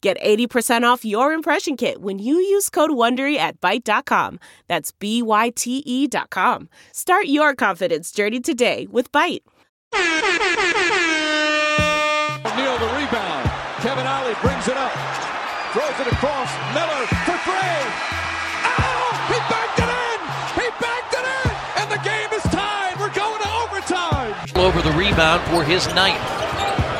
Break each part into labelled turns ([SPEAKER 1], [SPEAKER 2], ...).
[SPEAKER 1] Get 80% off your impression kit when you use code WONDERY at Byte.com. That's B-Y-T-E E dot com. Start your confidence journey today with Byte.
[SPEAKER 2] Neal the rebound. Kevin Ollie brings it up. Throws it across. Miller for three. Oh! He backed it in! He backed it in! And the game is tied. We're going to overtime.
[SPEAKER 3] Over the rebound for his ninth.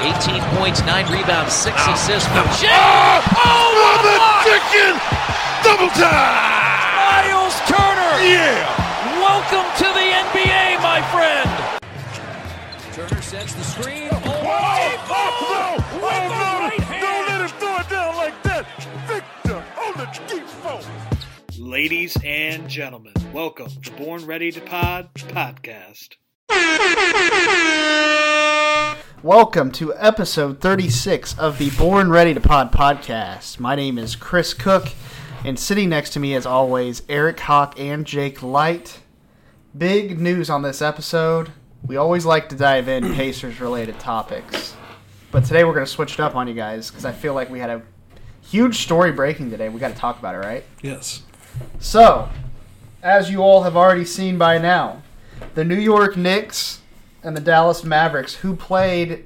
[SPEAKER 3] 18 points, 9 rebounds, 6 assists from Shea.
[SPEAKER 4] Oh, the chicken! Double time!
[SPEAKER 3] Miles Turner!
[SPEAKER 4] Yeah!
[SPEAKER 3] Welcome to the NBA, my friend! Turner sets the screen.
[SPEAKER 4] Oh, oh, no! Oh, no! Don't let him throw it down like that! Victor on the deep phone!
[SPEAKER 5] Ladies and gentlemen, welcome to Born Ready to Pod podcast.
[SPEAKER 6] Welcome to episode 36 of the Born Ready to Pod podcast. My name is Chris Cook, and sitting next to me, as always, Eric Hawk and Jake Light. Big news on this episode. We always like to dive in Pacers related topics, but today we're going to switch it up on you guys because I feel like we had a huge story breaking today. We got to talk about it, right?
[SPEAKER 7] Yes.
[SPEAKER 6] So, as you all have already seen by now, the New York Knicks and the Dallas Mavericks, who played,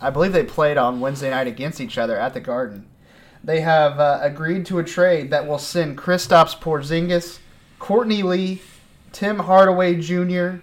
[SPEAKER 6] I believe they played on Wednesday night against each other at the Garden, they have uh, agreed to a trade that will send Kristaps Porzingis, Courtney Lee, Tim Hardaway Jr.,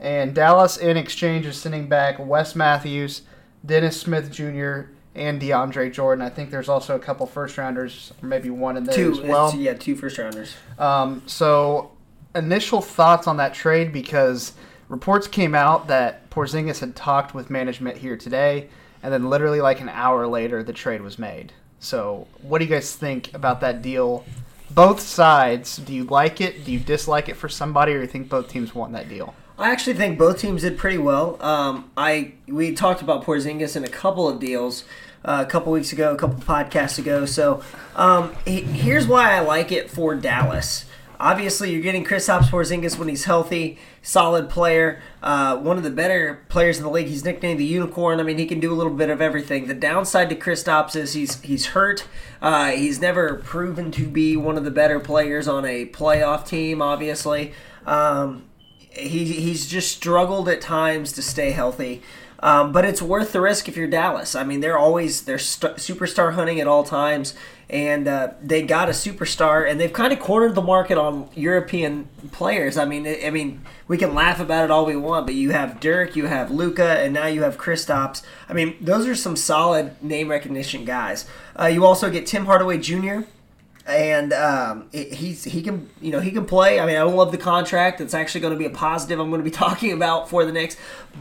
[SPEAKER 6] and Dallas in exchange is sending back Wes Matthews, Dennis Smith Jr., and DeAndre Jordan. I think there's also a couple first rounders, or maybe one in there
[SPEAKER 8] Two,
[SPEAKER 6] as well.
[SPEAKER 8] it's- yeah, two first rounders.
[SPEAKER 6] Um, so, initial thoughts on that trade because reports came out that Porzingis had talked with management here today, and then literally like an hour later, the trade was made. So, what do you guys think about that deal? Both sides, do you like it? Do you dislike it for somebody, or you think both teams want that deal?
[SPEAKER 8] I actually think both teams did pretty well. Um, I we talked about Porzingis in a couple of deals uh, a couple weeks ago, a couple podcasts ago. So um, he, here's why I like it for Dallas. Obviously, you're getting Kristaps Porzingis when he's healthy, solid player, uh, one of the better players in the league. He's nicknamed the Unicorn. I mean, he can do a little bit of everything. The downside to Kristaps is he's he's hurt. Uh, he's never proven to be one of the better players on a playoff team. Obviously. Um, he he's just struggled at times to stay healthy. Um, but it's worth the risk if you're Dallas. I mean, they're always they're st- superstar hunting at all times, and uh, they got a superstar, and they've kind of cornered the market on European players. I mean, I I mean, we can laugh about it all we want, but you have Dirk, you have Luca, and now you have Kristaps. I mean, those are some solid name recognition guys. Uh, you also get Tim Hardaway Jr and um, it, he's he can you know he can play. I mean, I don't love the contract. It's actually going to be a positive. I'm going to be talking about for the Knicks,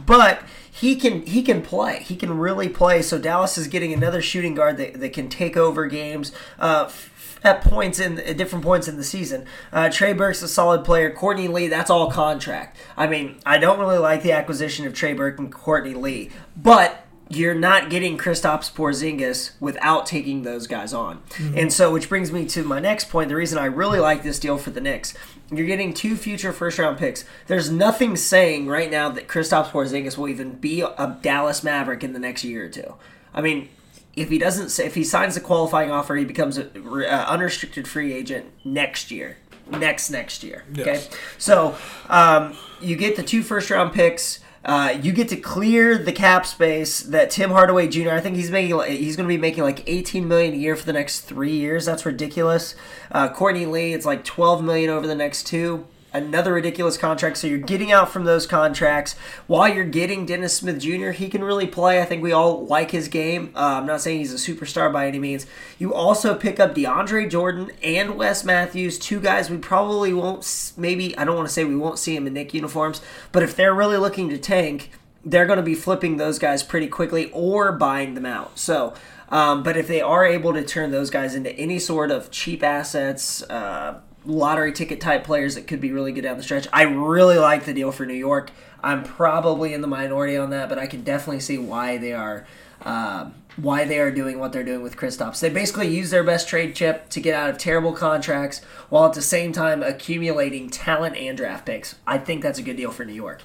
[SPEAKER 8] but he can he can play. He can really play. So Dallas is getting another shooting guard that, that can take over games. Uh, f- at points in at different points in the season, uh, Trey Burke's a solid player. Courtney Lee, that's all contract. I mean, I don't really like the acquisition of Trey Burke and Courtney Lee, but you're not getting Kristaps Porzingis without taking those guys on. And so, which brings me to my next point. The reason I really like this deal for the Knicks, you're getting two future first round picks. There's nothing saying right now that Kristaps Porzingis will even be a Dallas Maverick in the next year or two. I mean, if he doesn't, say- if he signs the qualifying offer, he becomes a uh, unrestricted free agent next year. Next next year.
[SPEAKER 7] Yes.
[SPEAKER 8] Okay. So um, you get the two first round picks. Uh, you get to clear the cap space that Tim Hardaway Jr. I think he's making like- he's going to be making like 18 million a year for the next three years. That's ridiculous. Uh, Courtney Lee, it's like 12 million over the next two. Another ridiculous contract. So you're getting out from those contracts while you're getting Dennis Smith Jr. He can really play. I think we all like his game. Uh, I'm not saying he's a superstar by any means. You also pick up DeAndre Jordan and Wes Matthews, two guys we probably won't. s- Maybe I don't want to say we won't see him in Nick uniforms, but if they're really looking to tank, they're going to be flipping those guys pretty quickly or buying them out. So. Um, but if they are able to turn those guys into any sort of cheap assets, uh, lottery ticket type players that could be really good down the stretch, I really like the deal for New York. I'm probably in the minority on that, but I can definitely see why they are. Um, why they are doing what they're doing with Kristaps. They basically use their best trade chip to get out of terrible contracts while at the same time accumulating talent and draft picks. I think that's a good deal for New York.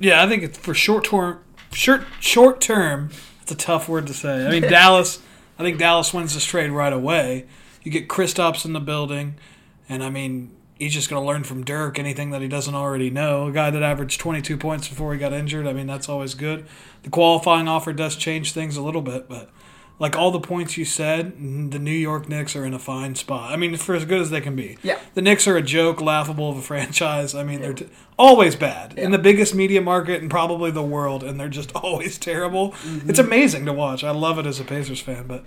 [SPEAKER 5] Yeah, I think it's for short term. Short short term. It's a tough word to say. I mean, Dallas. I think Dallas wins this trade right away. You get Kristaps in the building, and I mean, he's just going to learn from Dirk anything that he doesn't already know. A guy that averaged 22 points before he got injured. I mean, that's always good. The qualifying offer does change things a little bit, but like all the points you said, the New York Knicks are in a fine spot. I mean, for as good as they can be.
[SPEAKER 8] Yeah.
[SPEAKER 5] The Knicks are a joke, laughable of a franchise. I mean, they're t- always bad in the biggest media market and probably the world, and they're just always terrible. It's amazing to watch. I love it as a Pacers fan, but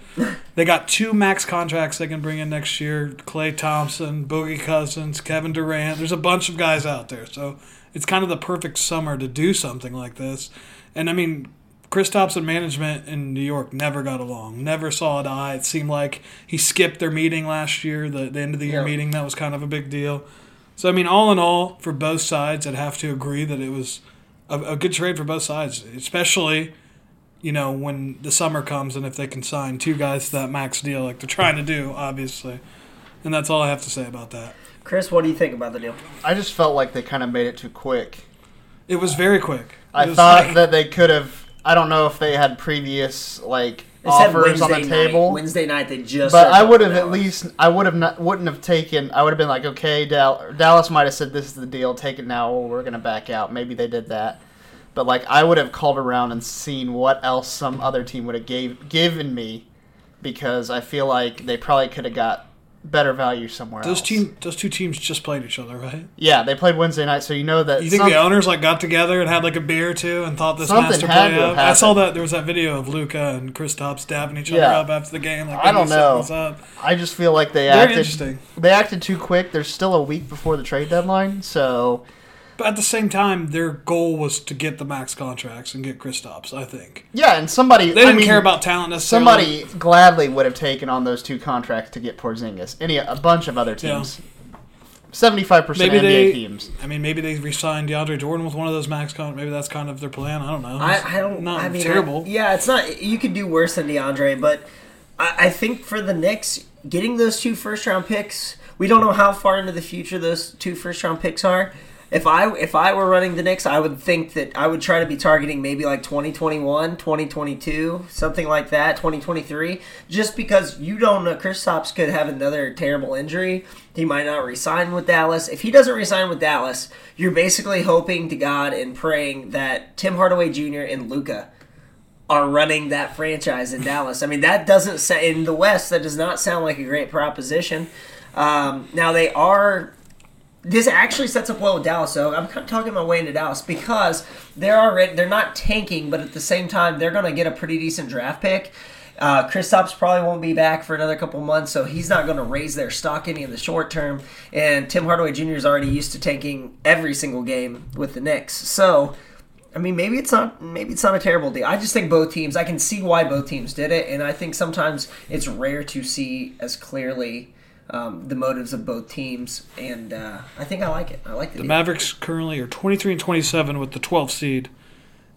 [SPEAKER 5] they got two max contracts they can bring in next year: Clay Thompson, Boogie Cousins, Kevin Durant. There's a bunch of guys out there, so it's kind of the perfect summer to do something like this. And I mean, Kristaps and management in New York never got along, never saw eye to eye. It seemed like he skipped their meeting last year, the, the end of the year
[SPEAKER 8] Yeah.
[SPEAKER 5] meeting. That was kind of a big deal. So, I mean, all in all, for both sides, I'd have to agree that it was a, a good trade for both sides, especially, you know, when the summer comes and if they can sign two guys to that max deal like they're trying to do, obviously. And that's all I have to say about that.
[SPEAKER 8] Chris, what do you think about the deal?
[SPEAKER 6] I just felt like they kind of made it too quick.
[SPEAKER 5] It was very quick. It
[SPEAKER 6] I
[SPEAKER 5] was
[SPEAKER 6] thought
[SPEAKER 5] like-
[SPEAKER 6] that they could have. I don't know if they had previous like
[SPEAKER 8] They said
[SPEAKER 6] offers on the
[SPEAKER 8] Wednesday night.
[SPEAKER 6] table,
[SPEAKER 8] Wednesday night they just.
[SPEAKER 6] but
[SPEAKER 8] said
[SPEAKER 6] I would have
[SPEAKER 8] that.
[SPEAKER 6] at least. I would have not. Wouldn't have taken. I would have been like, okay, Dal- Dallas might have said this is the deal. Take it now, or we're gonna back out. Maybe they did that. But like, I would have called around and seen what else some other team would have gave given me, because I feel like they probably could have got better value somewhere
[SPEAKER 5] Those,
[SPEAKER 6] else.
[SPEAKER 5] team, those two teams just played each other, right?
[SPEAKER 6] yeah, they played Wednesday night, so you know that.
[SPEAKER 5] You think
[SPEAKER 6] some-
[SPEAKER 5] the owners like got together and had like a beer or two and thought this
[SPEAKER 6] Something
[SPEAKER 5] master
[SPEAKER 6] had to
[SPEAKER 5] play up?
[SPEAKER 6] have
[SPEAKER 5] I saw
[SPEAKER 6] happened.
[SPEAKER 5] that there was that video of Luca and Kristaps dabbing each other
[SPEAKER 6] Yeah.
[SPEAKER 5] up after the game. Like
[SPEAKER 6] I don't
[SPEAKER 5] maybe
[SPEAKER 6] know.
[SPEAKER 5] something's Up.
[SPEAKER 6] I just feel like they
[SPEAKER 5] Very
[SPEAKER 6] acted.
[SPEAKER 5] interesting.
[SPEAKER 6] They acted too quick. There's still a week before the trade deadline, so
[SPEAKER 5] But at the same time, their goal was to get the max contracts and get Kristaps. I think
[SPEAKER 6] yeah. And somebody
[SPEAKER 5] they
[SPEAKER 6] I
[SPEAKER 5] didn't
[SPEAKER 6] mean,
[SPEAKER 5] care about talent necessarily.
[SPEAKER 6] somebody gladly would have taken on those two contracts to get Porzingis. Any a bunch of other teams, seventy-five percent
[SPEAKER 5] Maybe
[SPEAKER 6] NBA
[SPEAKER 5] they-
[SPEAKER 6] teams.
[SPEAKER 5] I mean, maybe they re-signed DeAndre Jordan with one of those max contracts. Maybe that's kind of their plan. I don't know. It's
[SPEAKER 8] I, I don't.
[SPEAKER 5] Not
[SPEAKER 8] I mean,
[SPEAKER 5] terrible.
[SPEAKER 8] I- yeah, it's not. You could do worse than DeAndre, but I, I think for the Knicks, getting those two first round picks, we don't know how far into the future those two first round picks are. If I if I were running the Knicks, I would think that I would try to be targeting maybe like 2021, 2022, something like that, 2023, just because you don't know Kristaps could have another terrible injury. He might not resign with Dallas. If he doesn't resign with Dallas, you're basically hoping to God and praying that Tim Hardaway Jr. and Luca are running that franchise in Dallas. I mean, that doesn't sa in the West. That does not sound like a great proposition. Um, now they are. This actually sets up well with Dallas, though. I'm kind of talking my way into Dallas because they're already they're not tanking, but at the same time they're going to get a pretty decent draft pick. Uh, Kristaps probably won't be back for another couple months, so he's not going to raise their stock any in the short term. And Tim Hardaway Jr. is already used to tanking every single game with the Knicks, so I mean, maybe it's not maybe it's not a terrible deal. I just think both teams. I can see why both teams did it, and I think sometimes it's rare to see as clearly um, the motives of both teams. And uh, I think I like it. I like the,
[SPEAKER 5] The
[SPEAKER 8] deal.
[SPEAKER 5] Mavericks currently are 23 and 27 with the 12th seed,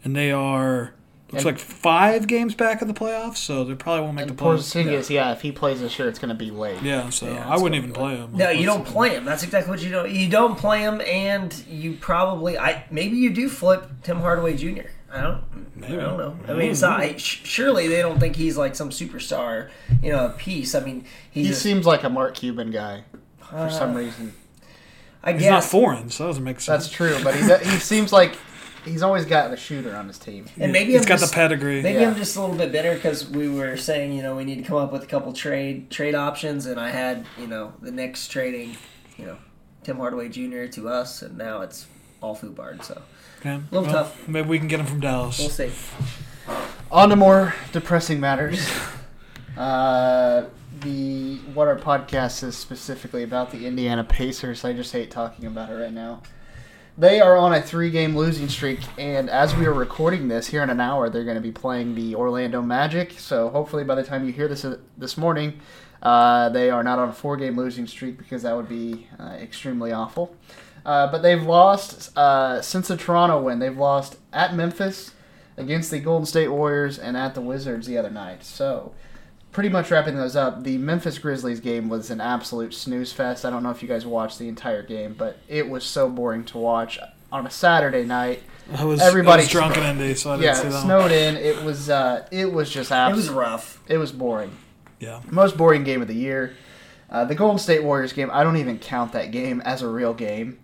[SPEAKER 5] and they are looks like five games back in the playoffs, so they probably won't make the
[SPEAKER 6] And
[SPEAKER 5] playoffs.
[SPEAKER 6] Porzingis, yeah. if he plays this year, it's going to be late.
[SPEAKER 5] Yeah, so
[SPEAKER 8] Yeah,
[SPEAKER 5] I
[SPEAKER 8] it's
[SPEAKER 5] wouldn't even play him.
[SPEAKER 8] No, you don't play him. That's exactly what you do. You don't play him, and you probably I maybe you do flip Tim Hardaway Jr. I don't. I don't know. I mean, it's not. I, sh- surely they don't think he's like some superstar, you know, a piece. I mean, he's.
[SPEAKER 6] He
[SPEAKER 8] a-
[SPEAKER 6] seems like a Mark Cuban guy
[SPEAKER 5] Uh,
[SPEAKER 6] for some reason.
[SPEAKER 8] I
[SPEAKER 5] He's not
[SPEAKER 8] guess
[SPEAKER 5] foreign, so that doesn't make sense.
[SPEAKER 6] That's true, but he he seems like he's always got the shooter on his team.
[SPEAKER 8] and maybe
[SPEAKER 5] He's
[SPEAKER 8] I'm
[SPEAKER 5] got
[SPEAKER 8] just-
[SPEAKER 5] the pedigree.
[SPEAKER 8] Maybe
[SPEAKER 6] Yeah.
[SPEAKER 8] I'm just a little bit bitter because we were saying, you know, we need to come up with a couple trade trade options, and I had, you know, the Knicks trading, you know, Tim Hardaway Jr. to us, and now it's all Fubard. So
[SPEAKER 5] Okay.
[SPEAKER 8] Little tough.
[SPEAKER 5] Maybe we can get him from Dallas.
[SPEAKER 8] we'll see.
[SPEAKER 6] On to more depressing matters. Uh, the what our podcast is specifically about the Indiana Pacers. I just hate talking about it right now. They are on a three-game losing streak, and as we are recording this, here in an hour, they're going to be playing the Orlando Magic. So hopefully, by the time you hear this uh, this morning, uh, they are not on a four-game losing streak because that would be uh, extremely awful. Uh, but they've lost uh, since the Toronto win. They've lost at Memphis, against the Golden State Warriors, and at the Wizards the other night. So pretty much wrapping those up, the Memphis Grizzlies game was an absolute snooze fest. I don't know if you guys watched the entire game, but it was so boring to watch on a Saturday night.
[SPEAKER 5] I was,
[SPEAKER 6] Everybody-
[SPEAKER 5] I was drunk and indie, so I didn't
[SPEAKER 6] Yeah,
[SPEAKER 5] see
[SPEAKER 6] it
[SPEAKER 5] that.
[SPEAKER 6] snowed in. It was uh, it was just
[SPEAKER 8] It was
[SPEAKER 6] absolutely
[SPEAKER 8] rough.
[SPEAKER 6] it was boring.
[SPEAKER 5] Yeah.
[SPEAKER 6] Most boring game of the year. Uh, the Golden State Warriors game. I don't even count that game as a real game.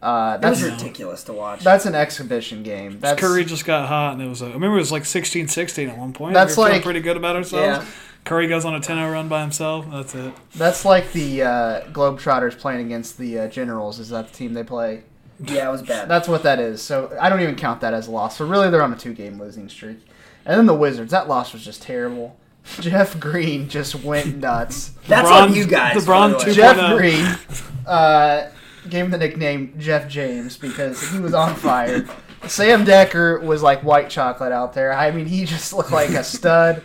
[SPEAKER 6] Uh,
[SPEAKER 8] That was
[SPEAKER 6] that's
[SPEAKER 8] ridiculous to watch.
[SPEAKER 6] that's an exhibition game. That's
[SPEAKER 5] Curry just got hot, and it was. uh, I remember it was like 16-16 at one point.
[SPEAKER 6] That's
[SPEAKER 5] we were feeling
[SPEAKER 6] like-
[SPEAKER 5] pretty good about ourselves.
[SPEAKER 8] Yeah.
[SPEAKER 5] Curry goes on a 10-0 run by himself. That's it.
[SPEAKER 6] that's like the uh, Globetrotters playing against the uh, Generals. Is that the team they play?
[SPEAKER 8] yeah, it was bad.
[SPEAKER 6] That's what that is. So I don't even count that as a loss. So really, they're on a two-game losing streak. And then the Wizards. That loss was just terrible. Jeff Green just went nuts.
[SPEAKER 8] That's
[SPEAKER 5] LeBron-
[SPEAKER 8] on you guys. by
[SPEAKER 5] LeBron
[SPEAKER 8] the way.
[SPEAKER 5] two-
[SPEAKER 6] Jeff
[SPEAKER 5] Wanna-
[SPEAKER 6] Green uh, gave him the nickname Jeff James because he was on fire. Sam Decker was like white chocolate out there. I mean, he just looked like a stud.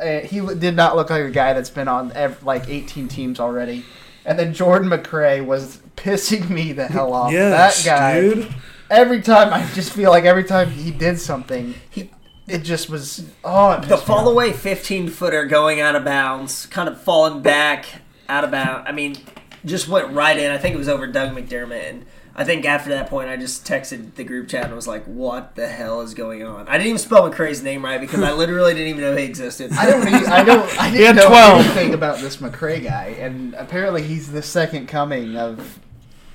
[SPEAKER 6] Uh, He w- did not look like a guy that's been on ev- like 18 teams already. And then Jordan McRae was pissing me the hell off.
[SPEAKER 5] Yes,
[SPEAKER 6] that guy.
[SPEAKER 5] dude.
[SPEAKER 6] Every time, I just feel like every time he did something, he it just was. Oh, it
[SPEAKER 8] The
[SPEAKER 6] pissed me
[SPEAKER 8] fall
[SPEAKER 6] off.
[SPEAKER 8] away 15 footer going out of bounds, kind of falling back out of bounds. I mean, just went right in. I think it was over Doug McDermott. And I think after that point, I just texted the group chat and was like, what the hell is going on? I didn't even spell McCray's name right because I literally didn't even know he existed.
[SPEAKER 6] I don't. really- I don't. I
[SPEAKER 5] had
[SPEAKER 6] didn't know
[SPEAKER 5] 12.
[SPEAKER 6] anything about this McRae guy, and apparently he's the second coming of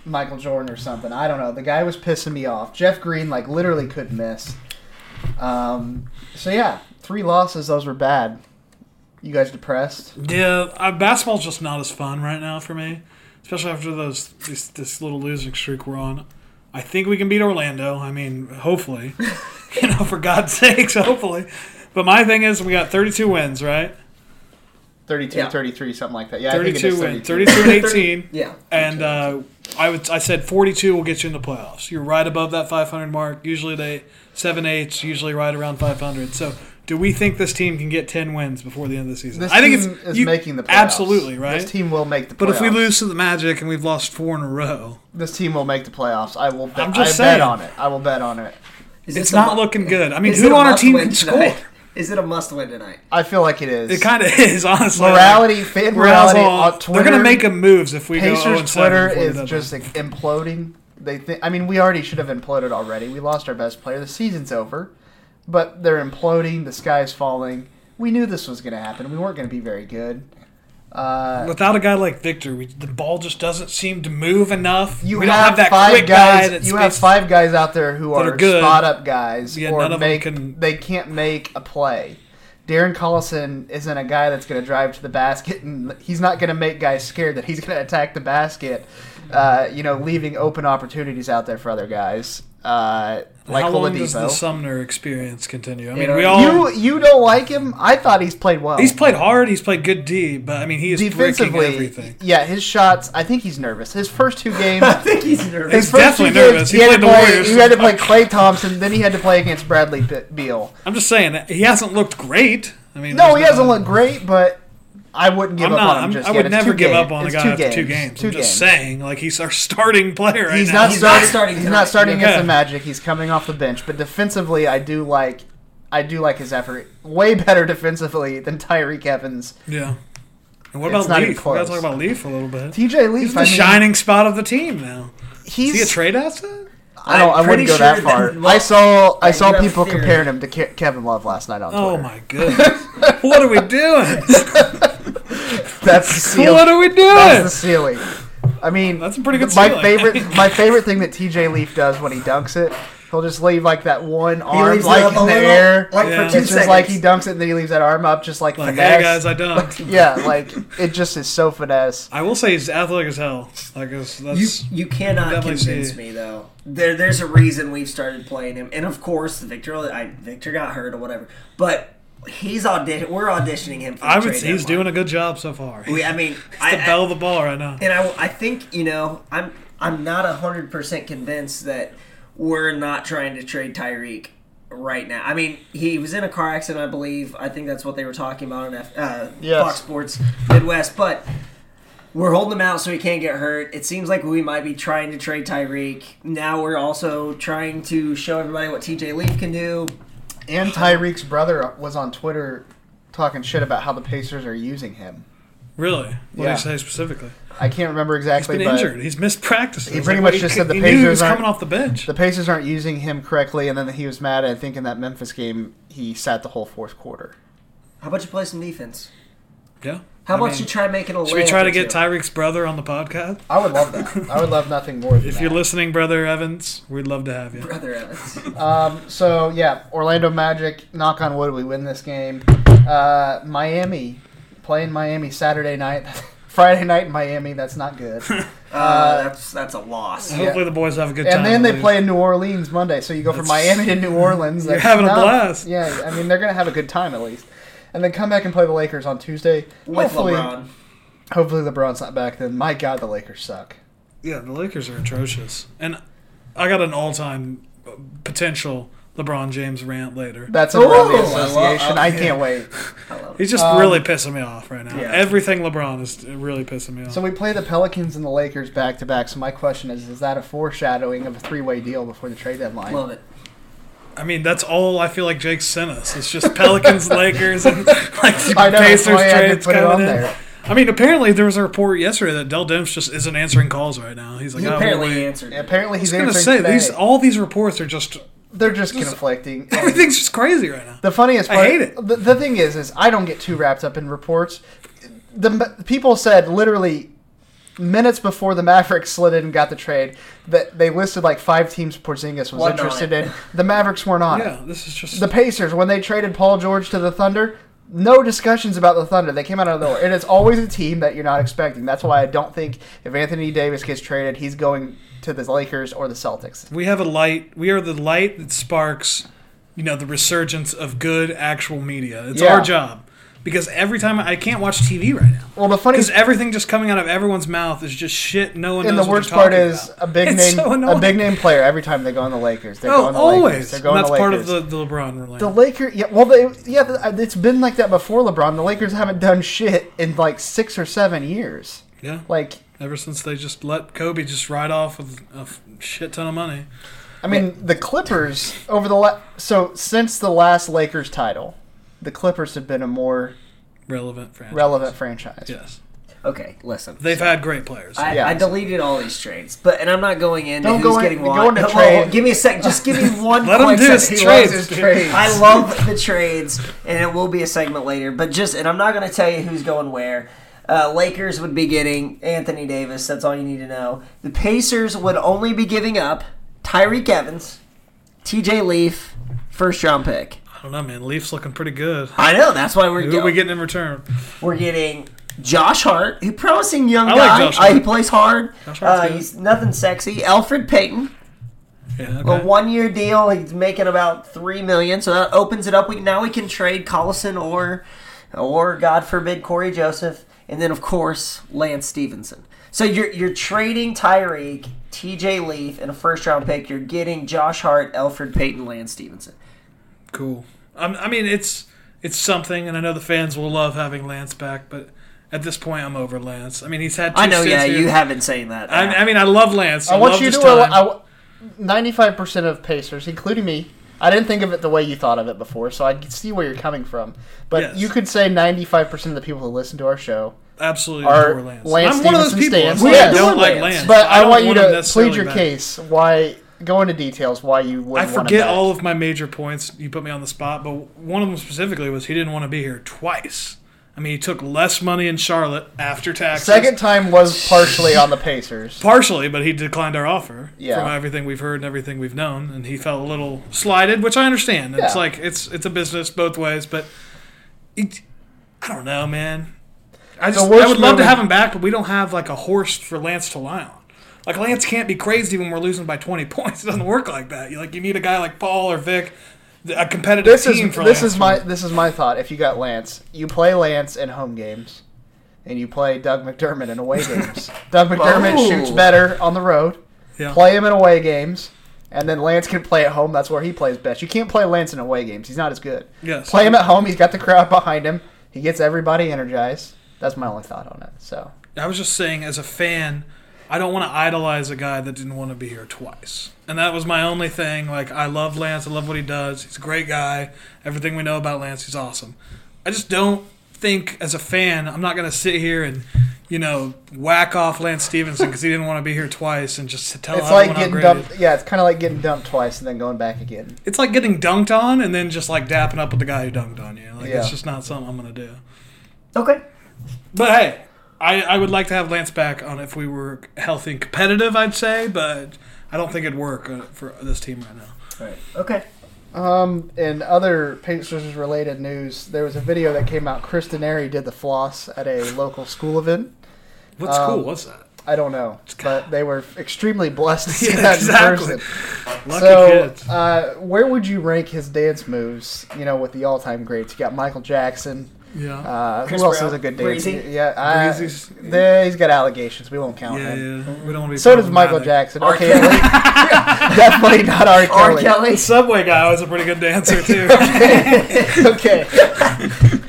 [SPEAKER 6] Michael Jordan or something. I don't know. The guy was pissing me off. Jeff Green like literally could miss. Um. So yeah, three losses. Those were bad. You guys depressed?
[SPEAKER 5] Yeah, uh, basketball's just not as fun right now for me, especially after those this, this little losing streak we're on. I think we can beat Orlando. I mean, hopefully, you know, for God's sakes, hopefully. But my thing is, we got 32 wins, right?
[SPEAKER 6] 32,
[SPEAKER 8] Yeah.
[SPEAKER 6] 33, something like that. Yeah, I think it
[SPEAKER 5] 32
[SPEAKER 6] is
[SPEAKER 5] wins,
[SPEAKER 6] 32.
[SPEAKER 5] 32 and 18.
[SPEAKER 8] yeah.
[SPEAKER 5] And uh, I would I said 42 will get you in the playoffs. You're right above that 500 mark. Usually they seven eights, usually right around 500. So do we think this team can get 10 wins before the end of the season?
[SPEAKER 6] This
[SPEAKER 5] I think
[SPEAKER 6] team
[SPEAKER 5] it's
[SPEAKER 6] is
[SPEAKER 5] you-
[SPEAKER 6] making the playoffs.
[SPEAKER 5] absolutely right.
[SPEAKER 6] This team will make the playoffs.
[SPEAKER 5] But if we lose to the Magic and we've lost four in a row,
[SPEAKER 6] this team will make the playoffs. I will. Bet,
[SPEAKER 5] I'm just
[SPEAKER 6] I bet
[SPEAKER 5] saying.
[SPEAKER 6] on it. I will bet on it.
[SPEAKER 8] Is
[SPEAKER 5] it's
[SPEAKER 8] this a
[SPEAKER 5] not
[SPEAKER 8] mu-
[SPEAKER 5] looking good. I mean,
[SPEAKER 8] is
[SPEAKER 5] who
[SPEAKER 8] it a
[SPEAKER 5] on our
[SPEAKER 8] must
[SPEAKER 5] team
[SPEAKER 8] win
[SPEAKER 5] can
[SPEAKER 8] tonight?
[SPEAKER 5] score?
[SPEAKER 8] Is it a must win tonight?
[SPEAKER 6] I feel like it is.
[SPEAKER 5] It kind of is, honestly.
[SPEAKER 6] morality, fan
[SPEAKER 5] Morale's
[SPEAKER 6] morality
[SPEAKER 5] all-
[SPEAKER 6] on Twitter.
[SPEAKER 5] They're going to make them moves if we go 0 and
[SPEAKER 6] Pacers
[SPEAKER 5] 7
[SPEAKER 6] Twitter
[SPEAKER 5] before the
[SPEAKER 6] is
[SPEAKER 5] deadline.
[SPEAKER 6] just like, imploding. They think. I mean, we already should have imploded already. We lost our best player. The season's over, but they're imploding. The sky's falling. We knew this was going to happen. We weren't going to be very good. Uh,
[SPEAKER 5] Without a guy like Victor, we, the ball just doesn't seem to move enough.
[SPEAKER 6] you
[SPEAKER 5] we
[SPEAKER 6] have,
[SPEAKER 5] don't have that
[SPEAKER 6] five
[SPEAKER 5] quick guy
[SPEAKER 6] guys.
[SPEAKER 5] that
[SPEAKER 6] you have
[SPEAKER 5] speaks-
[SPEAKER 6] five guys out there who
[SPEAKER 5] that
[SPEAKER 6] are,
[SPEAKER 5] are good.
[SPEAKER 6] spot up guys,
[SPEAKER 5] Yeah,
[SPEAKER 6] or
[SPEAKER 5] none of them
[SPEAKER 6] make
[SPEAKER 5] can-
[SPEAKER 6] they can't make a play. Darren Collison isn't a guy that's going to drive to the basket, and he's not going to make guys scared that he's going to attack the basket. Uh, you know, leaving open opportunities out there for other guys, uh, like
[SPEAKER 5] How long does the
[SPEAKER 6] Oladipo.
[SPEAKER 5] Sumner experience continue? I mean,
[SPEAKER 8] know,
[SPEAKER 5] we all.
[SPEAKER 6] You you don't like him? I thought he's played well.
[SPEAKER 5] he's played hard. He's played good D, but I mean, he is breaking
[SPEAKER 6] defensively.
[SPEAKER 5] everything.
[SPEAKER 6] Yeah, his shots. I think he's nervous. His first two games,
[SPEAKER 8] I think he's nervous.
[SPEAKER 5] He's definitely nervous. He,
[SPEAKER 6] had
[SPEAKER 5] played
[SPEAKER 6] to
[SPEAKER 5] the
[SPEAKER 6] play,
[SPEAKER 5] Warriors.
[SPEAKER 6] He had to play Clay Thompson, then he had to play against Bradley P- Beal.
[SPEAKER 5] I'm just saying that he hasn't looked great. I mean,
[SPEAKER 6] No,
[SPEAKER 5] there's
[SPEAKER 6] he hasn't
[SPEAKER 5] not-
[SPEAKER 6] looked great, but I wouldn't give
[SPEAKER 5] I'm
[SPEAKER 6] up
[SPEAKER 5] not.
[SPEAKER 6] on him
[SPEAKER 5] I'm,
[SPEAKER 6] just
[SPEAKER 5] I
[SPEAKER 6] yet.
[SPEAKER 5] would
[SPEAKER 6] It's
[SPEAKER 5] never
[SPEAKER 6] two
[SPEAKER 5] give
[SPEAKER 6] games.
[SPEAKER 5] up on a
[SPEAKER 6] It's
[SPEAKER 5] guy
[SPEAKER 6] two
[SPEAKER 5] after two
[SPEAKER 6] games.
[SPEAKER 5] games.
[SPEAKER 6] Two
[SPEAKER 5] I'm just
[SPEAKER 6] games.
[SPEAKER 5] saying, like he's our starting player right
[SPEAKER 6] He's
[SPEAKER 5] now.
[SPEAKER 6] not,
[SPEAKER 8] He's
[SPEAKER 6] starting,
[SPEAKER 8] not starting
[SPEAKER 6] He's
[SPEAKER 8] tonight.
[SPEAKER 6] not starting against
[SPEAKER 5] Yeah.
[SPEAKER 6] the Magic. He's coming off the bench. But defensively, I do like, I do like his effort. Way better defensively than Tyreek Evans.
[SPEAKER 5] yeah. And what
[SPEAKER 6] It's
[SPEAKER 5] about
[SPEAKER 6] not even
[SPEAKER 5] Leaf? We gotta
[SPEAKER 6] close.
[SPEAKER 5] talk about Leaf a little bit.
[SPEAKER 6] TJ Leaf,
[SPEAKER 5] He's the
[SPEAKER 6] I mean,
[SPEAKER 5] shining spot of the team now.
[SPEAKER 6] He's
[SPEAKER 5] Is he a trade asset?
[SPEAKER 6] I don't.
[SPEAKER 8] I'm
[SPEAKER 6] I wouldn't
[SPEAKER 8] pretty
[SPEAKER 6] go
[SPEAKER 8] sure
[SPEAKER 6] that far.
[SPEAKER 8] that-
[SPEAKER 6] I saw. I
[SPEAKER 8] Like, you
[SPEAKER 6] saw
[SPEAKER 8] have
[SPEAKER 6] people
[SPEAKER 8] theory.
[SPEAKER 6] comparing him to Ke- Kevin Love last night on Twitter.
[SPEAKER 5] Oh my goodness! what are we doing?
[SPEAKER 6] That's the seal.
[SPEAKER 5] What are we
[SPEAKER 6] That's
[SPEAKER 5] doing?
[SPEAKER 6] the ceiling. I mean,
[SPEAKER 5] That's a pretty good
[SPEAKER 6] My
[SPEAKER 5] ceiling.
[SPEAKER 6] favorite, my favorite thing that TJ Leaf does when he dunks it, he'll just leave like that one
[SPEAKER 8] He
[SPEAKER 6] arm
[SPEAKER 8] leaves it
[SPEAKER 6] like
[SPEAKER 8] up
[SPEAKER 6] in
[SPEAKER 8] a
[SPEAKER 6] the
[SPEAKER 8] little,
[SPEAKER 6] air.
[SPEAKER 8] like
[SPEAKER 5] Yeah.
[SPEAKER 8] for two
[SPEAKER 6] it's
[SPEAKER 8] seconds.
[SPEAKER 6] just like he dunks it, and then he leaves that arm up, just like,
[SPEAKER 5] Like,
[SPEAKER 6] finesse.
[SPEAKER 5] hey guys, I dunked.
[SPEAKER 6] yeah, like it just is so finesse.
[SPEAKER 5] I will say he's athletic as hell. Like it's-
[SPEAKER 8] You,
[SPEAKER 5] that's
[SPEAKER 8] you cannot
[SPEAKER 5] Definitely see.
[SPEAKER 8] convince me though. There, there's a reason we've started playing him, and of course, Victor, I, Victor got hurt or whatever, but he's audition. We're auditioning him. For the
[SPEAKER 5] I would.
[SPEAKER 8] trade
[SPEAKER 5] say He's
[SPEAKER 8] deadline.
[SPEAKER 5] doing a good job so far.
[SPEAKER 8] We, I mean,
[SPEAKER 5] the
[SPEAKER 8] I,
[SPEAKER 5] bell
[SPEAKER 8] I,
[SPEAKER 5] of the ball right now.
[SPEAKER 8] and I, I think you know, I'm. I'm not 100% convinced that we're not trying to trade Tyreek right now. I mean, he was in a car accident, I believe. I think that's what they were talking about on F- uh,
[SPEAKER 6] Yes.
[SPEAKER 8] Fox Sports Midwest. But we're holding him out so he can't get hurt. It seems like we might be trying to trade Tyreek. Now we're also trying to show everybody what TJ Leaf can do.
[SPEAKER 6] And Tyreek's brother was on Twitter talking shit about how the Pacers are using him.
[SPEAKER 5] Really? What
[SPEAKER 6] Yeah.
[SPEAKER 5] did he say specifically?
[SPEAKER 6] I can't remember
[SPEAKER 5] He's
[SPEAKER 6] exactly,
[SPEAKER 5] been
[SPEAKER 6] but
[SPEAKER 5] injured. He's missed practices.
[SPEAKER 6] He pretty
[SPEAKER 5] Like,
[SPEAKER 6] much
[SPEAKER 5] he
[SPEAKER 6] just
[SPEAKER 5] could-
[SPEAKER 6] said the
[SPEAKER 5] he knew he
[SPEAKER 6] Pacers
[SPEAKER 5] was
[SPEAKER 6] aren't-
[SPEAKER 5] coming off the bench.
[SPEAKER 6] the Pacers aren't using him correctly, and then he was mad at thinking that Memphis game he sat the whole fourth quarter.
[SPEAKER 8] How about you play some defense?
[SPEAKER 5] yeah.
[SPEAKER 8] How
[SPEAKER 5] I
[SPEAKER 8] about
[SPEAKER 5] mean,
[SPEAKER 8] you try making a
[SPEAKER 5] Should we try
[SPEAKER 8] layup
[SPEAKER 5] to
[SPEAKER 8] or
[SPEAKER 5] get
[SPEAKER 8] two?
[SPEAKER 5] Tyreek's brother on the podcast?
[SPEAKER 6] I would love that. I would love nothing more than
[SPEAKER 5] If
[SPEAKER 6] that.
[SPEAKER 5] you're listening, brother Evans, we'd love to have you.
[SPEAKER 8] Brother Evans.
[SPEAKER 6] So yeah, Orlando Magic. Knock on wood, we win this game. Uh, Miami playing Miami Saturday night, Friday night in Miami. That's not good.
[SPEAKER 8] Uh, that's that's a loss.
[SPEAKER 5] Hopefully the boys have a good time.
[SPEAKER 6] And then they
[SPEAKER 5] at
[SPEAKER 6] play
[SPEAKER 5] least.
[SPEAKER 6] in New Orleans Monday, so you go from Miami to New Orleans. You're
[SPEAKER 5] having a blast.
[SPEAKER 6] Yeah, I mean they're gonna have a good time at least, and then come back and play the Lakers on Tuesday.
[SPEAKER 8] With
[SPEAKER 6] hopefully,
[SPEAKER 8] LeBron.
[SPEAKER 6] hopefully LeBron's not back then. My God, the Lakers suck.
[SPEAKER 5] Yeah, the Lakers are atrocious. And I got an all-time uh, potential LeBron James rant later.
[SPEAKER 6] That's a friendly
[SPEAKER 8] Ooh, I love-
[SPEAKER 6] association. I can't wait.
[SPEAKER 5] He's just really
[SPEAKER 6] um,
[SPEAKER 5] pissing me off right now.
[SPEAKER 8] yeah.
[SPEAKER 5] Everything LeBron is really pissing me off.
[SPEAKER 6] So we play the Pelicans and the Lakers back to back. So my question is: Is that a foreshadowing of a three-way deal before the trade deadline?
[SPEAKER 8] Love it.
[SPEAKER 5] I mean, that's all I feel like Jake sent us. It's just Pelicans, Lakers, and like
[SPEAKER 6] I know, that's
[SPEAKER 5] Pacers
[SPEAKER 6] why I had to
[SPEAKER 5] trades
[SPEAKER 6] put it
[SPEAKER 5] coming
[SPEAKER 6] on
[SPEAKER 5] in.
[SPEAKER 6] there.
[SPEAKER 5] I mean, apparently there was a report yesterday that Dell Demps just isn't answering calls right now. He's like,
[SPEAKER 8] He
[SPEAKER 5] oh,
[SPEAKER 8] apparently
[SPEAKER 5] wait.
[SPEAKER 8] answered.
[SPEAKER 6] Apparently, he's
[SPEAKER 5] I was gonna
[SPEAKER 6] answering
[SPEAKER 5] say
[SPEAKER 6] today.
[SPEAKER 5] these all these reports are just
[SPEAKER 6] They're just conflicting.
[SPEAKER 5] everything's just crazy right now.
[SPEAKER 6] The funniest
[SPEAKER 5] I
[SPEAKER 6] part,
[SPEAKER 5] hate it.
[SPEAKER 6] The, the thing is, is I don't get too wrapped up in reports. The M- people said literally minutes before the Mavericks slid in and got the trade that they listed like five teams Porzingis was
[SPEAKER 8] Wasn't on
[SPEAKER 6] interested
[SPEAKER 8] it.
[SPEAKER 6] in. The Mavericks weren't on
[SPEAKER 5] Yeah,
[SPEAKER 6] it.
[SPEAKER 5] this is just
[SPEAKER 6] The Pacers when they traded Paul George to the Thunder. No discussions about the Thunder. They came out of nowhere, and it's always a team that you're not expecting. That's why I don't think if Anthony Davis gets traded, he's going to the Lakers or the Celtics.
[SPEAKER 5] we have a light. We are the light that sparks, you know, the resurgence of good actual media. It's
[SPEAKER 6] Yeah.
[SPEAKER 5] our job because every time I can't watch TV right now.
[SPEAKER 6] Well, the funny
[SPEAKER 5] Because everything just coming out of everyone's mouth is just shit. No one.
[SPEAKER 6] And the
[SPEAKER 5] knows what
[SPEAKER 6] worst
[SPEAKER 5] you're
[SPEAKER 6] part
[SPEAKER 5] talking
[SPEAKER 6] is
[SPEAKER 5] about.
[SPEAKER 6] a big
[SPEAKER 5] It's
[SPEAKER 6] name,
[SPEAKER 5] so
[SPEAKER 6] a
[SPEAKER 5] annoying.
[SPEAKER 6] big name player. Every time they go on the Lakers, they're
[SPEAKER 5] Oh,
[SPEAKER 6] going the Lakers.
[SPEAKER 5] always.
[SPEAKER 6] They're
[SPEAKER 5] And
[SPEAKER 6] going
[SPEAKER 5] that's
[SPEAKER 6] the
[SPEAKER 5] part
[SPEAKER 6] Lakers.
[SPEAKER 5] of the, the LeBron relate.
[SPEAKER 6] the Lakers. Yeah, well, they, yeah, th- uh, it's been like that before LeBron. The Lakers haven't done shit in like six or seven years.
[SPEAKER 5] yeah.
[SPEAKER 6] Like,
[SPEAKER 5] Ever since they just let Kobe just ride off with a f- shit ton of money.
[SPEAKER 6] I mean, the Clippers over the la- so since the last Lakers title, the Clippers have been a more
[SPEAKER 5] Relevant franchise.
[SPEAKER 6] relevant franchise.
[SPEAKER 5] Yes.
[SPEAKER 8] Okay, listen.
[SPEAKER 5] They've had great players.
[SPEAKER 8] I,
[SPEAKER 6] Yeah.
[SPEAKER 8] I deleted all these trades, but and I'm not going into
[SPEAKER 6] Don't
[SPEAKER 8] who's
[SPEAKER 6] go in-
[SPEAKER 8] getting
[SPEAKER 6] go
[SPEAKER 8] what.
[SPEAKER 6] into
[SPEAKER 8] Whoa, whoa,
[SPEAKER 6] trade.
[SPEAKER 8] whoa, give me a sec. Just give me one.
[SPEAKER 5] Let him
[SPEAKER 8] quick
[SPEAKER 5] do his
[SPEAKER 8] second.
[SPEAKER 6] He
[SPEAKER 5] He
[SPEAKER 6] loves
[SPEAKER 5] trades,
[SPEAKER 6] his
[SPEAKER 5] dude.
[SPEAKER 6] trades.
[SPEAKER 8] I love the trades, and it will be a segment later. But just and I'm not going to tell you who's going where. Uh, Lakers would be getting Anthony Davis. That's all you need to know. The Pacers would only be giving up Tyreek Evans, T.J. Leaf, first round pick.
[SPEAKER 5] I don't know, man. Leafs looking pretty good.
[SPEAKER 8] I know that's why we're
[SPEAKER 5] Who
[SPEAKER 8] getting
[SPEAKER 5] are we getting in return?
[SPEAKER 8] We're getting Josh Hart, who promising young
[SPEAKER 5] I like
[SPEAKER 8] guy.
[SPEAKER 5] Josh Hart.
[SPEAKER 8] Uh, he plays hard.
[SPEAKER 5] Josh Hart's
[SPEAKER 8] Uh,
[SPEAKER 5] good.
[SPEAKER 8] he's nothing sexy. Alfred Payton,
[SPEAKER 5] Yeah, okay.
[SPEAKER 8] a one-year deal. He's making about three million, so that opens it up. We now we can trade Collison or, or God forbid, Corey Joseph, and then of course Lance Stevenson. So you're you're trading Tyreek, T.J. Leaf, and a first-round pick. You're getting Josh Hart, Alfred Payton, Lance Stevenson.
[SPEAKER 5] cool. Um, I mean, it's it's something, and I know the fans will love having Lance back, but at this point, I'm over Lance. I mean, he's had. Two
[SPEAKER 8] I know,
[SPEAKER 5] stints
[SPEAKER 8] yeah,
[SPEAKER 5] here.
[SPEAKER 8] you have been saying that.
[SPEAKER 5] I, I mean, I love Lance. I,
[SPEAKER 6] I want
[SPEAKER 5] love
[SPEAKER 6] you
[SPEAKER 5] his
[SPEAKER 6] to.
[SPEAKER 5] time.
[SPEAKER 6] Ninety-five percent of Pacers, including me, I didn't think of it the way you thought of it before, so I can see where you're coming from. But
[SPEAKER 5] Yes.
[SPEAKER 6] you could say ninety-five percent of the people who listen to our show
[SPEAKER 5] Absolutely
[SPEAKER 6] Our
[SPEAKER 5] adore Lance.
[SPEAKER 6] Lance
[SPEAKER 5] I'm one of those
[SPEAKER 6] Stevenson
[SPEAKER 5] people.
[SPEAKER 6] stands.
[SPEAKER 5] That's why
[SPEAKER 6] Yes.
[SPEAKER 5] I don't
[SPEAKER 8] Lance.
[SPEAKER 5] like Lance.
[SPEAKER 6] But I,
[SPEAKER 5] don't
[SPEAKER 6] want you
[SPEAKER 5] him
[SPEAKER 6] to
[SPEAKER 5] necessarily
[SPEAKER 6] plead your
[SPEAKER 5] back.
[SPEAKER 6] case. Why go into details? Why you would
[SPEAKER 5] I
[SPEAKER 6] want
[SPEAKER 5] forget
[SPEAKER 6] him back.
[SPEAKER 5] all of my major points. You put me on the spot, but one of them specifically was he didn't want to be here twice. I mean, he took less money in Charlotte after taxes.
[SPEAKER 6] Second time was partially on the Pacers.
[SPEAKER 5] Partially, but he declined our offer
[SPEAKER 6] Yeah.
[SPEAKER 5] from everything we've heard and everything we've known, and he felt a little slighted, which I understand. It's
[SPEAKER 6] Yeah.
[SPEAKER 5] like it's it's a business both ways, but it, I don't know, man. I just I
[SPEAKER 6] worst
[SPEAKER 5] would love to
[SPEAKER 6] moment-
[SPEAKER 5] have him back, but we don't have like a horse for Lance to lie on. Like Lance can't be crazy when we're losing by twenty points. It doesn't work like that. You like you need a guy like Paul or Vic, a competitive
[SPEAKER 6] This
[SPEAKER 5] team
[SPEAKER 6] is
[SPEAKER 5] for
[SPEAKER 6] this
[SPEAKER 5] Lance.
[SPEAKER 6] is my this is my thought. If you got Lance, you play Lance in home games. and you play Doug McDermott in away games. Doug McDermott shoots better on the road.
[SPEAKER 5] Oh. Yeah.
[SPEAKER 6] Play him in away games, and then Lance can play at home. That's where he plays best. You can't play Lance in away games. He's not as good.
[SPEAKER 5] Yes.
[SPEAKER 6] Play him at home. He's got the crowd behind him. He gets everybody energized. That's my only thought on it. So
[SPEAKER 5] I was just saying, as a fan, I don't want to idolize a guy that didn't want to be here twice. And that was my only thing. Like, I love Lance. I love what he does. He's a great guy. Everything we know about Lance, he's awesome. I just don't think, as a fan, I'm not going to sit here and, you know, whack off Lance Stevenson because he didn't want to be here twice and just tell
[SPEAKER 6] it's
[SPEAKER 5] everyone
[SPEAKER 6] like
[SPEAKER 5] how
[SPEAKER 6] getting
[SPEAKER 5] great he
[SPEAKER 6] dumped.
[SPEAKER 5] is.
[SPEAKER 6] Yeah, it's kind of like getting dumped twice and then going back again.
[SPEAKER 5] It's like getting dunked on and then just like dapping up with the guy who dunked on you. Like,
[SPEAKER 6] Yeah.
[SPEAKER 5] it's just not something I'm going to do.
[SPEAKER 8] Okay.
[SPEAKER 5] But hey, I, I would like to have Lance back on if we were healthy and competitive, I'd say, but I don't think it'd work uh, for this team right now.
[SPEAKER 8] Okay.
[SPEAKER 6] Um, in other Pacers related news, there was a video that came out. Chris Denary did the floss at a local school event.
[SPEAKER 5] What's
[SPEAKER 6] Um,
[SPEAKER 5] cool? What's that?
[SPEAKER 6] I don't know, but they were extremely blessed to see
[SPEAKER 5] Yeah,
[SPEAKER 6] that
[SPEAKER 5] exactly.
[SPEAKER 6] in person.
[SPEAKER 5] Lucky
[SPEAKER 6] So,
[SPEAKER 5] kids.
[SPEAKER 6] uh, where would you rank his dance moves? You know, with the all-time greats, you got Michael Jackson.
[SPEAKER 5] yeah.
[SPEAKER 6] Uh,
[SPEAKER 8] Chris
[SPEAKER 6] who else
[SPEAKER 8] Brown.
[SPEAKER 6] is a good dancer?
[SPEAKER 8] Breezy.
[SPEAKER 6] Yeah, I,
[SPEAKER 5] Breezy's-
[SPEAKER 6] there, he's got allegations. We won't count
[SPEAKER 5] yeah,
[SPEAKER 6] him.
[SPEAKER 5] yeah. We don't want to be.
[SPEAKER 6] So does Michael
[SPEAKER 5] problematic.
[SPEAKER 6] Jackson.
[SPEAKER 8] R.
[SPEAKER 6] Okay,
[SPEAKER 8] Kelly.
[SPEAKER 6] definitely not R.
[SPEAKER 8] R.
[SPEAKER 6] Kelly.
[SPEAKER 8] Kelly.
[SPEAKER 5] Subway guy was a pretty good dancer too.
[SPEAKER 6] okay.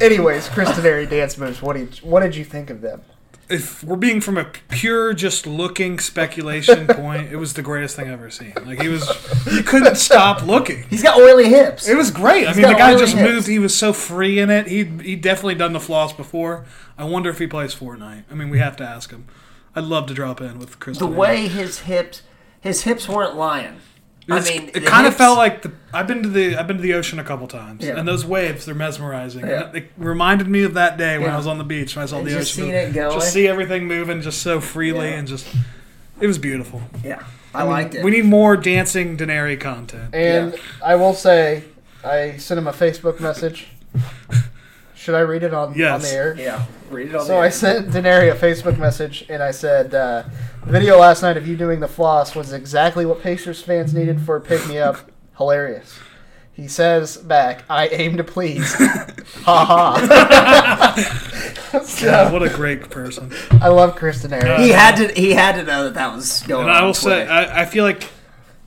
[SPEAKER 6] Anyways, Chris Denary dance moves. What did you, what did you think of them?
[SPEAKER 5] if we're being from a pure just looking speculation point, it was the greatest thing I've ever seen. Like he was, you couldn't stop looking.
[SPEAKER 8] He's got oily hips.
[SPEAKER 5] It was great. I mean, the
[SPEAKER 6] got
[SPEAKER 5] guy
[SPEAKER 6] oily
[SPEAKER 5] just
[SPEAKER 6] hips.
[SPEAKER 5] moved. He was so free in it. He he definitely done the floss before. I wonder if he plays Fortnite. I mean, we have to ask him. I'd love to drop in with Chris.
[SPEAKER 8] The
[SPEAKER 5] Denard.
[SPEAKER 8] way his hips, his hips weren't lying. I
[SPEAKER 5] It's-
[SPEAKER 8] mean,
[SPEAKER 5] it kind of felt
[SPEAKER 8] like.
[SPEAKER 5] like the. I've been to the I've been to the ocean a couple times,
[SPEAKER 8] Yeah.
[SPEAKER 5] and those waves they're mesmerizing.
[SPEAKER 8] Yeah.
[SPEAKER 5] It reminded me of that day when
[SPEAKER 8] Yeah.
[SPEAKER 5] I was on the beach and I saw
[SPEAKER 8] And
[SPEAKER 5] the
[SPEAKER 8] just
[SPEAKER 5] ocean.
[SPEAKER 8] seeing
[SPEAKER 5] move.
[SPEAKER 8] it going.
[SPEAKER 5] Just see everything moving just so freely
[SPEAKER 8] Yeah.
[SPEAKER 5] and just. It was beautiful.
[SPEAKER 8] Yeah, I, liked it.
[SPEAKER 5] We need more dancing Denari content.
[SPEAKER 6] And
[SPEAKER 8] Yeah.
[SPEAKER 6] I will say, I sent him a Facebook message. Should I read it on, on
[SPEAKER 5] Yes.
[SPEAKER 6] the air?
[SPEAKER 8] yeah, read it all.
[SPEAKER 6] So I sent Denari a Facebook message and I said, uh, the video last night of you doing the floss was exactly what Pacers fans needed for a pick me up. Hilarious. He says back, I aim to please. ha ha.
[SPEAKER 5] God, what a great person.
[SPEAKER 6] I love Chris Denary.
[SPEAKER 8] he had to. He had to know that that was going.
[SPEAKER 5] And
[SPEAKER 8] on
[SPEAKER 5] I will
[SPEAKER 8] on
[SPEAKER 5] say,
[SPEAKER 8] Twitter.
[SPEAKER 5] I, I feel like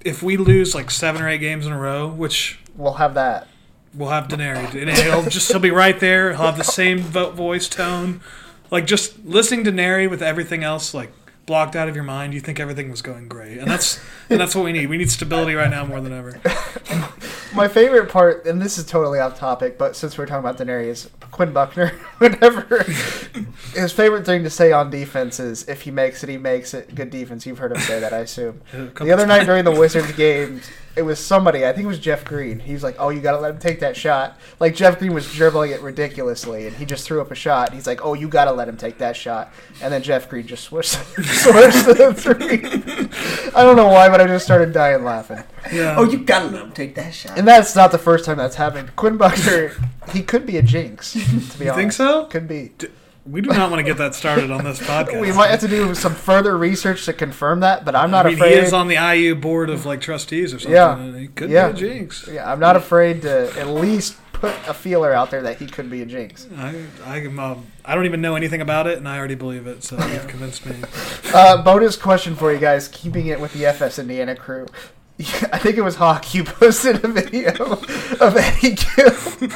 [SPEAKER 5] if we lose like seven or eight games in a row, which
[SPEAKER 6] We'll have that.
[SPEAKER 5] we'll have Daenerys, and he'll just he'll be right there. He'll have the same vo- voice tone, like just listening to Daenerys with everything else like blocked out of your mind. You think everything was going great, and that's and that's what we need. We need stability right now more than ever.
[SPEAKER 6] My favorite part, and this is totally off topic, but since we're talking about Daenerys, is Quinn Buckner, whatever. his favorite thing to say on defense is, if he makes it, he makes it. Good defense. You've heard him say that, I assume.
[SPEAKER 5] couple
[SPEAKER 6] the other night during the Wizards game, it was somebody, I think it was Jeff Green. He was like, oh, you got to let him take that shot. Like, Jeff Green was dribbling it ridiculously, and he just threw up a shot. He's like, oh, you got to let him take that shot. And then Jeff Green just swished, swished the three. I don't know why, but I just started dying laughing.
[SPEAKER 5] Yeah.
[SPEAKER 8] oh, you gotta let him take that shot.
[SPEAKER 6] And that's not the first time that's happened. Quinn Buckner, he could be a jinx, to be honest. You
[SPEAKER 5] think so?
[SPEAKER 6] Could be.
[SPEAKER 5] we do not want to get that started on this podcast.
[SPEAKER 6] We might have to do some further research to confirm that, but I'm not
[SPEAKER 5] I mean, he
[SPEAKER 6] afraid.
[SPEAKER 5] is on the IU board of like trustees or something.
[SPEAKER 6] Yeah.
[SPEAKER 5] and he could
[SPEAKER 6] Yeah.
[SPEAKER 5] be a jinx.
[SPEAKER 6] yeah, I'm not afraid to at least put a feeler out there that he could be a jinx.
[SPEAKER 5] I, I, am, um, I don't even know anything about it, and I already believe it. So you've convinced me.
[SPEAKER 6] Uh, bonus question for you guys, keeping it with the FS Indiana crew. I think it was Hawk. You posted a video of Eddie Gill,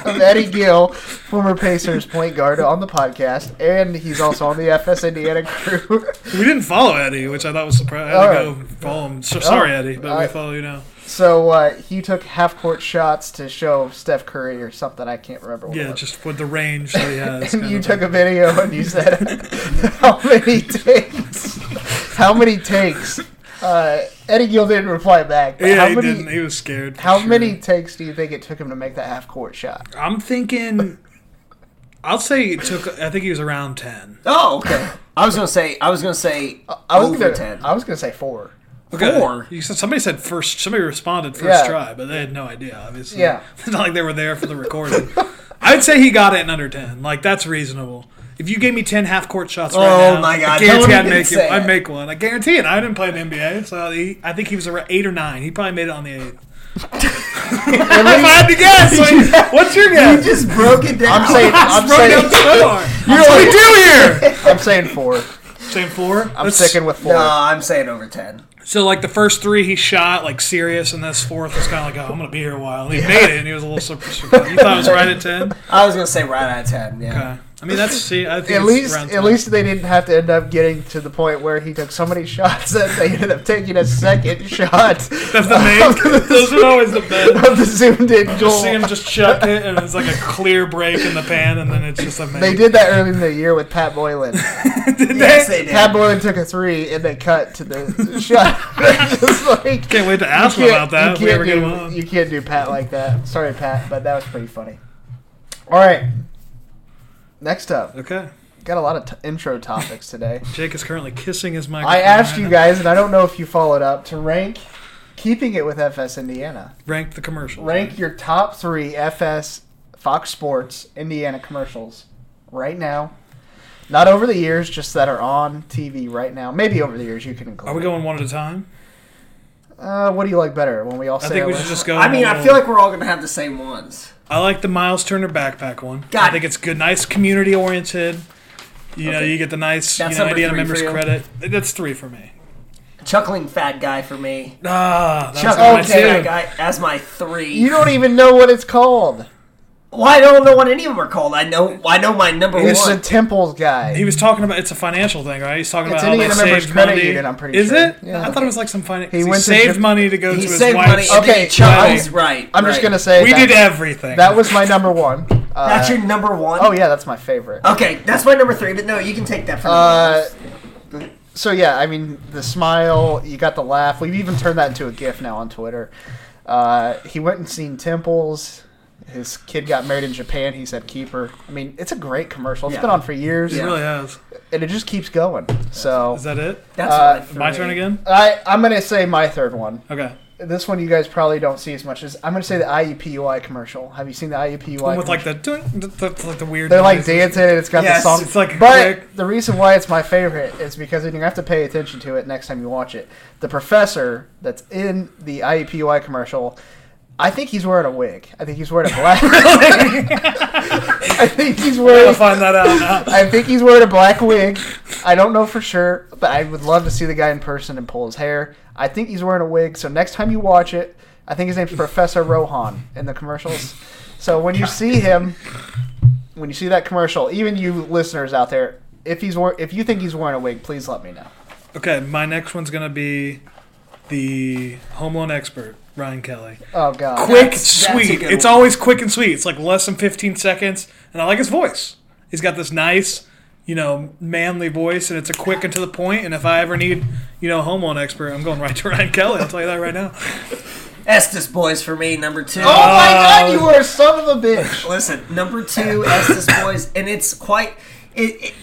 [SPEAKER 6] of Eddie Gill, former Pacers point guard, on the podcast, and he's also on the FS Indiana crew.
[SPEAKER 5] We didn't follow Eddie, which I thought was surprising. I had to go follow him. So, sorry, Eddie, but we
[SPEAKER 6] Oh, I-
[SPEAKER 5] follow you now.
[SPEAKER 6] So uh, he took half court shots to show Steph Curry or something. I can't remember. What it
[SPEAKER 5] Yeah,
[SPEAKER 6] was.
[SPEAKER 5] just with the range that he has.
[SPEAKER 6] and
[SPEAKER 5] kind
[SPEAKER 6] you
[SPEAKER 5] of
[SPEAKER 6] took
[SPEAKER 5] thing.
[SPEAKER 6] a video and you said, "How many takes? How many takes?" Uh, Eddie Gill didn't reply back. But
[SPEAKER 5] Yeah,
[SPEAKER 6] how
[SPEAKER 5] he
[SPEAKER 6] many?
[SPEAKER 5] didn't. He was scared. for
[SPEAKER 6] How
[SPEAKER 5] sure.
[SPEAKER 6] many takes do you think it took him to make that half court shot?
[SPEAKER 5] I'm thinking. I'll say it took. I think he was around ten.
[SPEAKER 8] oh, okay. I was gonna say. I was gonna say.
[SPEAKER 6] I was
[SPEAKER 8] over
[SPEAKER 6] gonna.
[SPEAKER 8] ten.
[SPEAKER 6] I was gonna say four.
[SPEAKER 8] Four.
[SPEAKER 5] You said somebody said first. Somebody responded first
[SPEAKER 6] Yeah.
[SPEAKER 5] try, but they had no idea. Obviously,
[SPEAKER 6] Yeah.
[SPEAKER 5] It's not like they were there for the recording. I'd say he got it in under ten. Like that's reasonable. If you gave me ten half court shots right
[SPEAKER 8] Oh
[SPEAKER 5] now,
[SPEAKER 8] my God,
[SPEAKER 5] I guarantee
[SPEAKER 8] don't
[SPEAKER 5] I'd
[SPEAKER 8] even
[SPEAKER 5] make,
[SPEAKER 8] say
[SPEAKER 5] it- I'd
[SPEAKER 8] it.
[SPEAKER 5] make one. I guarantee it. I didn't play in the NBA, so he, I think he was around eight or nine. He probably made it on the eighth. if I had to guess, like, what's your
[SPEAKER 8] You
[SPEAKER 5] guess?
[SPEAKER 8] just broke it down.
[SPEAKER 6] I'm saying, I'm
[SPEAKER 5] Throw down
[SPEAKER 6] saying,
[SPEAKER 5] Sonar.
[SPEAKER 6] you're
[SPEAKER 5] What do we
[SPEAKER 6] like,
[SPEAKER 5] do here?
[SPEAKER 6] I'm saying four.
[SPEAKER 5] Same four.
[SPEAKER 6] I'm sticking with four.
[SPEAKER 8] no, I'm saying over ten.
[SPEAKER 5] So like the first three he shot like serious, and this fourth was kind of like, oh, I'm gonna be here a while. And he made it, and he was a little sur- surprised. You thought it was right at ten.
[SPEAKER 8] I was gonna say right at ten. Yeah.
[SPEAKER 5] Uh, I mean, that's see, I think
[SPEAKER 6] At
[SPEAKER 5] it's
[SPEAKER 6] least,
[SPEAKER 5] around
[SPEAKER 6] at
[SPEAKER 5] 10.
[SPEAKER 6] least they didn't have to end up getting to the point where he took so many shots that they ended up taking a second shot
[SPEAKER 5] that's the main. those are always the best.
[SPEAKER 6] of the zoomed in
[SPEAKER 5] Just see him
[SPEAKER 6] goal.
[SPEAKER 5] just chuck it, and it's like a clear break in the pan, and then it's just amazing.
[SPEAKER 6] They did that early in the year with Pat Boylan.
[SPEAKER 5] Did
[SPEAKER 8] Yes,
[SPEAKER 5] they?
[SPEAKER 8] they did.
[SPEAKER 6] Pat Boylan took a three and they cut to the shot. Just like,
[SPEAKER 5] Can't wait to ask him
[SPEAKER 6] can't-
[SPEAKER 5] about that. If
[SPEAKER 6] You
[SPEAKER 5] we
[SPEAKER 6] can't,
[SPEAKER 5] ever get him on.
[SPEAKER 6] do, you can't do Pat like that. Sorry, Pat, but that was pretty funny. All right. Next up,
[SPEAKER 5] Okay.
[SPEAKER 6] got a lot of t- intro topics today.
[SPEAKER 5] Jake is currently kissing his microphone.
[SPEAKER 6] I asked
[SPEAKER 5] right
[SPEAKER 6] you
[SPEAKER 5] now.
[SPEAKER 6] guys, and I don't know if you followed up, to rank keeping it with FS Indiana.
[SPEAKER 5] rank the commercial.
[SPEAKER 6] Rank your top three FS Fox Sports Indiana commercials right now. Not over the years, just that are on TV right now. Maybe over the years you can include.
[SPEAKER 5] Are we going one at a time?
[SPEAKER 6] Uh, what do you like better when we all
[SPEAKER 5] I
[SPEAKER 6] say
[SPEAKER 5] think
[SPEAKER 6] our
[SPEAKER 5] we
[SPEAKER 6] list?
[SPEAKER 5] should just go.
[SPEAKER 8] I mean, I
[SPEAKER 5] little-
[SPEAKER 8] feel like we're all gonna have the same ones.
[SPEAKER 5] I like the Miles Turner backpack one.
[SPEAKER 8] Got
[SPEAKER 5] I think
[SPEAKER 8] it.
[SPEAKER 5] it's good, nice community oriented. You know, you get the nice
[SPEAKER 8] That's
[SPEAKER 5] you know,
[SPEAKER 8] number
[SPEAKER 5] Indiana
[SPEAKER 8] three
[SPEAKER 5] members
[SPEAKER 8] for you.
[SPEAKER 5] credit. That's three for me.
[SPEAKER 8] Chuckling fat guy for me.
[SPEAKER 5] Ah, that's
[SPEAKER 8] Chuckling
[SPEAKER 5] my
[SPEAKER 8] fat
[SPEAKER 5] two.
[SPEAKER 8] guy as my three.
[SPEAKER 6] You don't even know what it's called.
[SPEAKER 8] well, I don't know what any of them are called. I know. I know my number
[SPEAKER 6] It's the
[SPEAKER 8] one.
[SPEAKER 6] Temples guy.
[SPEAKER 5] He was talking about it's a financial thing, right? He's talking
[SPEAKER 6] It's
[SPEAKER 5] about how
[SPEAKER 6] Indiana
[SPEAKER 5] they
[SPEAKER 6] Members
[SPEAKER 5] saved
[SPEAKER 6] Credit
[SPEAKER 5] money.
[SPEAKER 6] Union, I'm pretty
[SPEAKER 5] Is
[SPEAKER 6] sure.
[SPEAKER 5] it?
[SPEAKER 6] Yeah.
[SPEAKER 5] I thought it was like some finance. He,
[SPEAKER 6] went to
[SPEAKER 5] saved
[SPEAKER 6] Jap-
[SPEAKER 5] money to go
[SPEAKER 8] He
[SPEAKER 5] to his
[SPEAKER 8] saved money.
[SPEAKER 5] wife's.
[SPEAKER 8] and then he
[SPEAKER 6] Okay,
[SPEAKER 8] chuckles.
[SPEAKER 5] I'm-
[SPEAKER 8] Right.
[SPEAKER 6] I'm just
[SPEAKER 8] right.
[SPEAKER 6] gonna say
[SPEAKER 5] We
[SPEAKER 6] that,
[SPEAKER 5] did everything.
[SPEAKER 6] that was my number one. Uh,
[SPEAKER 8] That's your number one.
[SPEAKER 6] oh yeah, that's my favorite.
[SPEAKER 8] Okay, that's my number three. But no, you can take that for number
[SPEAKER 6] Uh, so yeah, I mean the smile, you got the laugh. We've even turned that into a GIF now on Twitter. Uh, he went and seen Temples. His kid got married in Japan. He said keeper. I mean, it's a great commercial. It's
[SPEAKER 8] Yeah.
[SPEAKER 6] been on for years,
[SPEAKER 5] It really has.
[SPEAKER 6] and it just keeps going. So
[SPEAKER 5] Is that it?
[SPEAKER 8] That's
[SPEAKER 6] uh,
[SPEAKER 8] my, three.
[SPEAKER 5] My turn again.
[SPEAKER 6] I, I'm gonna say my third one.
[SPEAKER 5] Okay.
[SPEAKER 6] This one you guys probably don't see as much as I'm gonna say the E IUPUI commercial. Have you seen the E IUPUI?
[SPEAKER 5] One with
[SPEAKER 6] commercial?
[SPEAKER 5] like the, the, the like the weird.
[SPEAKER 6] They're like
[SPEAKER 5] noises.
[SPEAKER 6] dancing and it's got
[SPEAKER 8] Yes,
[SPEAKER 6] the song.
[SPEAKER 5] it's like a
[SPEAKER 6] but
[SPEAKER 5] quick-
[SPEAKER 6] the reason why it's my favorite is because then you have to pay attention to it next time you watch it. The professor that's in the E IEPUI commercial, I think he's wearing a wig. I think he's wearing a black. I think he's
[SPEAKER 5] I'll
[SPEAKER 6] wearing.
[SPEAKER 5] find that out. now.
[SPEAKER 6] I think he's wearing a black wig. I don't know for sure, but I would love to see the guy in person and pull his hair. I think he's wearing a wig. So next time you watch it, I think his name's Professor Rohan in the commercials. So when you see him, when you see that commercial, even you listeners out there, if he's wor- if you think he's wearing a wig, please let me know.
[SPEAKER 5] Okay, my next one's gonna be the home loan expert Ryan Kelly.
[SPEAKER 6] Oh god.
[SPEAKER 5] quick,
[SPEAKER 8] that's a
[SPEAKER 5] sweet.
[SPEAKER 8] good
[SPEAKER 5] It's
[SPEAKER 8] one.
[SPEAKER 5] always quick and sweet. It's like less than 15 seconds, and I like his voice. He's got this nice, you know, manly voice, and it's a quick and to the point. And if I ever need, you know, a home loan expert, I'm going right to Ryan Kelly. I'll tell you that right now.
[SPEAKER 8] Estes Boys for me, number two.
[SPEAKER 6] Oh my god, you are a son of a bitch.
[SPEAKER 8] Listen, number two, Estes Boys, and it's quite. It, it,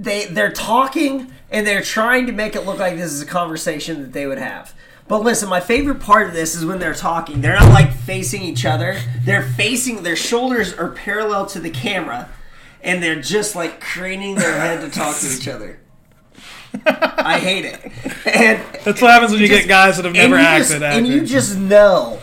[SPEAKER 8] they they're talking and they're trying to make it look like this is a conversation that they would have. But listen, my favorite part of this is when they're talking. They're not like facing each other. They're facing. Their shoulders are parallel to the camera, and they're just like craning their head to talk to each other. I hate it. And
[SPEAKER 5] That's what happens when you get guys that have never
[SPEAKER 8] and you
[SPEAKER 5] acted.
[SPEAKER 8] Just,
[SPEAKER 5] acted.
[SPEAKER 8] and you just know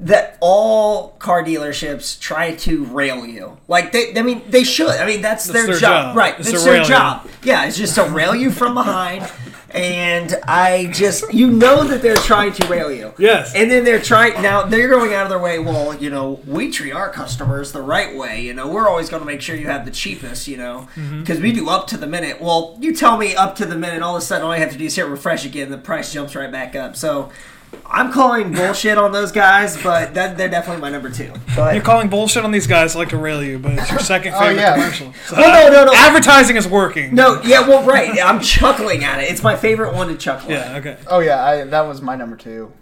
[SPEAKER 8] that all car dealerships try to rail you. Like they, I mean, they should. I mean, that's, their,
[SPEAKER 5] their
[SPEAKER 8] job.
[SPEAKER 5] job.
[SPEAKER 8] right?
[SPEAKER 5] It's
[SPEAKER 8] It's
[SPEAKER 5] to
[SPEAKER 8] their
[SPEAKER 5] rail you.
[SPEAKER 8] job. Yeah, it's just to rail you from behind. And I just, you know, that they're trying to rail you.
[SPEAKER 5] Yes.
[SPEAKER 8] And then they're trying now. They're going out of their way. Well, you know, we treat our customers the right way. You know, we're always going to make sure you have the cheapest. You know, because we do up to the minute. Well, you tell me up to the minute. All of a sudden, all I have to do is hit refresh again. The price jumps right back up. So. I'm calling bullshit on those guys, but that, they're definitely my number two. But
[SPEAKER 5] You're calling bullshit on these guys. I like to rail you, but it's your second favorite
[SPEAKER 6] yeah.
[SPEAKER 5] commercial. So
[SPEAKER 8] Oh, no, no, no.
[SPEAKER 5] Advertising is working.
[SPEAKER 8] No, yeah, well, right. I'm chuckling at it. It's my favorite one to chuckle
[SPEAKER 5] Yeah.
[SPEAKER 8] at.
[SPEAKER 5] Okay.
[SPEAKER 6] Oh yeah, I, that was my number two.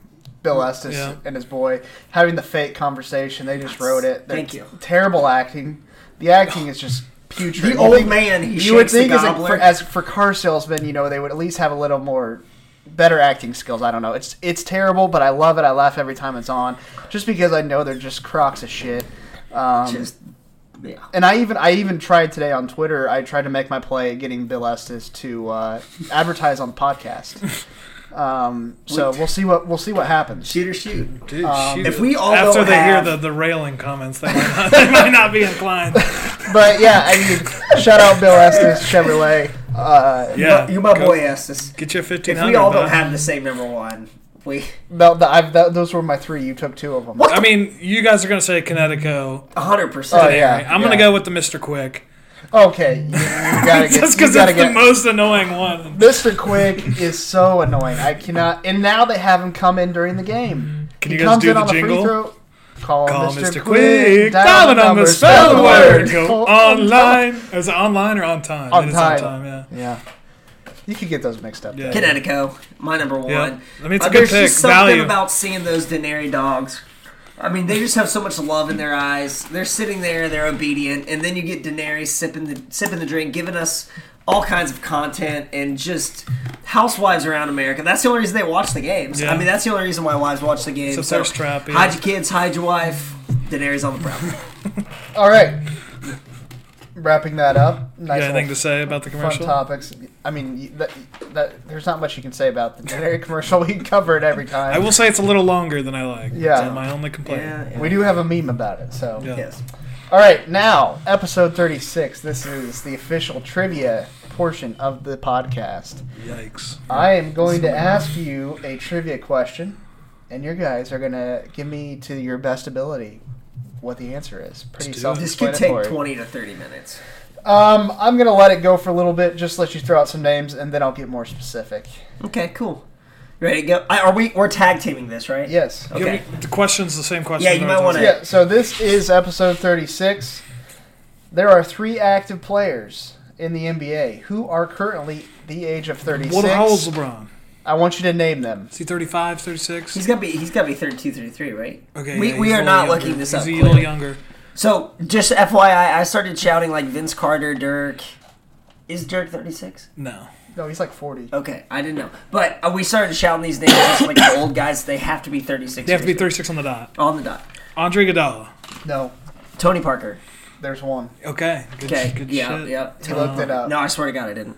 [SPEAKER 6] Bill Estes
[SPEAKER 5] Yeah.
[SPEAKER 6] and his boy having the fake conversation. They just wrote it. They're
[SPEAKER 8] Thank you.
[SPEAKER 6] Terrible acting. The acting is just putrid.
[SPEAKER 8] The
[SPEAKER 6] You
[SPEAKER 8] old
[SPEAKER 6] think-
[SPEAKER 8] man, he
[SPEAKER 6] You would
[SPEAKER 8] shakes the
[SPEAKER 6] think as, a,
[SPEAKER 8] gobbler.
[SPEAKER 6] for, as for car salesmen, you know, they would at least have a little more better acting skills. I don't know. It's it's terrible, but I love it. I laugh every time it's on, just because I know they're just crocks of shit. Um,
[SPEAKER 8] Just, yeah.
[SPEAKER 6] and I even I even tried today on Twitter. I tried to make my play at getting Bill Estes to uh, advertise on the podcast. Um, so we'll see what we'll see what happens.
[SPEAKER 8] Shoot or shoot.
[SPEAKER 5] Dude, shoot.
[SPEAKER 8] If we all
[SPEAKER 5] after
[SPEAKER 8] don't
[SPEAKER 5] they
[SPEAKER 8] have-
[SPEAKER 5] hear the, the railing comments, they might, not, they might not be inclined.
[SPEAKER 6] But yeah, I mean, shout out Bill Estes Chevrolet. Uh,
[SPEAKER 5] Yeah,
[SPEAKER 8] you my
[SPEAKER 5] go-
[SPEAKER 8] boy Estes.
[SPEAKER 5] Get your fifteen
[SPEAKER 8] If
[SPEAKER 5] hundred.
[SPEAKER 8] we all don't have the same number one, we
[SPEAKER 6] that, that, I've, that, those were my three. You took two of them.
[SPEAKER 5] I mean, you guys are gonna say Connecticut.
[SPEAKER 8] hundred
[SPEAKER 6] Oh
[SPEAKER 8] percent.
[SPEAKER 6] yeah,
[SPEAKER 5] I'm gonna
[SPEAKER 6] yeah.
[SPEAKER 5] go with the Mister Quick,
[SPEAKER 6] Okay, you, you gotta get.
[SPEAKER 5] just
[SPEAKER 6] you
[SPEAKER 5] because
[SPEAKER 6] gotta
[SPEAKER 5] it's
[SPEAKER 6] get.
[SPEAKER 5] the most annoying one.
[SPEAKER 6] Mr. Quick is so annoying. I cannot. And now they have him come in during the game.
[SPEAKER 5] Can
[SPEAKER 6] he
[SPEAKER 5] you guys
[SPEAKER 6] comes
[SPEAKER 5] do
[SPEAKER 6] in
[SPEAKER 5] the
[SPEAKER 6] on
[SPEAKER 5] jingle?
[SPEAKER 6] the free throw. Call,
[SPEAKER 5] Call
[SPEAKER 6] Mr.
[SPEAKER 5] Mr.
[SPEAKER 6] Quick.
[SPEAKER 5] Quick, dial the number, spell the word, go
[SPEAKER 6] Call-
[SPEAKER 5] online. Is it online or on time?
[SPEAKER 6] On
[SPEAKER 5] It is
[SPEAKER 6] time.
[SPEAKER 5] on time, yeah.
[SPEAKER 6] Yeah, you could get those mixed up.
[SPEAKER 5] Yeah.
[SPEAKER 6] though.
[SPEAKER 8] Connecticut, my number one.
[SPEAKER 5] Yeah. I mean, it's a
[SPEAKER 8] Uh,
[SPEAKER 5] good
[SPEAKER 8] there's
[SPEAKER 5] pick.
[SPEAKER 8] just something
[SPEAKER 5] Value.
[SPEAKER 8] about seeing those Denary dogs. I mean, they just have so much love in their eyes. They're sitting there, they're obedient, and then you get Daenerys sipping the sipping the drink, giving us all kinds of content and just housewives around America. That's the only reason they watch the games.
[SPEAKER 5] Yeah.
[SPEAKER 8] I mean, that's the only reason why wives watch the games.
[SPEAKER 5] It's a
[SPEAKER 8] So,
[SPEAKER 5] thirst trap, yeah.
[SPEAKER 8] Hide your kids, hide your wife. Daenerys on the prowl.
[SPEAKER 6] All right. Wrapping that up. Nice
[SPEAKER 5] Yeah,
[SPEAKER 6] little
[SPEAKER 5] anything to say about the
[SPEAKER 6] fun
[SPEAKER 5] commercial?
[SPEAKER 6] topics. I mean, you- that, that, there's not much you can say about the generic commercial. We cover it every time.
[SPEAKER 5] I will say it's a little longer than I like.
[SPEAKER 6] Yeah.
[SPEAKER 5] That's my only complaint.
[SPEAKER 8] Yeah, yeah.
[SPEAKER 6] We do have a meme about it, so.
[SPEAKER 5] Yeah.
[SPEAKER 8] Yes.
[SPEAKER 6] All right, now episode thirty-six. This is the official trivia portion of the podcast.
[SPEAKER 5] Yikes.
[SPEAKER 6] I am going to ask you a trivia question, and your guys are gonna give me to your best ability what the answer is. Pretty
[SPEAKER 5] do it.
[SPEAKER 8] This could take
[SPEAKER 6] self-explanatory.
[SPEAKER 8] 20 to 30 minutes.
[SPEAKER 6] Um, I'm gonna let it go for a little bit, just let you throw out some names, and then I'll get more specific.
[SPEAKER 8] Okay, cool. Ready to go? I, are we? We're tag teaming this, right?
[SPEAKER 6] Yes.
[SPEAKER 8] Okay.
[SPEAKER 5] The question's the same question.
[SPEAKER 8] Yeah, you
[SPEAKER 5] that I
[SPEAKER 8] might
[SPEAKER 5] was
[SPEAKER 8] wanna-
[SPEAKER 5] asking.
[SPEAKER 6] Yeah, so this is episode 36. There are three active players in the NBA who are currently the age of 36.
[SPEAKER 5] What how old's LeBron?
[SPEAKER 6] I want you to name them.
[SPEAKER 5] Is he 35, 36?
[SPEAKER 8] He's gotta be. He's gotta be 32, 33, right?
[SPEAKER 5] okay,
[SPEAKER 8] We,
[SPEAKER 5] yeah,
[SPEAKER 8] we
[SPEAKER 5] he's
[SPEAKER 8] are
[SPEAKER 5] a little
[SPEAKER 8] not
[SPEAKER 5] younger.
[SPEAKER 8] looking this
[SPEAKER 5] he's a
[SPEAKER 8] up.
[SPEAKER 5] little
[SPEAKER 8] clearly.
[SPEAKER 5] younger.
[SPEAKER 8] So just FYI, I started shouting like Vince Carter, Dirk. Is Dirk 36?
[SPEAKER 5] No.
[SPEAKER 6] No, he's like 40.
[SPEAKER 8] Okay, I didn't know. But uh, we started shouting these names just like the old guys. They have to be 36.
[SPEAKER 5] They have to be
[SPEAKER 8] years
[SPEAKER 5] 36 on the dot.
[SPEAKER 8] old. on the dot.
[SPEAKER 5] Andre Iguodala.
[SPEAKER 6] No,
[SPEAKER 8] Tony Parker.
[SPEAKER 6] there's one.
[SPEAKER 5] Okay. Good,
[SPEAKER 8] Okay.
[SPEAKER 5] good
[SPEAKER 8] yeah.
[SPEAKER 5] shit.
[SPEAKER 8] Yep.
[SPEAKER 6] He looked it up.
[SPEAKER 8] No, I swear to God, I didn't.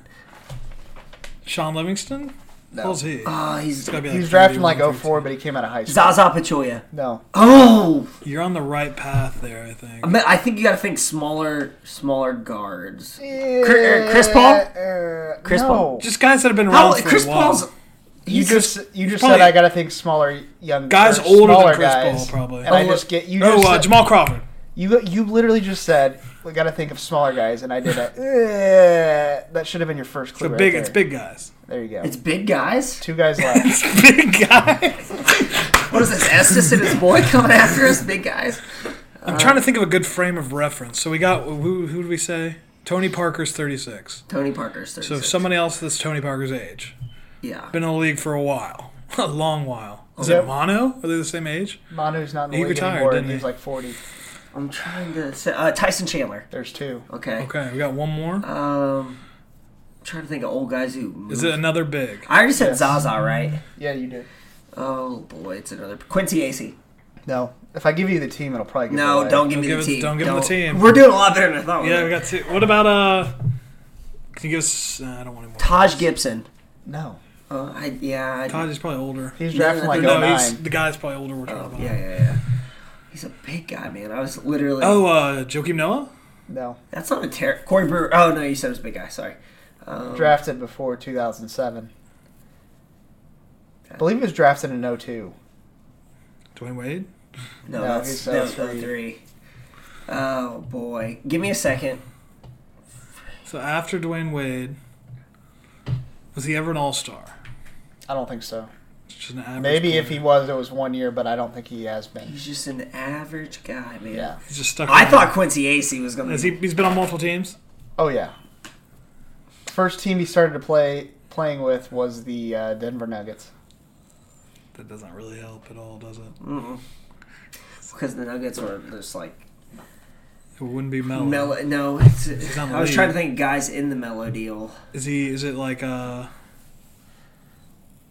[SPEAKER 5] Sean Livingston? No. How's he?
[SPEAKER 8] Oh, he's oh
[SPEAKER 5] Gotta be
[SPEAKER 6] He
[SPEAKER 5] 31,
[SPEAKER 6] was drafted in like
[SPEAKER 5] 32.
[SPEAKER 6] 04, but he came out of high school.
[SPEAKER 8] Zaza Pachulia.
[SPEAKER 6] No.
[SPEAKER 8] Oh,
[SPEAKER 5] You're on the right path there, I think.
[SPEAKER 8] I mean, I think you gotta think smaller, smaller guards. Cr- Chris Paul.
[SPEAKER 6] Uh,
[SPEAKER 8] Chris
[SPEAKER 6] no.
[SPEAKER 8] Paul.
[SPEAKER 5] Just guys that have been around
[SPEAKER 8] How
[SPEAKER 5] for
[SPEAKER 8] Chris
[SPEAKER 5] a while.
[SPEAKER 8] Paul's
[SPEAKER 6] You just you just
[SPEAKER 5] probably-
[SPEAKER 6] said I gotta think smaller young
[SPEAKER 5] Guys
[SPEAKER 6] or
[SPEAKER 5] older than
[SPEAKER 6] smaller
[SPEAKER 5] Chris Paul,
[SPEAKER 6] guys,
[SPEAKER 5] probably.
[SPEAKER 6] And I
[SPEAKER 8] Oh,
[SPEAKER 6] just get you
[SPEAKER 5] Oh,
[SPEAKER 6] just
[SPEAKER 5] uh,
[SPEAKER 6] said-
[SPEAKER 5] Jamal Crawford.
[SPEAKER 6] You you literally just said we got to think of smaller guys, and I did a eh, that should have been your first clue.
[SPEAKER 5] The
[SPEAKER 6] right
[SPEAKER 5] big,
[SPEAKER 6] there.
[SPEAKER 5] it's big guys.
[SPEAKER 6] There you go.
[SPEAKER 8] It's big guys.
[SPEAKER 6] Two guys left.
[SPEAKER 5] It's big guys.
[SPEAKER 8] What is this? Estes and his boy coming after us, big guys.
[SPEAKER 5] I'm trying to think of a good frame of reference. So we got who? Who did we say? Tony Parker's 36.
[SPEAKER 8] Tony Parker's thirty.
[SPEAKER 5] So if somebody else that's Tony Parker's age,
[SPEAKER 8] yeah,
[SPEAKER 5] been in the league for a while, a long while. Is
[SPEAKER 6] Yeah.
[SPEAKER 5] it Mono? Are they the same age?
[SPEAKER 6] Manu's not in the
[SPEAKER 5] He
[SPEAKER 6] league
[SPEAKER 5] retired,
[SPEAKER 6] anymore, and
[SPEAKER 5] didn't
[SPEAKER 6] he's
[SPEAKER 5] he?
[SPEAKER 6] like forty.
[SPEAKER 8] I'm trying to say uh, Tyson Chandler.
[SPEAKER 6] There's two.
[SPEAKER 8] Okay.
[SPEAKER 5] Okay, we got one more.
[SPEAKER 8] Um, I'm trying to think of old guys who. Moved.
[SPEAKER 5] Is it another big?
[SPEAKER 8] I already said Zaza, right?
[SPEAKER 6] Yeah, you did.
[SPEAKER 8] Oh boy, it's another Quincy Acey.
[SPEAKER 6] No, if I give you the team, it'll probably give it
[SPEAKER 8] No,
[SPEAKER 6] away.
[SPEAKER 8] don't give me
[SPEAKER 5] give
[SPEAKER 8] the
[SPEAKER 5] it-
[SPEAKER 8] team.
[SPEAKER 5] don't give him the team.
[SPEAKER 8] We're doing a lot better than I thought. we
[SPEAKER 5] Yeah,
[SPEAKER 8] were.
[SPEAKER 5] we got two. What about uh? Can you give us? Uh, I don't want any more.
[SPEAKER 8] Taj Gibson.
[SPEAKER 6] No,
[SPEAKER 8] Uh, I, yeah, I,
[SPEAKER 5] Todd is probably older.
[SPEAKER 6] he's drafted in like
[SPEAKER 5] No,
[SPEAKER 6] 09.
[SPEAKER 5] he's the guy's probably older. We're talking
[SPEAKER 8] yeah,
[SPEAKER 5] about.
[SPEAKER 8] Oh, yeah, yeah. He's a big guy, man. I was literally.
[SPEAKER 5] Oh, uh, Joakim Noah.
[SPEAKER 6] No,
[SPEAKER 8] that's not a terror. Corey Brewer. Oh no, you said it was a big guy. Sorry. Um,
[SPEAKER 6] drafted before 2007. I believe he was drafted in 02.
[SPEAKER 5] Dwayne Wade.
[SPEAKER 8] No,
[SPEAKER 6] No,
[SPEAKER 8] that's,
[SPEAKER 6] he's
[SPEAKER 8] that's
[SPEAKER 6] three.
[SPEAKER 8] 03. Oh boy, give me a second.
[SPEAKER 5] So after Dwayne Wade, was he ever an All Star?
[SPEAKER 6] I don't think so.
[SPEAKER 5] Just an average.
[SPEAKER 6] Maybe
[SPEAKER 5] player.
[SPEAKER 6] if he was, it was one year, but I don't think he has been.
[SPEAKER 8] He's just an average guy, man.
[SPEAKER 6] Yeah.
[SPEAKER 5] he's just stuck.
[SPEAKER 8] I
[SPEAKER 5] around.
[SPEAKER 8] thought Quincy Acey was gonna.
[SPEAKER 5] Has
[SPEAKER 8] be-
[SPEAKER 5] he? He's been on multiple teams.
[SPEAKER 6] Oh yeah. First team he started to play playing with was the uh, Denver Nuggets.
[SPEAKER 5] That doesn't really help at all, does it?
[SPEAKER 8] because the Nuggets were just like
[SPEAKER 5] It wouldn't be Melo.
[SPEAKER 8] mellow. No, it's,
[SPEAKER 5] Oh, on the
[SPEAKER 8] I was
[SPEAKER 5] lead.
[SPEAKER 8] trying to think guys in the mellow deal.
[SPEAKER 5] Is he? Is it like uh?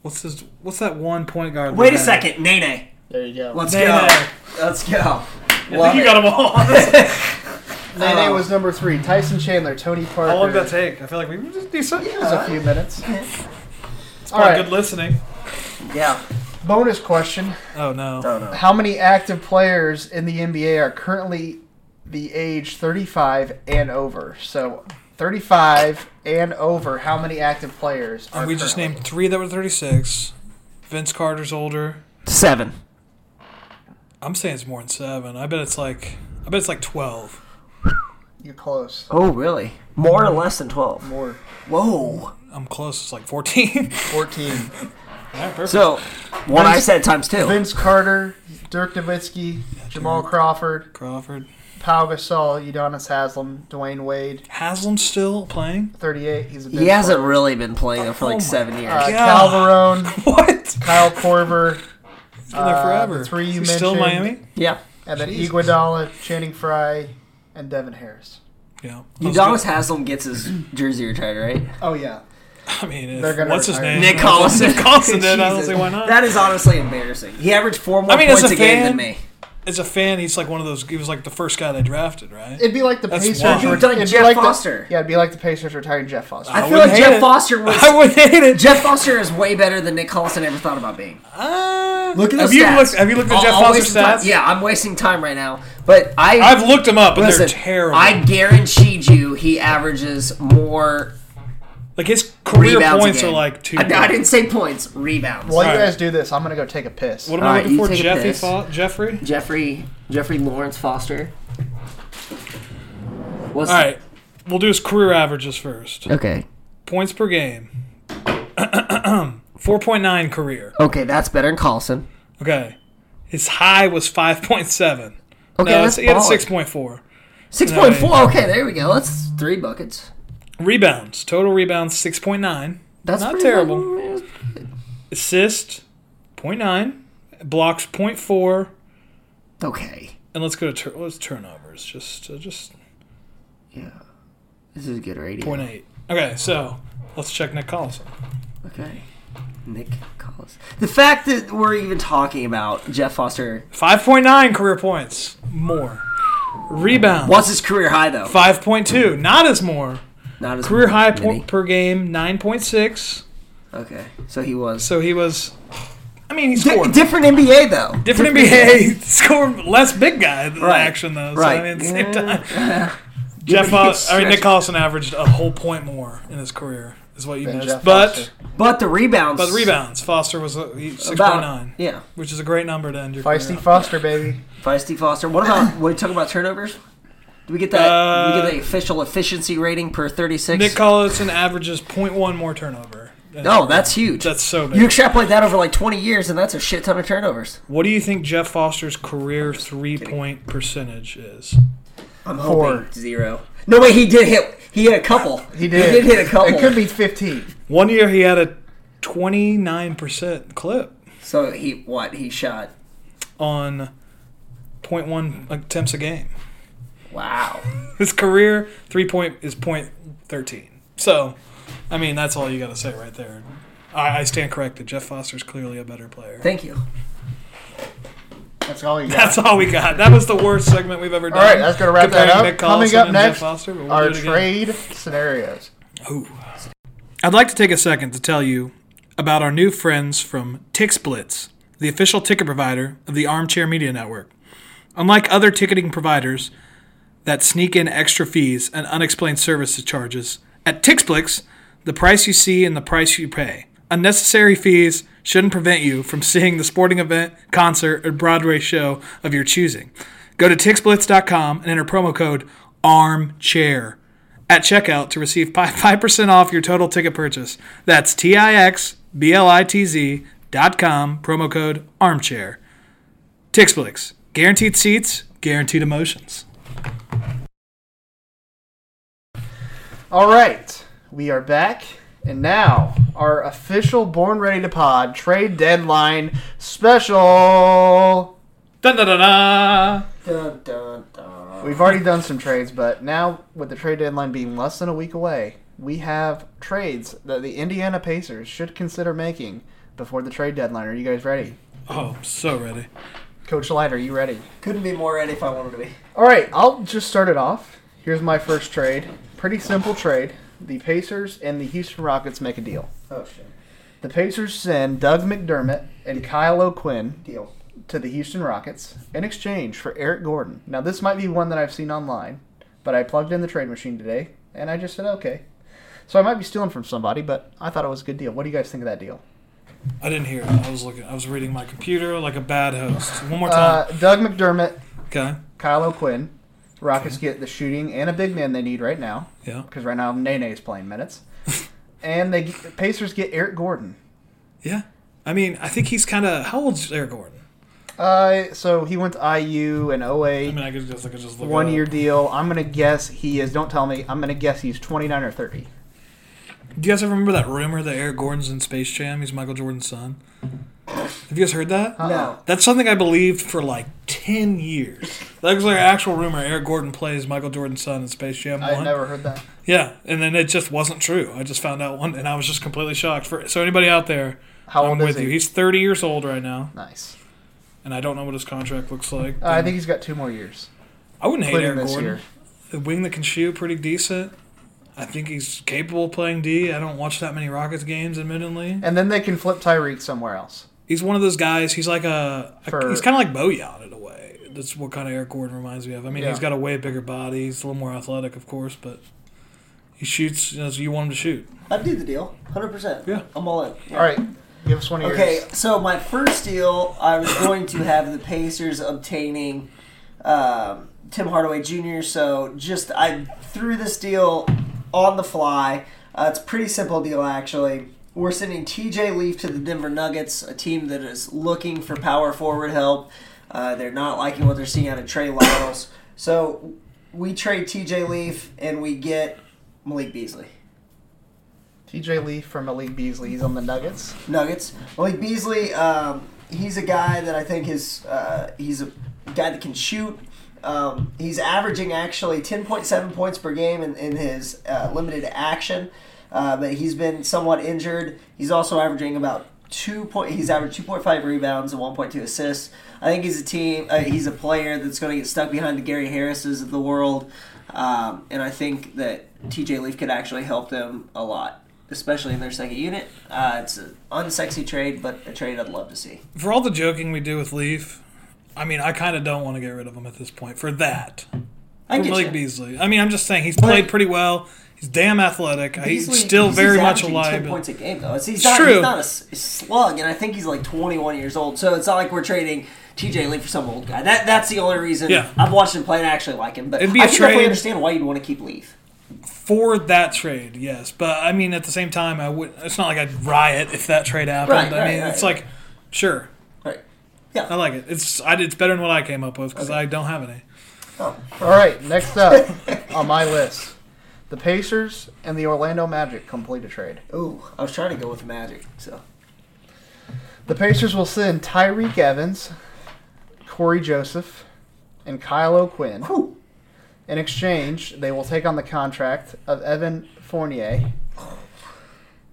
[SPEAKER 5] What's his? What's that one point guard?
[SPEAKER 8] Wait
[SPEAKER 5] that
[SPEAKER 8] a
[SPEAKER 5] had-
[SPEAKER 8] second, Nene.
[SPEAKER 6] There you go.
[SPEAKER 8] Let's
[SPEAKER 5] Nene.
[SPEAKER 8] go. Let's go.
[SPEAKER 5] I
[SPEAKER 8] Love
[SPEAKER 5] think you
[SPEAKER 8] it.
[SPEAKER 5] got him all.
[SPEAKER 6] Nene
[SPEAKER 5] uh,
[SPEAKER 6] was number three. Tyson Chandler, Tony Parker.
[SPEAKER 5] How long did that take? I feel like we were just decent.
[SPEAKER 6] It was a few minutes. All
[SPEAKER 5] All right.
[SPEAKER 6] right.
[SPEAKER 5] Good listening.
[SPEAKER 8] Yeah.
[SPEAKER 6] Bonus question:
[SPEAKER 5] Oh no.
[SPEAKER 8] Oh no.
[SPEAKER 6] How many active players in the NBA are currently the age 35 and over? So 35 and over. How many active players? Are
[SPEAKER 5] And we just
[SPEAKER 6] currently?
[SPEAKER 5] named three that were 36. Vince Carter's older.
[SPEAKER 8] Seven.
[SPEAKER 5] I'm saying it's more than seven. I bet it's like I bet it's like twelve.
[SPEAKER 6] You're close.
[SPEAKER 8] Oh really? More or less than twelve?
[SPEAKER 6] More
[SPEAKER 8] Whoa.
[SPEAKER 5] I'm close. It's like fourteen.
[SPEAKER 6] 14.
[SPEAKER 5] All right, perfect.
[SPEAKER 8] So what I
[SPEAKER 6] Vince-
[SPEAKER 8] said times two.
[SPEAKER 6] Vince Carter, Dirk Nowitzki, Jamal Crawford,
[SPEAKER 5] Crawford.
[SPEAKER 6] Pau Gasol, Udonis Haslam, Dwayne Wade,
[SPEAKER 5] Haslam's still playing.
[SPEAKER 6] 38. He's a big
[SPEAKER 8] he hasn't
[SPEAKER 6] player.
[SPEAKER 8] really been playing it for like seven years.
[SPEAKER 6] Uh,
[SPEAKER 5] Yeah.
[SPEAKER 6] Cal Verone,
[SPEAKER 5] What? He's been
[SPEAKER 6] Kyle Korver,
[SPEAKER 5] there forever.
[SPEAKER 6] Uh, the three you
[SPEAKER 5] He's still in
[SPEAKER 6] mentioned.
[SPEAKER 5] Miami.
[SPEAKER 8] yeah.
[SPEAKER 6] and then Iguodala, Channing Frye, and Devin Harris.
[SPEAKER 5] Yeah.
[SPEAKER 8] Udonis Haslam gets his jersey retired, right?
[SPEAKER 6] Oh yeah,
[SPEAKER 5] I mean,
[SPEAKER 6] They're
[SPEAKER 5] if,
[SPEAKER 6] gonna
[SPEAKER 5] what's his
[SPEAKER 6] retire.
[SPEAKER 5] name?
[SPEAKER 8] Nick Collison.
[SPEAKER 5] Nick Collison did. I don't see why not.
[SPEAKER 8] That is honestly embarrassing. He averaged four more
[SPEAKER 5] I mean, as
[SPEAKER 8] points a,
[SPEAKER 5] a
[SPEAKER 8] game
[SPEAKER 5] fan-
[SPEAKER 8] than me.
[SPEAKER 5] As a fan, he's like one of those. He was like the first guy they drafted, right?
[SPEAKER 6] it'd be like the
[SPEAKER 5] That's
[SPEAKER 6] Pacers.
[SPEAKER 5] wild.
[SPEAKER 6] were-
[SPEAKER 8] You've done
[SPEAKER 6] it'd be
[SPEAKER 8] Jeff
[SPEAKER 6] like the-
[SPEAKER 8] Foster.
[SPEAKER 6] yeah, it'd be like the Pacers retiring Jeff Foster.
[SPEAKER 8] I feel
[SPEAKER 5] wouldn't
[SPEAKER 8] like
[SPEAKER 5] hate
[SPEAKER 8] Jeff
[SPEAKER 5] it.
[SPEAKER 8] Foster was.
[SPEAKER 5] I would hate it.
[SPEAKER 8] Jeff Foster is way better than Nick Collison ever thought about being.
[SPEAKER 5] Uh,
[SPEAKER 8] Look at those
[SPEAKER 5] have you
[SPEAKER 8] stats.
[SPEAKER 5] looked? Have you looked at
[SPEAKER 8] I'll-
[SPEAKER 5] Jeff
[SPEAKER 8] I'll
[SPEAKER 5] Foster's
[SPEAKER 8] waste time-
[SPEAKER 5] stats?
[SPEAKER 8] Yeah, I'm wasting time right now. But I,
[SPEAKER 5] I've looked them up, and
[SPEAKER 8] listen,
[SPEAKER 5] they're terrible.
[SPEAKER 8] I guarantee you, he averages more
[SPEAKER 5] like his career
[SPEAKER 8] rebounds. a
[SPEAKER 5] points are
[SPEAKER 8] game.
[SPEAKER 5] like two.
[SPEAKER 8] I, I didn't say points, rebounds.
[SPEAKER 6] While you
[SPEAKER 5] Alright.
[SPEAKER 6] guys do this, I'm gonna go take a piss.
[SPEAKER 5] What am
[SPEAKER 8] All
[SPEAKER 5] I
[SPEAKER 8] right,
[SPEAKER 5] looking
[SPEAKER 8] you
[SPEAKER 5] for?
[SPEAKER 8] take a
[SPEAKER 5] Jeffy
[SPEAKER 8] piss.
[SPEAKER 5] Fo- Jeffrey.
[SPEAKER 8] Jeffrey Jeffrey Lawrence Foster. What's
[SPEAKER 5] All right, we'll do his career averages first.
[SPEAKER 8] Okay.
[SPEAKER 5] Points per game. 4.9 career.
[SPEAKER 8] Okay, that's better than Collison.
[SPEAKER 5] Okay. His high was 5.7.
[SPEAKER 8] Okay,
[SPEAKER 5] No, it's-
[SPEAKER 8] that's
[SPEAKER 5] he had a
[SPEAKER 8] baller.
[SPEAKER 5] 6.4.
[SPEAKER 8] Six point four. Okay, there we go. That's three buckets.
[SPEAKER 5] Rebounds. Total rebounds 6.9.
[SPEAKER 8] That's
[SPEAKER 5] Not
[SPEAKER 8] pretty
[SPEAKER 5] terrible.
[SPEAKER 8] good.
[SPEAKER 5] Assist 0.9. Blocks 0.4.
[SPEAKER 8] Okay.
[SPEAKER 5] And let's go to tur- let's turnovers. Just uh, just
[SPEAKER 8] Yeah. This is good radio.
[SPEAKER 5] 0.8. Okay, so let's check Nick Collison.
[SPEAKER 8] Okay. Nick Collison. The fact that we're even talking about Jeff Foster.
[SPEAKER 5] 5.9 career points. More. Rebounds.
[SPEAKER 8] What's his career high though?
[SPEAKER 5] 5.2. Not as more.
[SPEAKER 8] Not his
[SPEAKER 5] Career high
[SPEAKER 8] many.
[SPEAKER 5] point per game 9.6.
[SPEAKER 8] Okay, so he was
[SPEAKER 5] So he was. I mean, he
[SPEAKER 8] Di-
[SPEAKER 5] scored.
[SPEAKER 8] different NBA though.
[SPEAKER 5] different NBA scored less big guy than
[SPEAKER 8] Right.
[SPEAKER 5] action though. So
[SPEAKER 8] Right.
[SPEAKER 5] I mean, at the same time, Jeff. Foss, I mean, Nick Collison averaged a whole point more in his career, is what you
[SPEAKER 6] Than
[SPEAKER 5] missed.
[SPEAKER 6] Jeff
[SPEAKER 5] but
[SPEAKER 6] Foster.
[SPEAKER 8] But the rebounds.
[SPEAKER 5] but Oh, rebounds, Foster was uh, six
[SPEAKER 8] about-
[SPEAKER 5] point nine,
[SPEAKER 8] Yeah,
[SPEAKER 5] which is a great number to end your
[SPEAKER 6] Feisty
[SPEAKER 5] career. on.
[SPEAKER 6] Foster, baby.
[SPEAKER 8] feisty Foster. What about we talking about turnovers? Do we get that? do we get the official efficiency rating per thirty
[SPEAKER 5] Uh, Nick
[SPEAKER 8] six.
[SPEAKER 5] Collison averages 0.1 more turnover.
[SPEAKER 8] No, that's huge.
[SPEAKER 5] that's so big.
[SPEAKER 8] you extrapolate that over like twenty years, and that's a shit ton of turnovers.
[SPEAKER 5] what do you think Jeff Foster's career three point percentage is?
[SPEAKER 8] I'm
[SPEAKER 6] Four.
[SPEAKER 8] hoping zero. No way, he did hit. He hit a couple.
[SPEAKER 6] He did.
[SPEAKER 8] He did hit a couple.
[SPEAKER 6] It could be 15.
[SPEAKER 5] One year he had a 29% clip.
[SPEAKER 8] So he what? He shot.
[SPEAKER 5] on 0.1 attempts a game.
[SPEAKER 8] Wow.
[SPEAKER 5] His career three point is point thirteen. So, I mean, that's all you got to say right there. I, I stand corrected. Jeff Foster's clearly a better player.
[SPEAKER 8] Thank you.
[SPEAKER 6] That's all you got.
[SPEAKER 5] That's all we got. That was the worst segment we've ever done.
[SPEAKER 6] All right, that's gonna wrap that
[SPEAKER 5] Comparing
[SPEAKER 6] up.
[SPEAKER 5] Nick
[SPEAKER 6] Coming
[SPEAKER 5] Collison
[SPEAKER 6] up
[SPEAKER 5] and
[SPEAKER 6] next,
[SPEAKER 5] Jeff Foster, but we'll
[SPEAKER 6] Our
[SPEAKER 5] do it again.
[SPEAKER 6] trade scenarios.
[SPEAKER 5] Ooh. I'd like to take a second to tell you about our new friends from TickSplits, the official ticket provider of the Armchair Media Network. Unlike other ticketing providers that sneak in extra fees and unexplained services charges, at TickSplits, the price you see and the price you pay. Unnecessary fees shouldn't prevent you from seeing the sporting event, concert, or Broadway show of your choosing. Go to TickSplits.com and enter promo code ARMCHAIR at checkout to receive pi- 5% off your total ticket purchase. That's T-I-X-B-L-I-T-Z dot com, promo code armchair. Tixblix, guaranteed seats, guaranteed emotions.
[SPEAKER 6] All right, we are back, and now our official Born Ready to Pod trade deadline special.
[SPEAKER 5] Dun, dun, dun, dun.
[SPEAKER 8] Dun, dun, dun.
[SPEAKER 6] We've already done some trades, but now with the trade deadline being less than a week away, we have trades that the Indiana Pacers should consider making before the trade deadline. Are you guys ready?
[SPEAKER 5] Oh, I'm so ready.
[SPEAKER 6] Coach Light, are you ready?
[SPEAKER 8] Couldn't be more ready if I wanted to be.
[SPEAKER 6] All right, I'll just start it off. Here's my first trade. Pretty simple trade. The Pacers and the Houston Rockets make a deal.
[SPEAKER 8] Oh shit.
[SPEAKER 6] The Pacers send Doug McDermott and Kyle O'Quinn
[SPEAKER 8] Deal.
[SPEAKER 6] to the Houston Rockets in exchange for Eric Gordon. Now, this might be one that I've seen online, but I plugged in the trade machine today and I just said, okay. So I might be stealing from somebody, but I thought it was a good deal. What do you guys think of that deal?
[SPEAKER 5] I didn't hear it. I was looking. I was reading my computer like a bad host. One more
[SPEAKER 6] Uh,
[SPEAKER 5] time.
[SPEAKER 6] Doug McDermott,
[SPEAKER 5] okay.
[SPEAKER 6] Kyle O'Quinn. Rockets
[SPEAKER 8] Mm-hmm.
[SPEAKER 6] get the shooting and a big man they need right now
[SPEAKER 5] Yeah.
[SPEAKER 6] because right now Nene's playing minutes. and they get, Pacers get Eric Gordon.
[SPEAKER 5] Yeah. I mean, I think he's kind of. How old's Eric Gordon?
[SPEAKER 6] Uh, so he went to IU and
[SPEAKER 5] I
[SPEAKER 6] 08.
[SPEAKER 5] mean, I could just, I could just look. it
[SPEAKER 6] One
[SPEAKER 5] up.
[SPEAKER 6] year oh deal. I'm gonna guess he is. Don't tell me. I'm gonna guess he's 29 or 30.
[SPEAKER 5] Do you guys ever remember that rumor that Eric Gordon's in Space Jam? He's Michael Jordan's son. Have you guys heard that?
[SPEAKER 8] No.
[SPEAKER 5] That's something I believed for like ten years. That was like an actual rumor. Eric Gordon plays Michael Jordan's son in Space Jam.
[SPEAKER 6] I
[SPEAKER 5] 1.
[SPEAKER 6] never heard that.
[SPEAKER 5] Yeah, and then it just wasn't true. I just found out one, and I was just completely shocked. For so anybody out there,
[SPEAKER 6] How
[SPEAKER 5] I'm
[SPEAKER 6] old is
[SPEAKER 5] with
[SPEAKER 6] he?
[SPEAKER 5] you. He's 30 years old right now,
[SPEAKER 6] Nice.
[SPEAKER 5] and I don't know what his contract looks like.
[SPEAKER 6] Uh, I think he's got two more years,
[SPEAKER 5] I wouldn't hate
[SPEAKER 6] including
[SPEAKER 5] Eric
[SPEAKER 6] this
[SPEAKER 5] Gordon.
[SPEAKER 6] year.
[SPEAKER 5] The wing that can shoot, pretty decent. I think he's capable of playing D. I don't watch that many Rockets games, admittedly.
[SPEAKER 6] And then they can flip Tyreek somewhere else.
[SPEAKER 5] He's one of those guys. He's like a. a-
[SPEAKER 6] For-
[SPEAKER 5] he's kind of like Bojan in a way. That's what kind of Eric Gordon reminds me of. I mean,
[SPEAKER 6] Yeah.
[SPEAKER 5] he's got a way bigger body. He's a little more athletic, of course, but he shoots as you want him to shoot.
[SPEAKER 8] I'd do the deal. 100%.
[SPEAKER 5] Yeah.
[SPEAKER 8] I'm all in.
[SPEAKER 6] All right, give us one of
[SPEAKER 8] Okay,
[SPEAKER 6] yours.
[SPEAKER 8] so my first deal, I was going to have the Pacers obtaining um, Tim Hardaway Jr. So just I threw this deal on the fly. Uh, it's a pretty simple deal actually. We're sending T.J. Leaf to the Denver Nuggets, a team that is looking for power forward help. Uh, they're not liking what they're seeing out of Trey Lyles. So we trade T.J. Leaf and we get Malik Beasley.
[SPEAKER 6] TJ Lee from Malik Beasley. He's on the Nuggets.
[SPEAKER 8] Nuggets. Malik Beasley, um, he's a guy that I think is uh, he's a guy that can shoot. Um, he's averaging actually 10.7 points per game in, in his uh, limited action, uh, but he's been somewhat injured. He's also averaging about two point. He's averaged 2.5 rebounds and 1.2 assists. I think he's a team. Uh, he's a player that's going to get stuck behind the Gary Harrises of the world, um, and I think that TJ Leaf could actually help them a lot especially in their second unit. Uh, it's an unsexy trade, but a trade I'd love to see.
[SPEAKER 5] for all the joking we do with Leaf, I mean, I kind of don't want to get rid of him at this point for that.
[SPEAKER 8] I
[SPEAKER 5] For
[SPEAKER 8] can
[SPEAKER 5] Malik
[SPEAKER 8] get you.
[SPEAKER 5] Beasley. I mean, I'm just saying he's played pretty well. He's damn athletic.
[SPEAKER 8] Beasley-
[SPEAKER 5] he's still
[SPEAKER 8] he's
[SPEAKER 5] very much
[SPEAKER 8] averaging
[SPEAKER 5] alive.
[SPEAKER 8] Ten points a game though. It's, he's,
[SPEAKER 5] It's
[SPEAKER 8] not,
[SPEAKER 5] true.
[SPEAKER 8] he's not a s- slug, and I think he's like 21 years old. So it's not like we're trading TJ Lee for some old guy. That that's the only reason
[SPEAKER 5] Yeah.
[SPEAKER 8] I've watched him play and I actually like him. But
[SPEAKER 5] It'd be a
[SPEAKER 8] I can definitely
[SPEAKER 5] trade-
[SPEAKER 8] understand why you'd want to keep Leaf.
[SPEAKER 5] For that trade, yes, but I mean, at the same time, I would. It's not like I'd riot if that trade happened.
[SPEAKER 8] Right,
[SPEAKER 5] I mean,
[SPEAKER 8] right,
[SPEAKER 5] it's
[SPEAKER 8] right.
[SPEAKER 5] like, sure,
[SPEAKER 8] Right.
[SPEAKER 5] I like it. It's I, it's better than what I came up with because I don't have any.
[SPEAKER 6] All right, next up on my list, the Pacers and the Orlando Magic complete a trade.
[SPEAKER 8] Ooh, I was trying to go with Magic. So
[SPEAKER 6] The Pacers will send Tyreek Evans, Corey Joseph, and Kyle O'Quinn.
[SPEAKER 8] Whew.
[SPEAKER 6] In exchange, they will take on the contract of Evan Fournier.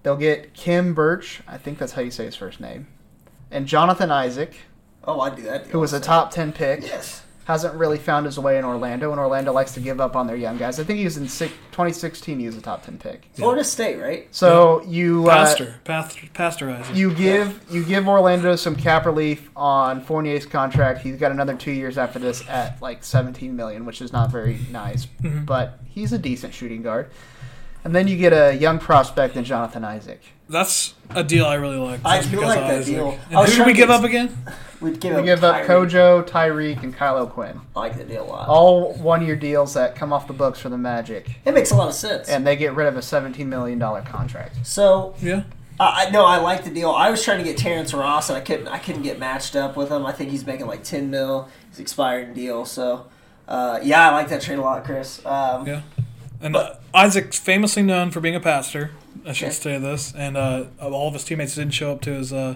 [SPEAKER 6] They'll get Kim Birch, I think that's how you say his first name, and Jonathan Isaac,
[SPEAKER 8] oh, I'd do that. Deal.
[SPEAKER 6] who was a top 10 pick.
[SPEAKER 8] yes.
[SPEAKER 6] Hasn't really found his way in Orlando, and Orlando likes to give up on their young guys. I think he was in six, 2016, he was a top 10 pick.
[SPEAKER 8] Florida State, right?
[SPEAKER 6] So you. uh,
[SPEAKER 5] Pastor, pastor, pastorizing.
[SPEAKER 6] you give you give Orlando some cap relief on Fournier's contract. He's got another two years after this at like 17 million, which is not very nice, but he's a decent shooting guard. And then you get a young prospect in Jonathan Isaac.
[SPEAKER 5] That's a deal I really like.
[SPEAKER 8] I
[SPEAKER 5] just
[SPEAKER 8] do
[SPEAKER 5] because
[SPEAKER 8] like that
[SPEAKER 5] Isaac.
[SPEAKER 8] deal.
[SPEAKER 5] And
[SPEAKER 8] I was
[SPEAKER 5] who did we
[SPEAKER 8] trying
[SPEAKER 5] give
[SPEAKER 8] to-
[SPEAKER 5] up again?
[SPEAKER 8] We'd give
[SPEAKER 6] We
[SPEAKER 8] up
[SPEAKER 6] give up
[SPEAKER 8] Tyree.
[SPEAKER 6] Kojo, Tyreek, and Kylo Quinn.
[SPEAKER 8] I like that deal a lot.
[SPEAKER 6] All one year deals that come off the books for the Magic.
[SPEAKER 8] it makes a lot of sense.
[SPEAKER 6] And they get rid of a $17 million contract.
[SPEAKER 8] so
[SPEAKER 5] Yeah.
[SPEAKER 8] I I- no, I like the deal. I was trying to get Terrence Ross, and I couldn't. I couldn't get matched up with him. I think he's making like ten mil. He's expiring deal. So, uh, yeah, I like that trade a lot, Chris. Um,
[SPEAKER 5] Yeah. And uh, Isaac's famously known for being a pastor. I should
[SPEAKER 8] Okay.
[SPEAKER 5] say this. And uh, of all of his teammates didn't show up to his uh,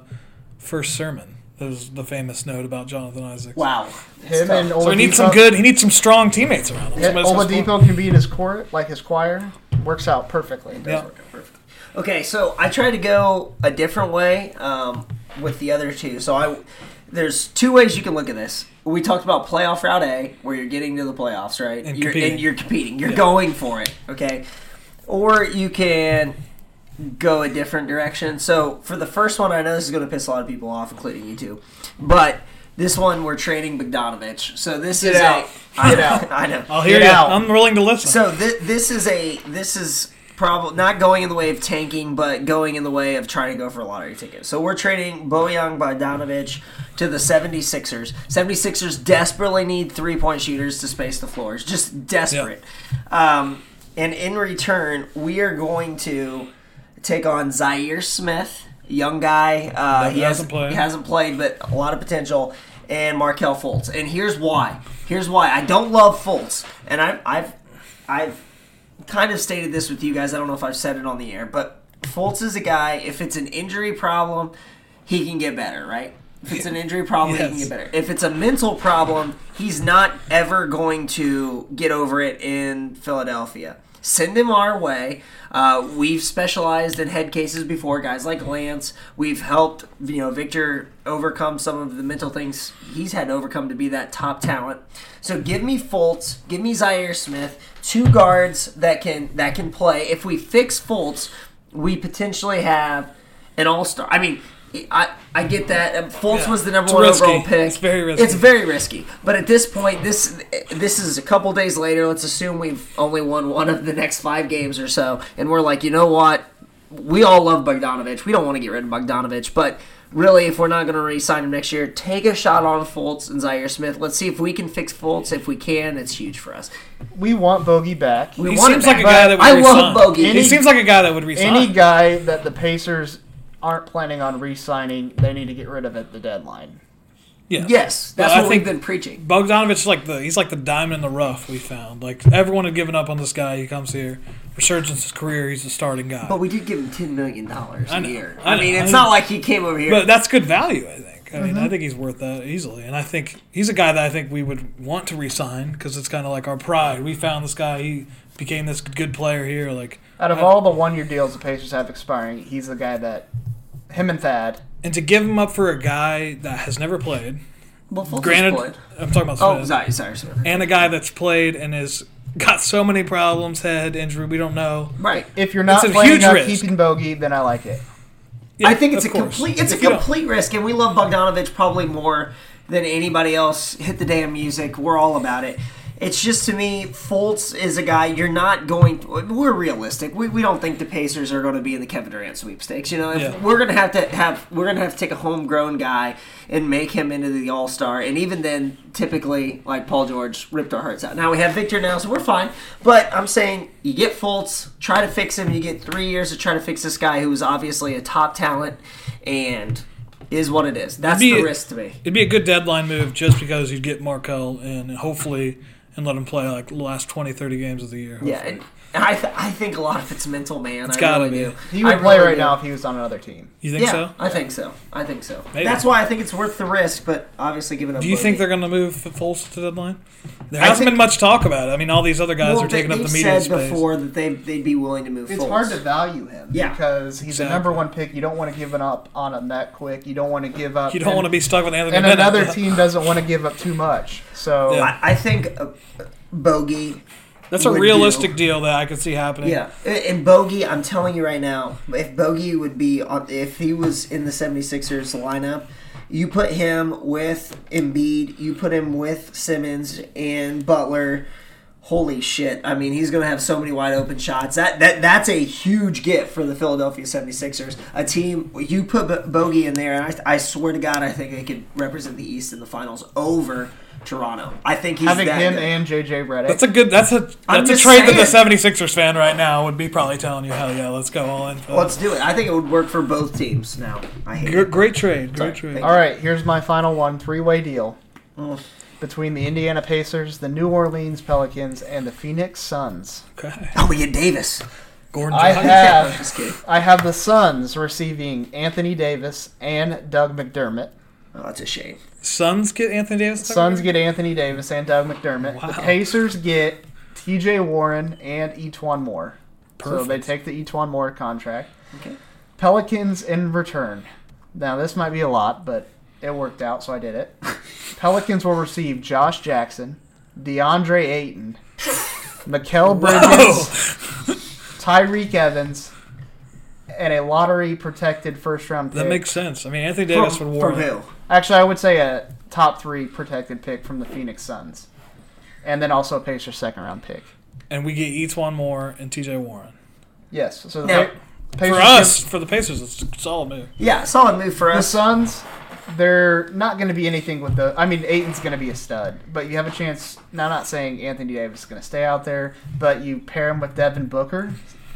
[SPEAKER 5] first sermon. That was the famous note about Jonathan Isaac.
[SPEAKER 8] Wow.
[SPEAKER 6] Him and
[SPEAKER 5] So he needs some
[SPEAKER 6] Oladipo-
[SPEAKER 5] good. He needs some strong teammates around him.
[SPEAKER 6] Yeah,
[SPEAKER 5] Somebody that's gonna
[SPEAKER 6] Oladipo can be in his court, like his choir. Works out perfectly.
[SPEAKER 5] score.
[SPEAKER 8] Okay, so I tried to go a different way um, with the other two. So I there's two ways you can look at this. We talked about playoff route A, where you're getting to the playoffs, right?
[SPEAKER 5] And
[SPEAKER 8] you're,
[SPEAKER 5] competing.
[SPEAKER 8] and you're competing. You're going for it. Okay, or you can go a different direction. So for the first one, I know this is going to piss a lot of people off, including you two, but this one we're trading Bogdanovich. So this is
[SPEAKER 6] out.
[SPEAKER 8] a I
[SPEAKER 6] Get
[SPEAKER 8] know,
[SPEAKER 6] out.
[SPEAKER 8] I know.
[SPEAKER 5] I'll hear
[SPEAKER 6] Get
[SPEAKER 5] you.
[SPEAKER 6] out.
[SPEAKER 5] I'm willing to listen.
[SPEAKER 8] So thi- this is a this is probably not going in the way of tanking, but going in the way of trying to go for a lottery ticket. So we're trading Bojan Bogdanovic to the 76ers. 76ers desperately need three point shooters to space the floors, just desperate. Um, and in return, we are going to take on Zaire Smith, young guy. Uh,
[SPEAKER 5] Hasn't
[SPEAKER 8] he hasn't
[SPEAKER 5] played.
[SPEAKER 8] He hasn't played, but a lot of potential. And Markel Fultz. And here's why. Here's why. I don't love Fultz, and I've I've I've kind of stated this with you guys. I don't know if I've said it on the air, but Fultz is a guy. If it's an injury problem, he can get better, right? If it's an injury problem, he can
[SPEAKER 5] Yes.
[SPEAKER 8] get better. If it's a mental problem, he's not ever going to get over it in Philadelphia. Send him our way. Uh, we've specialized in head cases before, guys like Lance. We've helped, you know, Victor overcome some of the mental things he's had to overcome to be that top talent. So give me Fultz, give me Zaire Smith, two guards that can that can play. If we fix Fultz, we potentially have an all star. I mean, I I get that Um, Fultz
[SPEAKER 5] Yeah.
[SPEAKER 8] was the number
[SPEAKER 5] It's
[SPEAKER 8] one
[SPEAKER 5] risky.
[SPEAKER 8] overall pick.
[SPEAKER 5] It's very risky.
[SPEAKER 8] It's very risky. But at this point, this this is a couple days later. Let's assume we've only won one of the next five games or so, and we're like, you know what? We all love Bogdanovich. We don't want to get rid of Bogdanovich, but really, if we're not going to re-sign him next year, take a shot on Fultz and Zaire Smith. Let's see if we can fix Fultz. If we can, it's huge for us.
[SPEAKER 6] We want Bogey back.
[SPEAKER 8] We
[SPEAKER 5] he
[SPEAKER 8] want
[SPEAKER 5] seems
[SPEAKER 8] him
[SPEAKER 5] like a
[SPEAKER 8] back.
[SPEAKER 5] guy that would
[SPEAKER 8] I
[SPEAKER 5] resign.
[SPEAKER 8] love Bogey.
[SPEAKER 5] He
[SPEAKER 6] Any-
[SPEAKER 5] seems like a guy that would resign.
[SPEAKER 6] Any guy that the Pacers aren't planning on re-signing, they need to get rid of at the deadline.
[SPEAKER 5] yeah.
[SPEAKER 8] Yes, that's
[SPEAKER 5] Well, I
[SPEAKER 8] what
[SPEAKER 5] think-
[SPEAKER 8] we've been preaching.
[SPEAKER 5] Bogdanovich is like the he's like the diamond in the rough we found. Like everyone had given up on this guy. He comes here, resurgence his career. He's the starting guy.
[SPEAKER 8] But we did give him ten million dollars a
[SPEAKER 5] know.
[SPEAKER 8] year.
[SPEAKER 5] I
[SPEAKER 8] I,
[SPEAKER 5] know.
[SPEAKER 8] mean,
[SPEAKER 5] I
[SPEAKER 8] it's
[SPEAKER 5] know.
[SPEAKER 8] not like he came over here.
[SPEAKER 5] But that's good value, I think. I mean,
[SPEAKER 8] Mm-hmm.
[SPEAKER 5] I think he's worth that easily, and I think he's a guy that I think we would want to re-sign because it's kind of like our pride. We found this guy; he became this good player here. Like,
[SPEAKER 6] Out of all the one-year deals the Pacers have expiring, he's the guy that him and Thad.
[SPEAKER 5] and to give him up for a guy that has never played.
[SPEAKER 8] Well, Fultz
[SPEAKER 5] Granted,
[SPEAKER 8] was played.
[SPEAKER 5] I'm talking about
[SPEAKER 8] Oh,
[SPEAKER 5] Smith,
[SPEAKER 8] sorry, sorry, sorry.
[SPEAKER 5] and a guy that's played and has got so many problems, head injury, we don't know.
[SPEAKER 8] Right.
[SPEAKER 6] If you're not
[SPEAKER 5] It's a huge
[SPEAKER 6] planning on
[SPEAKER 5] risk.
[SPEAKER 6] keeping Bogey, then I like it.
[SPEAKER 5] Yeah,
[SPEAKER 8] I think it's a
[SPEAKER 5] of course.
[SPEAKER 8] complete it's a
[SPEAKER 5] If you don't-
[SPEAKER 8] complete risk, and we love Bogdanovich probably more than anybody else. Hit the damn music. We're all about it. It's just to me, Fultz is a guy you're not going. We're realistic. We, we don't think the Pacers are going to be in the Kevin Durant sweepstakes. You know, if
[SPEAKER 5] Yeah.
[SPEAKER 8] we're going to have to have we're going to have to take a homegrown guy and make him into the All Star. And even then, typically, like Paul George ripped our hearts out. Now we have Victor now, so we're fine. But I'm saying you get Fultz, try to fix him. You get three years to try to fix this guy who is obviously a top talent and is what it is. That's
[SPEAKER 5] Be-
[SPEAKER 8] the risk to me.
[SPEAKER 5] It'd be a good deadline move just because you'd get Markel in, and hopefully and let him play like the last 20, 30 games of the year.
[SPEAKER 8] Yeah,
[SPEAKER 5] hopefully.
[SPEAKER 8] and I, th- I think a lot of it's mental, man. I
[SPEAKER 5] gotta
[SPEAKER 8] really
[SPEAKER 5] be.
[SPEAKER 8] do.
[SPEAKER 6] He would
[SPEAKER 8] I
[SPEAKER 6] play
[SPEAKER 8] really
[SPEAKER 6] right
[SPEAKER 8] do.
[SPEAKER 6] now if he was on another team.
[SPEAKER 5] you think
[SPEAKER 8] Yeah,
[SPEAKER 5] so?
[SPEAKER 8] I think so. I think so.
[SPEAKER 5] Maybe.
[SPEAKER 8] That's why I think it's worth the risk, but obviously giving up.
[SPEAKER 5] Do you think
[SPEAKER 8] Bogey.
[SPEAKER 5] they're going to move Fultz to the deadline? There hasn't
[SPEAKER 8] think-
[SPEAKER 5] been much talk about it. I mean, all these other guys
[SPEAKER 8] Well,
[SPEAKER 5] are taking
[SPEAKER 8] they,
[SPEAKER 5] up the
[SPEAKER 8] they've
[SPEAKER 5] media
[SPEAKER 8] said
[SPEAKER 5] space.
[SPEAKER 8] before that they they'd be willing to move.
[SPEAKER 6] It's
[SPEAKER 8] Fultz.
[SPEAKER 6] hard to value him
[SPEAKER 8] Yeah.
[SPEAKER 6] because he's the
[SPEAKER 5] Exactly.
[SPEAKER 6] number one pick. You don't want to give it up on him that quick. You don't want to give up.
[SPEAKER 5] you don't
[SPEAKER 6] and-
[SPEAKER 5] want to be stuck with Anthony
[SPEAKER 6] And
[SPEAKER 5] Bennett.
[SPEAKER 6] another team doesn't want to give up too much. So
[SPEAKER 5] Yeah.
[SPEAKER 8] I, I think uh, Bogey.
[SPEAKER 5] That's a
[SPEAKER 8] would
[SPEAKER 5] realistic deal that I could see happening.
[SPEAKER 8] Yeah, and- and Bogey, I'm telling you right now, if Bogey would be on, if he was in the 76ers lineup, you put him with Embiid, you put him with Simmons and Butler. Holy shit. I mean, he's going to have so many wide open shots. That that that's a huge gift for the Philadelphia 76ers. A team you put Bo- Bogey in there and I, I swear to god I think they could represent the East in the finals over Toronto. I think he's
[SPEAKER 6] having
[SPEAKER 8] that
[SPEAKER 6] him
[SPEAKER 8] good.
[SPEAKER 6] and JJ Redick.
[SPEAKER 5] That's a good. That's a
[SPEAKER 8] I'm
[SPEAKER 5] that's a
[SPEAKER 8] just
[SPEAKER 5] trade that the
[SPEAKER 8] saying.
[SPEAKER 5] 76ers fan right now would be probably telling you, hell yeah, let's go all in. For
[SPEAKER 8] Let's do it. I think it would work for both teams now. I hate
[SPEAKER 5] Gr-
[SPEAKER 8] it.
[SPEAKER 5] Great trade. Great
[SPEAKER 8] Sorry.
[SPEAKER 5] trade.
[SPEAKER 8] Thank
[SPEAKER 6] All right, here's my final one three-way deal between the Indiana Pacers, the New Orleans Pelicans, and the Phoenix Suns.
[SPEAKER 5] Okay.
[SPEAKER 8] Oh, we get Davis.
[SPEAKER 5] Gordon
[SPEAKER 6] I
[SPEAKER 5] Johnson.
[SPEAKER 6] had-
[SPEAKER 8] Yeah,
[SPEAKER 6] Yeah.
[SPEAKER 8] I'm just kidding.
[SPEAKER 6] I have the Suns receiving Anthony Davis and Doug McDermott.
[SPEAKER 8] Oh, that's a shame.
[SPEAKER 5] Suns get Anthony Davis.
[SPEAKER 6] Suns get Anthony Davis and Doug McDermott. The
[SPEAKER 5] Wow.
[SPEAKER 6] Pacers get TJ Warren and Etwan Moore. So
[SPEAKER 5] Perfect.
[SPEAKER 6] they take the Etwan Moore contract.
[SPEAKER 8] Okay.
[SPEAKER 6] Pelicans in return. Now this might be a lot, but it worked out, so I did it. Pelicans will receive Josh Jackson, DeAndre Ayton, Mikel Bridges,
[SPEAKER 5] Oh,
[SPEAKER 6] Tyreek Evans, and a lottery protected first round pick.
[SPEAKER 5] That makes sense. I mean, Anthony
[SPEAKER 8] From,
[SPEAKER 5] Davis would
[SPEAKER 8] from
[SPEAKER 5] warrant.
[SPEAKER 8] who?
[SPEAKER 6] Actually, I would say a top three protected pick from the Phoenix Suns, and then also a Pacers second round pick.
[SPEAKER 5] and we get Etwan Moore and T.J. Warren.
[SPEAKER 6] Yes. So the
[SPEAKER 8] Now-
[SPEAKER 6] Pa- Pacers
[SPEAKER 5] For us, for the Pacers, it's a solid move.
[SPEAKER 8] Yeah, solid move for
[SPEAKER 6] the
[SPEAKER 8] us.
[SPEAKER 6] Suns, they're not going to be anything with the. I mean, Aiton's going to be a stud, but you have a chance. Now, I'm not saying Anthony Davis is going to stay out there, but you pair him with Devin Booker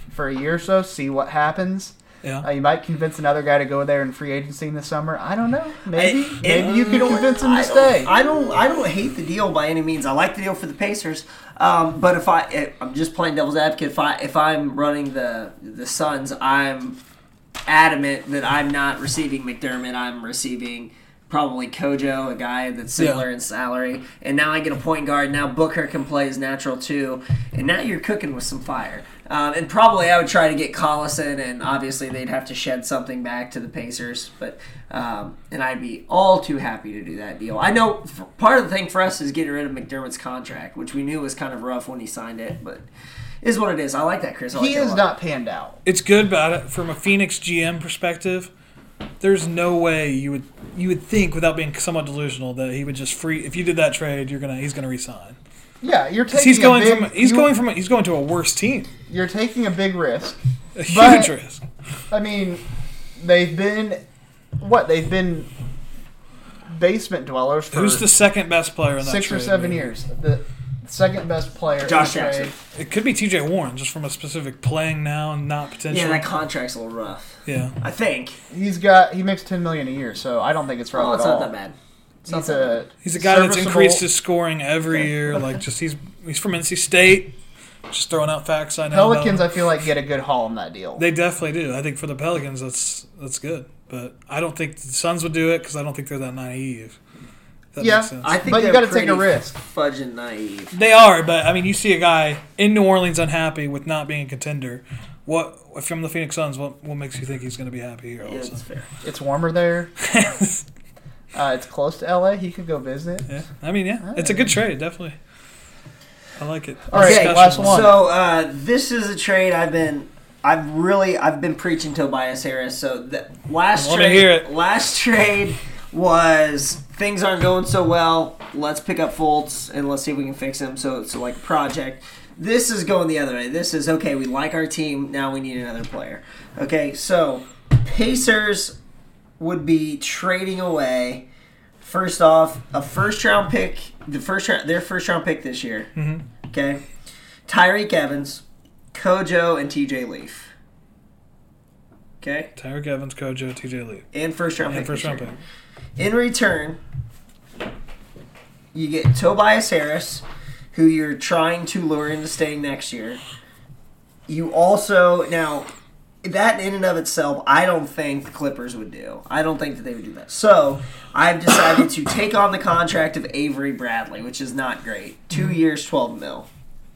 [SPEAKER 6] for a year or so, see what happens.
[SPEAKER 5] Yeah.
[SPEAKER 6] Uh, you might convince another guy to go there in free agency in the summer. I don't know. Maybe,
[SPEAKER 8] I-
[SPEAKER 6] maybe you could
[SPEAKER 8] know what?
[SPEAKER 6] convince him
[SPEAKER 8] I
[SPEAKER 6] to
[SPEAKER 8] don't-
[SPEAKER 6] stay.
[SPEAKER 8] I don't. I don't hate the deal by any means. I like the deal for the Pacers. Um, but if I, if- I'm just playing devil's advocate. If I, if I'm running the the Suns, I'm adamant that I'm not receiving McDermott. I'm receiving probably Kojo, a guy that's similar
[SPEAKER 5] Yeah.
[SPEAKER 8] in salary, and now I get a point guard. Now Booker can play his natural too, and now you're cooking with some fire. Um, and probably I would try to get Collison, and obviously they'd have to shed something back to the Pacers. But um, and I'd be all too happy to do that deal. I know f- part of the thing for us is getting rid of McDermott's contract, which we knew was kind of rough when he signed it, but is what it is. I like that, Chris. I
[SPEAKER 6] he
[SPEAKER 8] like it a
[SPEAKER 6] is
[SPEAKER 8] lot.
[SPEAKER 6] not panned out.
[SPEAKER 5] It's good, but I- from a Phoenix GM perspective, there's no way you would you would think without being somewhat delusional that he would just free. If you did that trade, you're gonna he's gonna resign.
[SPEAKER 6] Yeah, you're taking.
[SPEAKER 5] 'Cause He's
[SPEAKER 6] a
[SPEAKER 5] going
[SPEAKER 6] big-
[SPEAKER 5] from he's
[SPEAKER 6] you-
[SPEAKER 5] going from he's going to a worse team.
[SPEAKER 6] You're taking a big risk.
[SPEAKER 5] A
[SPEAKER 6] But-
[SPEAKER 5] huge risk.
[SPEAKER 6] I mean, they've been what they've been basement dwellers for
[SPEAKER 5] Who's the second best player in that
[SPEAKER 6] six or
[SPEAKER 5] trade,
[SPEAKER 6] seven
[SPEAKER 5] maybe?
[SPEAKER 6] years. The second best player. in
[SPEAKER 8] Josh
[SPEAKER 6] the
[SPEAKER 8] Jackson.
[SPEAKER 6] trade.
[SPEAKER 5] It could be T.J. Warren, just from a specific playing now and not potential.
[SPEAKER 8] Yeah, that contract's a little rough.
[SPEAKER 5] yeah.
[SPEAKER 8] I think.
[SPEAKER 6] He's got he makes ten million a year, so I don't think it's wrong
[SPEAKER 8] Oh,
[SPEAKER 6] at
[SPEAKER 8] it's
[SPEAKER 6] all.
[SPEAKER 8] not that bad. It's not
[SPEAKER 6] He's
[SPEAKER 8] that bad.
[SPEAKER 6] a
[SPEAKER 5] He's a guy that's
[SPEAKER 6] serviceable-
[SPEAKER 5] increased his scoring every year. Like just he's he's from NC State. Just throwing out facts I know. about
[SPEAKER 6] Pelicans.
[SPEAKER 5] him.
[SPEAKER 6] I feel like get a good haul on that deal.
[SPEAKER 5] They definitely do. I think for the Pelicans, that's that's good. But I don't think the Suns would do it because I don't think they're that naive. If that
[SPEAKER 6] Yeah,
[SPEAKER 5] makes sense.
[SPEAKER 8] I think
[SPEAKER 6] But you
[SPEAKER 8] they're
[SPEAKER 6] gotta take a
[SPEAKER 8] pretty
[SPEAKER 6] risk.
[SPEAKER 8] Fudge and naive.
[SPEAKER 5] they are, but I mean, you see a guy in New Orleans unhappy with not being a contender. What if I'm the Phoenix Suns? What what makes you think he's going to be happy here? All
[SPEAKER 8] Yeah,
[SPEAKER 5] of a
[SPEAKER 8] that's
[SPEAKER 5] sudden?
[SPEAKER 8] fair.
[SPEAKER 6] it's warmer there. uh, it's close to LA. He could go visit.
[SPEAKER 5] Yeah, I mean, yeah, it's a good trade, definitely. I like it.
[SPEAKER 6] All right,
[SPEAKER 5] Discussion
[SPEAKER 6] last one.
[SPEAKER 8] So uh, this is a trade I've been, I've really, I've been preaching Tobias Harris. So the last
[SPEAKER 5] I wanna
[SPEAKER 8] trade,
[SPEAKER 5] hear it.
[SPEAKER 8] last trade was things aren't going so well. Let's pick up Fultz and let's see if we can fix him. So it's like a project. This is going the other way. This is okay. We like our team. Now we need another player. Okay, so Pacers would be trading away. First off, a first round pick, the first round, their first round pick this year.
[SPEAKER 5] Mm-hmm.
[SPEAKER 8] Okay, Tyreek Evans, Kojo, and TJ Leaf. Okay,
[SPEAKER 5] Tyreek Evans, Kojo, T.J. Lee,
[SPEAKER 8] and first round
[SPEAKER 5] and
[SPEAKER 8] pick.
[SPEAKER 5] first
[SPEAKER 8] this
[SPEAKER 5] round
[SPEAKER 8] year.
[SPEAKER 5] pick.
[SPEAKER 8] In return, you get Tobias Harris, who you're trying to lure into staying next year. You also now that in and of itself, I don't think the Clippers would do. I don't think that they would do that. So I've decided to take on the contract of Avery Bradley, which is not great.
[SPEAKER 5] Mm-hmm.
[SPEAKER 8] Two years, twelve mil.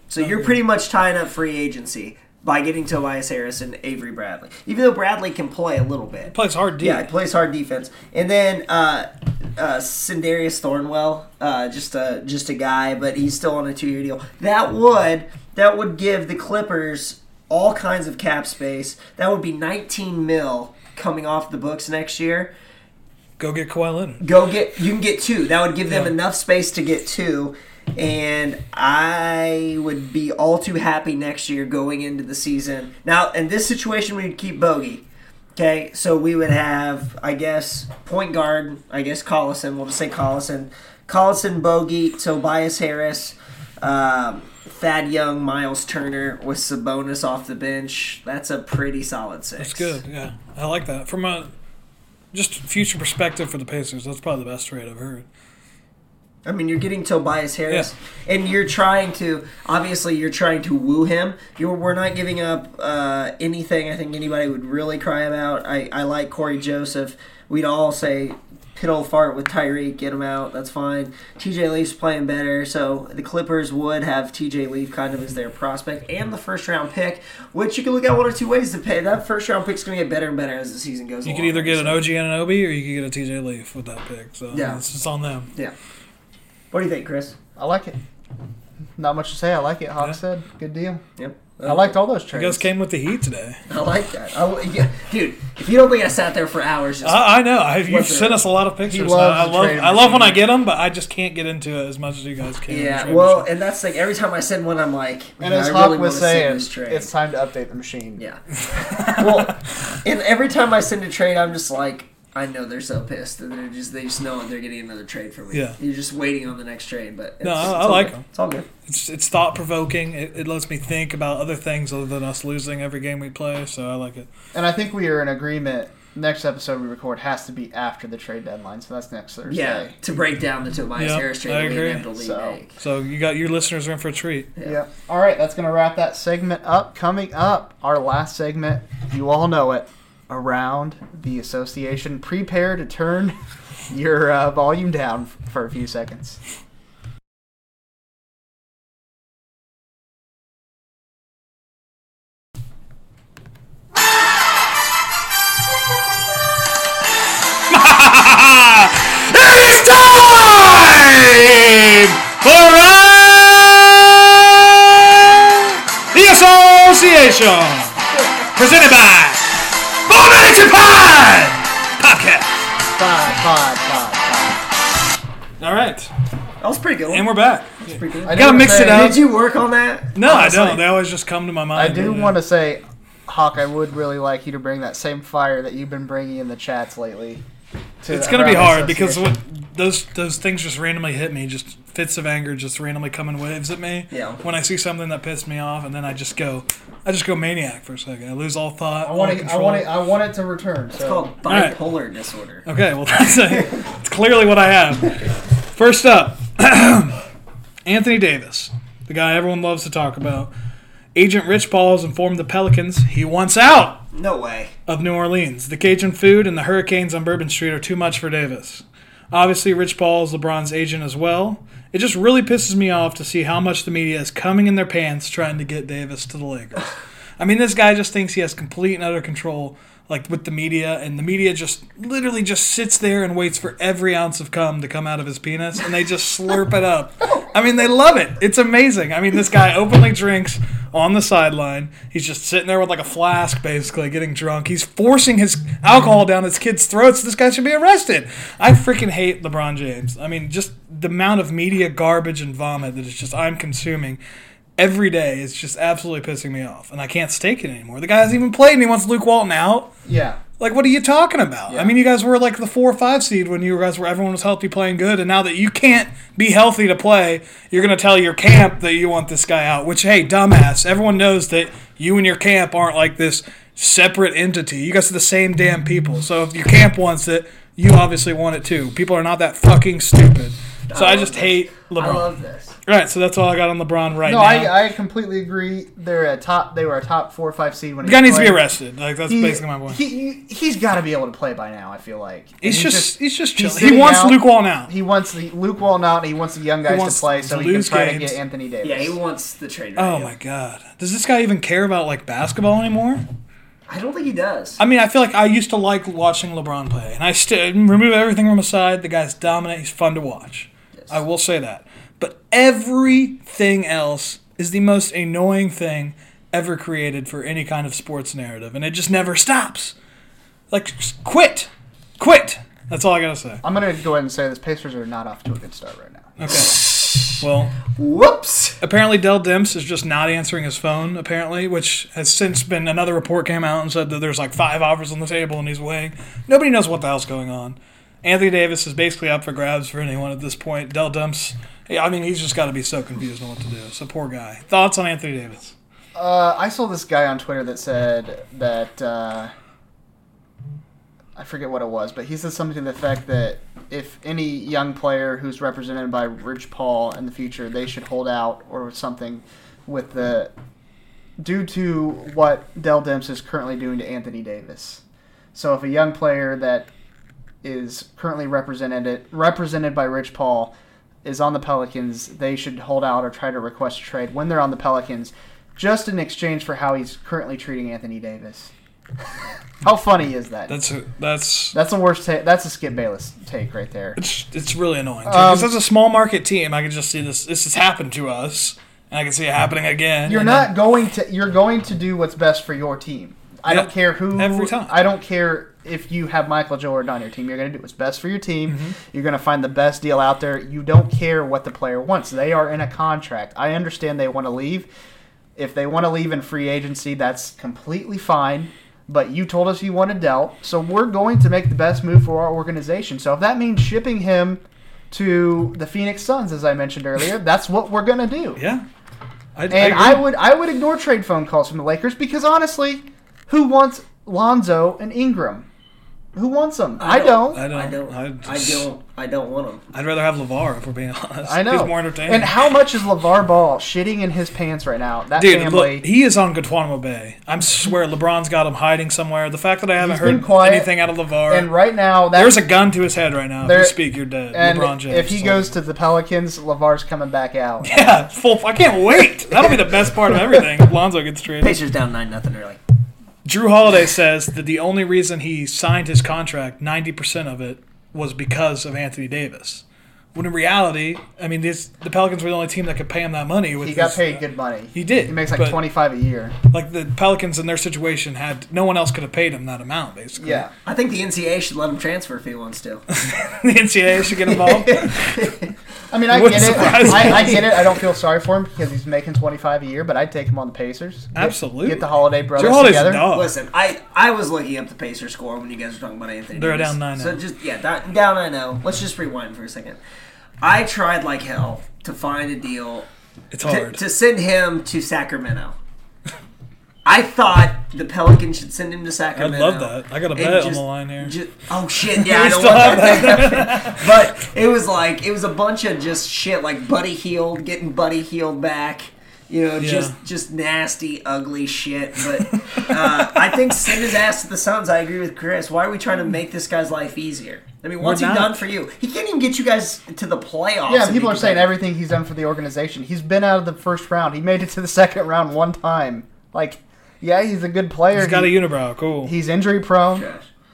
[SPEAKER 8] So you're pretty much tying up free agency by getting Tobias Harris and Avery Bradley, even though Bradley can play a little bit.
[SPEAKER 5] Plays hard D.
[SPEAKER 8] Yeah, he plays hard defense. And then uh, uh, Sindarius Thornwell, uh, just a just a guy, but he's still on a two year deal. That would that would give the Clippers all kinds of cap space. That would be 19 mil coming off the books next year.
[SPEAKER 5] Go get Kawhi Leonard.
[SPEAKER 8] Go get you can get two. That would give them enough space to get two. And I would be all too happy next year going into the season. Now, in this situation, we'd keep Bogey. Okay, so we would have, I guess, point guard, I guess Collison, we'll just say Collison. Collison, Bogey, Tobias Harris, um, Thad Young, Miles Turner with Sabonis off the bench. That's a pretty solid six.
[SPEAKER 5] It's good. Yeah, I like that. From a just future perspective for the Pacers, that's probably the best trade I've heard.
[SPEAKER 8] I mean, you're getting Tobias Harris, and you're trying to obviously you're trying to woo him. You're we're not giving up uh, anything. I think anybody would really cry about. I I like Corey Joseph. We'd all say piddle fart with Tyreek, get him out. That's fine. T.J. Leaf's playing better, so the Clippers would have T.J. Leaf kind of as their prospect and the first round pick, which you can look at one or two ways to pay. That first round pick's going to get better and better as the season goes.
[SPEAKER 5] You
[SPEAKER 8] along.
[SPEAKER 5] could either get an OG and an OB, or you could get a TJ Leaf with that pick. So
[SPEAKER 8] Yeah.
[SPEAKER 5] it's just on them.
[SPEAKER 8] yeah. What do you think, Chris?
[SPEAKER 6] I like it. Not much to say. I like it. Hawk
[SPEAKER 5] Yeah.
[SPEAKER 6] said, "Good deal."
[SPEAKER 8] Yep.
[SPEAKER 6] I liked all those
[SPEAKER 5] You guys
[SPEAKER 6] trades.
[SPEAKER 5] came with the heat today.
[SPEAKER 8] I like that. I, yeah, dude, if you don't think I sat there for hours, just,
[SPEAKER 5] I, I know. I, you've
[SPEAKER 8] What's it?
[SPEAKER 5] sent us a lot of pictures.
[SPEAKER 6] loves
[SPEAKER 5] I, I
[SPEAKER 6] the
[SPEAKER 5] love.
[SPEAKER 6] trade
[SPEAKER 5] I love when I
[SPEAKER 6] machine.
[SPEAKER 5] get them, but I just can't get into it as much as you guys can. The
[SPEAKER 8] yeah.
[SPEAKER 5] trade
[SPEAKER 8] Well,
[SPEAKER 5] machine.
[SPEAKER 8] and that's like every time I send one, I'm like,
[SPEAKER 6] and
[SPEAKER 8] "Man,
[SPEAKER 6] as
[SPEAKER 8] I
[SPEAKER 6] Hawk
[SPEAKER 8] really
[SPEAKER 6] was
[SPEAKER 8] wanna see
[SPEAKER 6] saying,
[SPEAKER 8] this trade."
[SPEAKER 6] it's time to update the machine.
[SPEAKER 8] Yeah. well, and every time I send a trade, I'm just like, I know they're so pissed, and they're just they just know they're getting another trade from me.
[SPEAKER 5] Yeah.
[SPEAKER 8] You're just waiting on the next trade, but it's,
[SPEAKER 5] No, I-
[SPEAKER 8] it's
[SPEAKER 5] I
[SPEAKER 8] all
[SPEAKER 5] like
[SPEAKER 8] good.
[SPEAKER 5] 'em.
[SPEAKER 8] It's all good.
[SPEAKER 5] it's, it's thought provoking. It, it lets me think about other things other than us losing every game we play. So I like it.
[SPEAKER 6] And I think we are in agreement. Next episode we record has to be after the trade deadline, so that's next Thursday.
[SPEAKER 8] Yeah, to break down the Tobias
[SPEAKER 5] Yep,
[SPEAKER 8] Harris
[SPEAKER 5] I
[SPEAKER 8] trade, we
[SPEAKER 5] agree.
[SPEAKER 8] didn't have to leave.
[SPEAKER 6] So-
[SPEAKER 8] Nate.
[SPEAKER 5] So you got your listeners are in for a treat.
[SPEAKER 6] Yeah. All right, that's going to wrap that segment up. Coming up, our last segment, you all know it, around the association. Prepare to turn your uh, volume down f- for a few seconds.
[SPEAKER 2] It's time for uh, the association presented by Four Minutes of Pod Podcast.
[SPEAKER 6] Five, five, five, five.
[SPEAKER 5] All right,
[SPEAKER 8] That was pretty good. One.
[SPEAKER 5] and we're back.
[SPEAKER 8] That's pretty good.
[SPEAKER 6] I do
[SPEAKER 5] Gotta
[SPEAKER 6] wanna
[SPEAKER 5] mix
[SPEAKER 6] say-
[SPEAKER 5] it up.
[SPEAKER 8] Did you work on that?
[SPEAKER 5] No,
[SPEAKER 8] Honestly.
[SPEAKER 5] I don't. They always just come to my
[SPEAKER 6] I
[SPEAKER 5] mind. uh,
[SPEAKER 6] do
[SPEAKER 5] Yeah.
[SPEAKER 6] want to say, Hawk, I would really like you to bring that same fire that you've been bringing in the chats lately. To
[SPEAKER 5] It's gonna be
[SPEAKER 6] around the
[SPEAKER 5] hard because
[SPEAKER 6] association.
[SPEAKER 5] what, those those things just randomly hit me. Just fits of anger just randomly come in waves at me.
[SPEAKER 8] Yeah.
[SPEAKER 5] When I see something that pissed me off, and then I just go, I just go maniac for a second. I lose all thought.
[SPEAKER 6] I want
[SPEAKER 5] all
[SPEAKER 6] it. I
[SPEAKER 5] control.
[SPEAKER 6] want it. I want it to return. So.
[SPEAKER 8] It's called
[SPEAKER 5] right.
[SPEAKER 8] Oh, bipolar disorder.
[SPEAKER 5] Okay, well that's a, it's clearly what I have. First up, Anthony Davis, the guy everyone loves to talk about. Agent Rich Paul has informed the Pelicans he wants out.
[SPEAKER 8] No way.
[SPEAKER 5] of New Orleans. The Cajun food and the hurricanes on Bourbon Street are too much for Davis. Obviously, Rich Paul is LeBron's agent as well. It just really pisses me off to see how much the media is coming in their pants trying to get Davis to the Lakers. I mean, this guy just thinks he has complete and utter control, like with the media, and the media just literally just sits there and waits for every ounce of cum to come out of his penis, and they just slurp it up. I mean, they love it. It's amazing. I mean, this guy openly drinks on the sideline. He's just sitting there with like a flask, basically getting drunk. He's forcing his alcohol down his kids' throats. This guy should be arrested. I freaking hate LeBron James. I mean, just the amount of media garbage and vomit that is just I'm consuming every day is just absolutely pissing me off, and I can't stake it anymore. The guy hasn't even played, and he wants Luke Walton out.
[SPEAKER 6] yeah.
[SPEAKER 5] Like, what are you talking about? I mean, you guys were like the four or five seed when you guys were everyone was healthy, playing good, and now that you can't be healthy to play, you're gonna tell your camp that you want this guy out. Which, hey, dumbass, everyone knows that you and your camp aren't like this separate entity. You guys are the same damn people. So if your camp wants it, you obviously want it too. People are not that fucking stupid. So I, just hate LeBron.
[SPEAKER 8] I love this.
[SPEAKER 5] All right, so that's all I got on LeBron right
[SPEAKER 6] No,
[SPEAKER 5] now.
[SPEAKER 6] I, I completely agree. They're a top. They were a top four or five seed when
[SPEAKER 5] The guy needs to be arrested. Like that's
[SPEAKER 6] He,
[SPEAKER 5] basically my point.
[SPEAKER 6] He, he has got to be able to play by now. I feel like
[SPEAKER 5] he's,
[SPEAKER 6] And
[SPEAKER 5] just, he's just chilling. He
[SPEAKER 6] sitting
[SPEAKER 5] wants
[SPEAKER 6] out.
[SPEAKER 5] Luke Walton out.
[SPEAKER 6] he wants the Luke Walton out, and he wants the young guys
[SPEAKER 5] wants
[SPEAKER 6] to play, so
[SPEAKER 5] to
[SPEAKER 6] he can
[SPEAKER 5] lose
[SPEAKER 6] try to
[SPEAKER 5] games.
[SPEAKER 6] get Anthony Davis.
[SPEAKER 8] Yeah, he wants the trade.
[SPEAKER 5] oh
[SPEAKER 8] value.
[SPEAKER 5] my god, does this guy even care about like basketball anymore?
[SPEAKER 8] I don't think he does.
[SPEAKER 5] I mean, I feel like I used to like watching LeBron play, and I still remove everything from his side. The guy's dominant. He's fun to watch. I will say that. But everything else is the most annoying thing ever created for any kind of sports narrative, and it just never stops. Like, just quit, quit. That's all I gotta say.
[SPEAKER 6] I'm gonna go ahead and say this: Pacers are not off to a good start right now.
[SPEAKER 5] Okay. Well,
[SPEAKER 8] Whoops.
[SPEAKER 5] apparently Dell Demps is just not answering his phone. Apparently, which has since been another report came out and said that there's like five offers on the table and he's weighing. Nobody knows what the hell's going on. Anthony Davis is basically up for grabs for anyone at this point. Dell Demps, I mean, he's just got to be so confused on what to do. So poor guy. Thoughts on Anthony Davis?
[SPEAKER 6] Uh, I saw this guy on Twitter that said that uh, I forget what it was, but he said something to the effect that if any young player who's represented by Rich Paul in the future, they should hold out or something with the due to what Dell Demps is currently doing to Anthony Davis. So if a young player that is currently represented represented by Rich Paul is on the Pelicans, they should hold out or try to request a trade when they're on the Pelicans, just in exchange for how he's currently treating Anthony Davis. how funny is that?
[SPEAKER 5] That's that's
[SPEAKER 6] That's the worst. Ta- that's a Skip Bayless take right there. Um,
[SPEAKER 5] it's really annoying. Because as a small market team, I can just see this. This has happened to us. and I can see it happening again.
[SPEAKER 6] You're
[SPEAKER 5] and
[SPEAKER 6] not going to. You're going to do what's best for your team. I
[SPEAKER 5] Yep.
[SPEAKER 6] don't care who.
[SPEAKER 5] Every time.
[SPEAKER 6] I don't care if you have Michael Jordan on your team. You're going to do what's best for your team.
[SPEAKER 5] Mm-hmm.
[SPEAKER 6] You're going to find the best deal out there. You don't care what the player wants. They are in a contract. I understand they want to leave. If they want to leave in free agency, that's completely fine. But you told us you wanted Dell, so we're going to make the best move for our organization. So if that means shipping him to the Phoenix Suns, as I mentioned earlier, that's what we're going to do.
[SPEAKER 5] then- yeah. I,
[SPEAKER 6] And
[SPEAKER 5] agree.
[SPEAKER 6] I, would I would ignore trade phone calls from the Lakers because honestly, who wants Lonzo and Ingram? Who wants them? I, don't.
[SPEAKER 5] I don't.
[SPEAKER 8] I don't. I,
[SPEAKER 5] just-
[SPEAKER 8] don't. I don't want him.
[SPEAKER 5] I'd rather have Levar if we're being honest.
[SPEAKER 6] I know.
[SPEAKER 5] He's more entertaining.
[SPEAKER 6] And how much is LeVar Ball shitting in his pants right now? That
[SPEAKER 5] Dude,
[SPEAKER 6] family.
[SPEAKER 5] look, he is on Guantanamo Bay. I swear, LeBron's got him hiding somewhere. The fact that I haven't
[SPEAKER 6] He's been
[SPEAKER 5] heard
[SPEAKER 6] quiet,
[SPEAKER 5] anything out of Levar,
[SPEAKER 6] and right now, that,
[SPEAKER 5] there's a gun to his head right now. If
[SPEAKER 6] There-
[SPEAKER 5] you speak, you're dead.
[SPEAKER 6] and
[SPEAKER 5] LeBron James.
[SPEAKER 6] if he
[SPEAKER 5] So-
[SPEAKER 6] goes to the Pelicans, LeVar's coming back out.
[SPEAKER 5] yeah, full. I can't wait. That'll be the best part of everything. If Lonzo gets traded.
[SPEAKER 8] Pacers down nine nothing early.
[SPEAKER 5] Drew Holiday says that the only reason he signed his contract, ninety percent of it, was because of Anthony Davis. When in reality, I mean, this, the Pelicans were the only team that could pay him that money. With
[SPEAKER 6] He got
[SPEAKER 5] this-
[SPEAKER 6] paid good money.
[SPEAKER 5] He did.
[SPEAKER 6] He makes like
[SPEAKER 5] but-
[SPEAKER 6] twenty five a year.
[SPEAKER 5] Like the Pelicans in their situation had no one else could have paid him that amount. Basically,
[SPEAKER 6] Yeah.
[SPEAKER 8] I think the NCAA should let him transfer if he wants to.
[SPEAKER 5] the NCAA should get involved.
[SPEAKER 6] I mean, I
[SPEAKER 5] Wouldn't
[SPEAKER 6] get it.
[SPEAKER 5] surprise
[SPEAKER 6] I, I
[SPEAKER 5] me.
[SPEAKER 6] get it. I don't feel sorry for him because he's making twenty five a year, but I'd take him on the Pacers. Get-
[SPEAKER 5] Absolutely.
[SPEAKER 6] Get the Holiday brothers
[SPEAKER 5] Drew Holiday's
[SPEAKER 6] together.
[SPEAKER 5] a dog.
[SPEAKER 8] Listen, I, I was looking up the Pacer score when you guys were talking about Anthony.
[SPEAKER 5] They're
[SPEAKER 8] Davis.
[SPEAKER 5] down 9-0.
[SPEAKER 8] So just yeah, down, down I know. Let's just rewind for a second. I tried like hell to find a deal
[SPEAKER 5] It's
[SPEAKER 8] to,
[SPEAKER 5] hard.
[SPEAKER 8] to send him to Sacramento. I thought the Pelicans should send him to Sacramento.
[SPEAKER 5] that. I got a
[SPEAKER 8] And
[SPEAKER 5] bet on the line here.
[SPEAKER 8] ju- oh shit! Yeah, I don't
[SPEAKER 5] still
[SPEAKER 8] want
[SPEAKER 5] have
[SPEAKER 8] that. to happen. but it was like it was a bunch of just shit, like Buddy Healed getting Buddy Healed back. You know, just just nasty, ugly shit. But uh, I think send his ass to the Suns. I agree with Chris. Why are we trying to make this guy's life easier? I mean, what's he
[SPEAKER 5] not.
[SPEAKER 8] done for you? He can't even get you guys to the playoffs.
[SPEAKER 6] Yeah,
[SPEAKER 8] if
[SPEAKER 6] people
[SPEAKER 8] he
[SPEAKER 6] are saying
[SPEAKER 8] can-
[SPEAKER 6] everything he's done for the organization. He's been out of the first round. He made it to the second round one time. Like, yeah, he's a good player.
[SPEAKER 5] He's got a
[SPEAKER 6] He-
[SPEAKER 5] unibrow. Cool.
[SPEAKER 6] he's injury prone.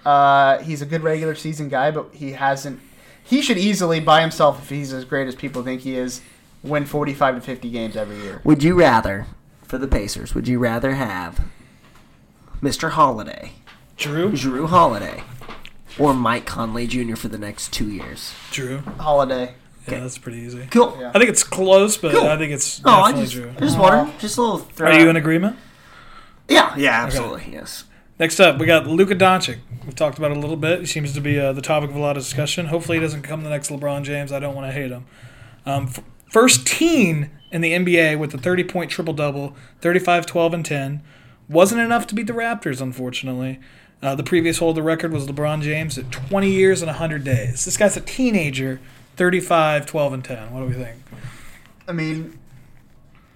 [SPEAKER 6] Uh, he's a good regular season guy, but he hasn't. He should easily by himself, if he's as great as people think he is, win forty-five to fifty games every year.
[SPEAKER 8] Would you rather, for the Pacers, would you rather have Mr. Holiday,
[SPEAKER 5] Drew.
[SPEAKER 8] Drew Holiday, or Mike Conley Jr. for the next two years?
[SPEAKER 5] Drew.
[SPEAKER 6] Holiday.
[SPEAKER 5] Yeah, that's pretty easy.
[SPEAKER 8] Cool.
[SPEAKER 6] Yeah.
[SPEAKER 5] I think it's close, but
[SPEAKER 8] Cool.
[SPEAKER 5] I think it's
[SPEAKER 8] No, I
[SPEAKER 5] definitely
[SPEAKER 8] just,
[SPEAKER 5] Drew.
[SPEAKER 8] I just wanted, just a little throw.
[SPEAKER 5] Are you in agreement?
[SPEAKER 8] Yeah, yeah, absolutely, yes.
[SPEAKER 5] Next up, we got Luka Doncic. We talked about it a little bit. He seems to be uh, the topic of a lot of discussion. Hopefully, he doesn't become the next LeBron James. I don't want to hate him. Um, f- first teen in the NBA with a 30 point triple double, 35, 12, and 10. Wasn't enough to beat the Raptors, unfortunately. Uh, the previous holder of the record was LeBron James at 20 years and 100 days. This guy's a teenager, 35, 12, and 10. What do we think?
[SPEAKER 6] I mean,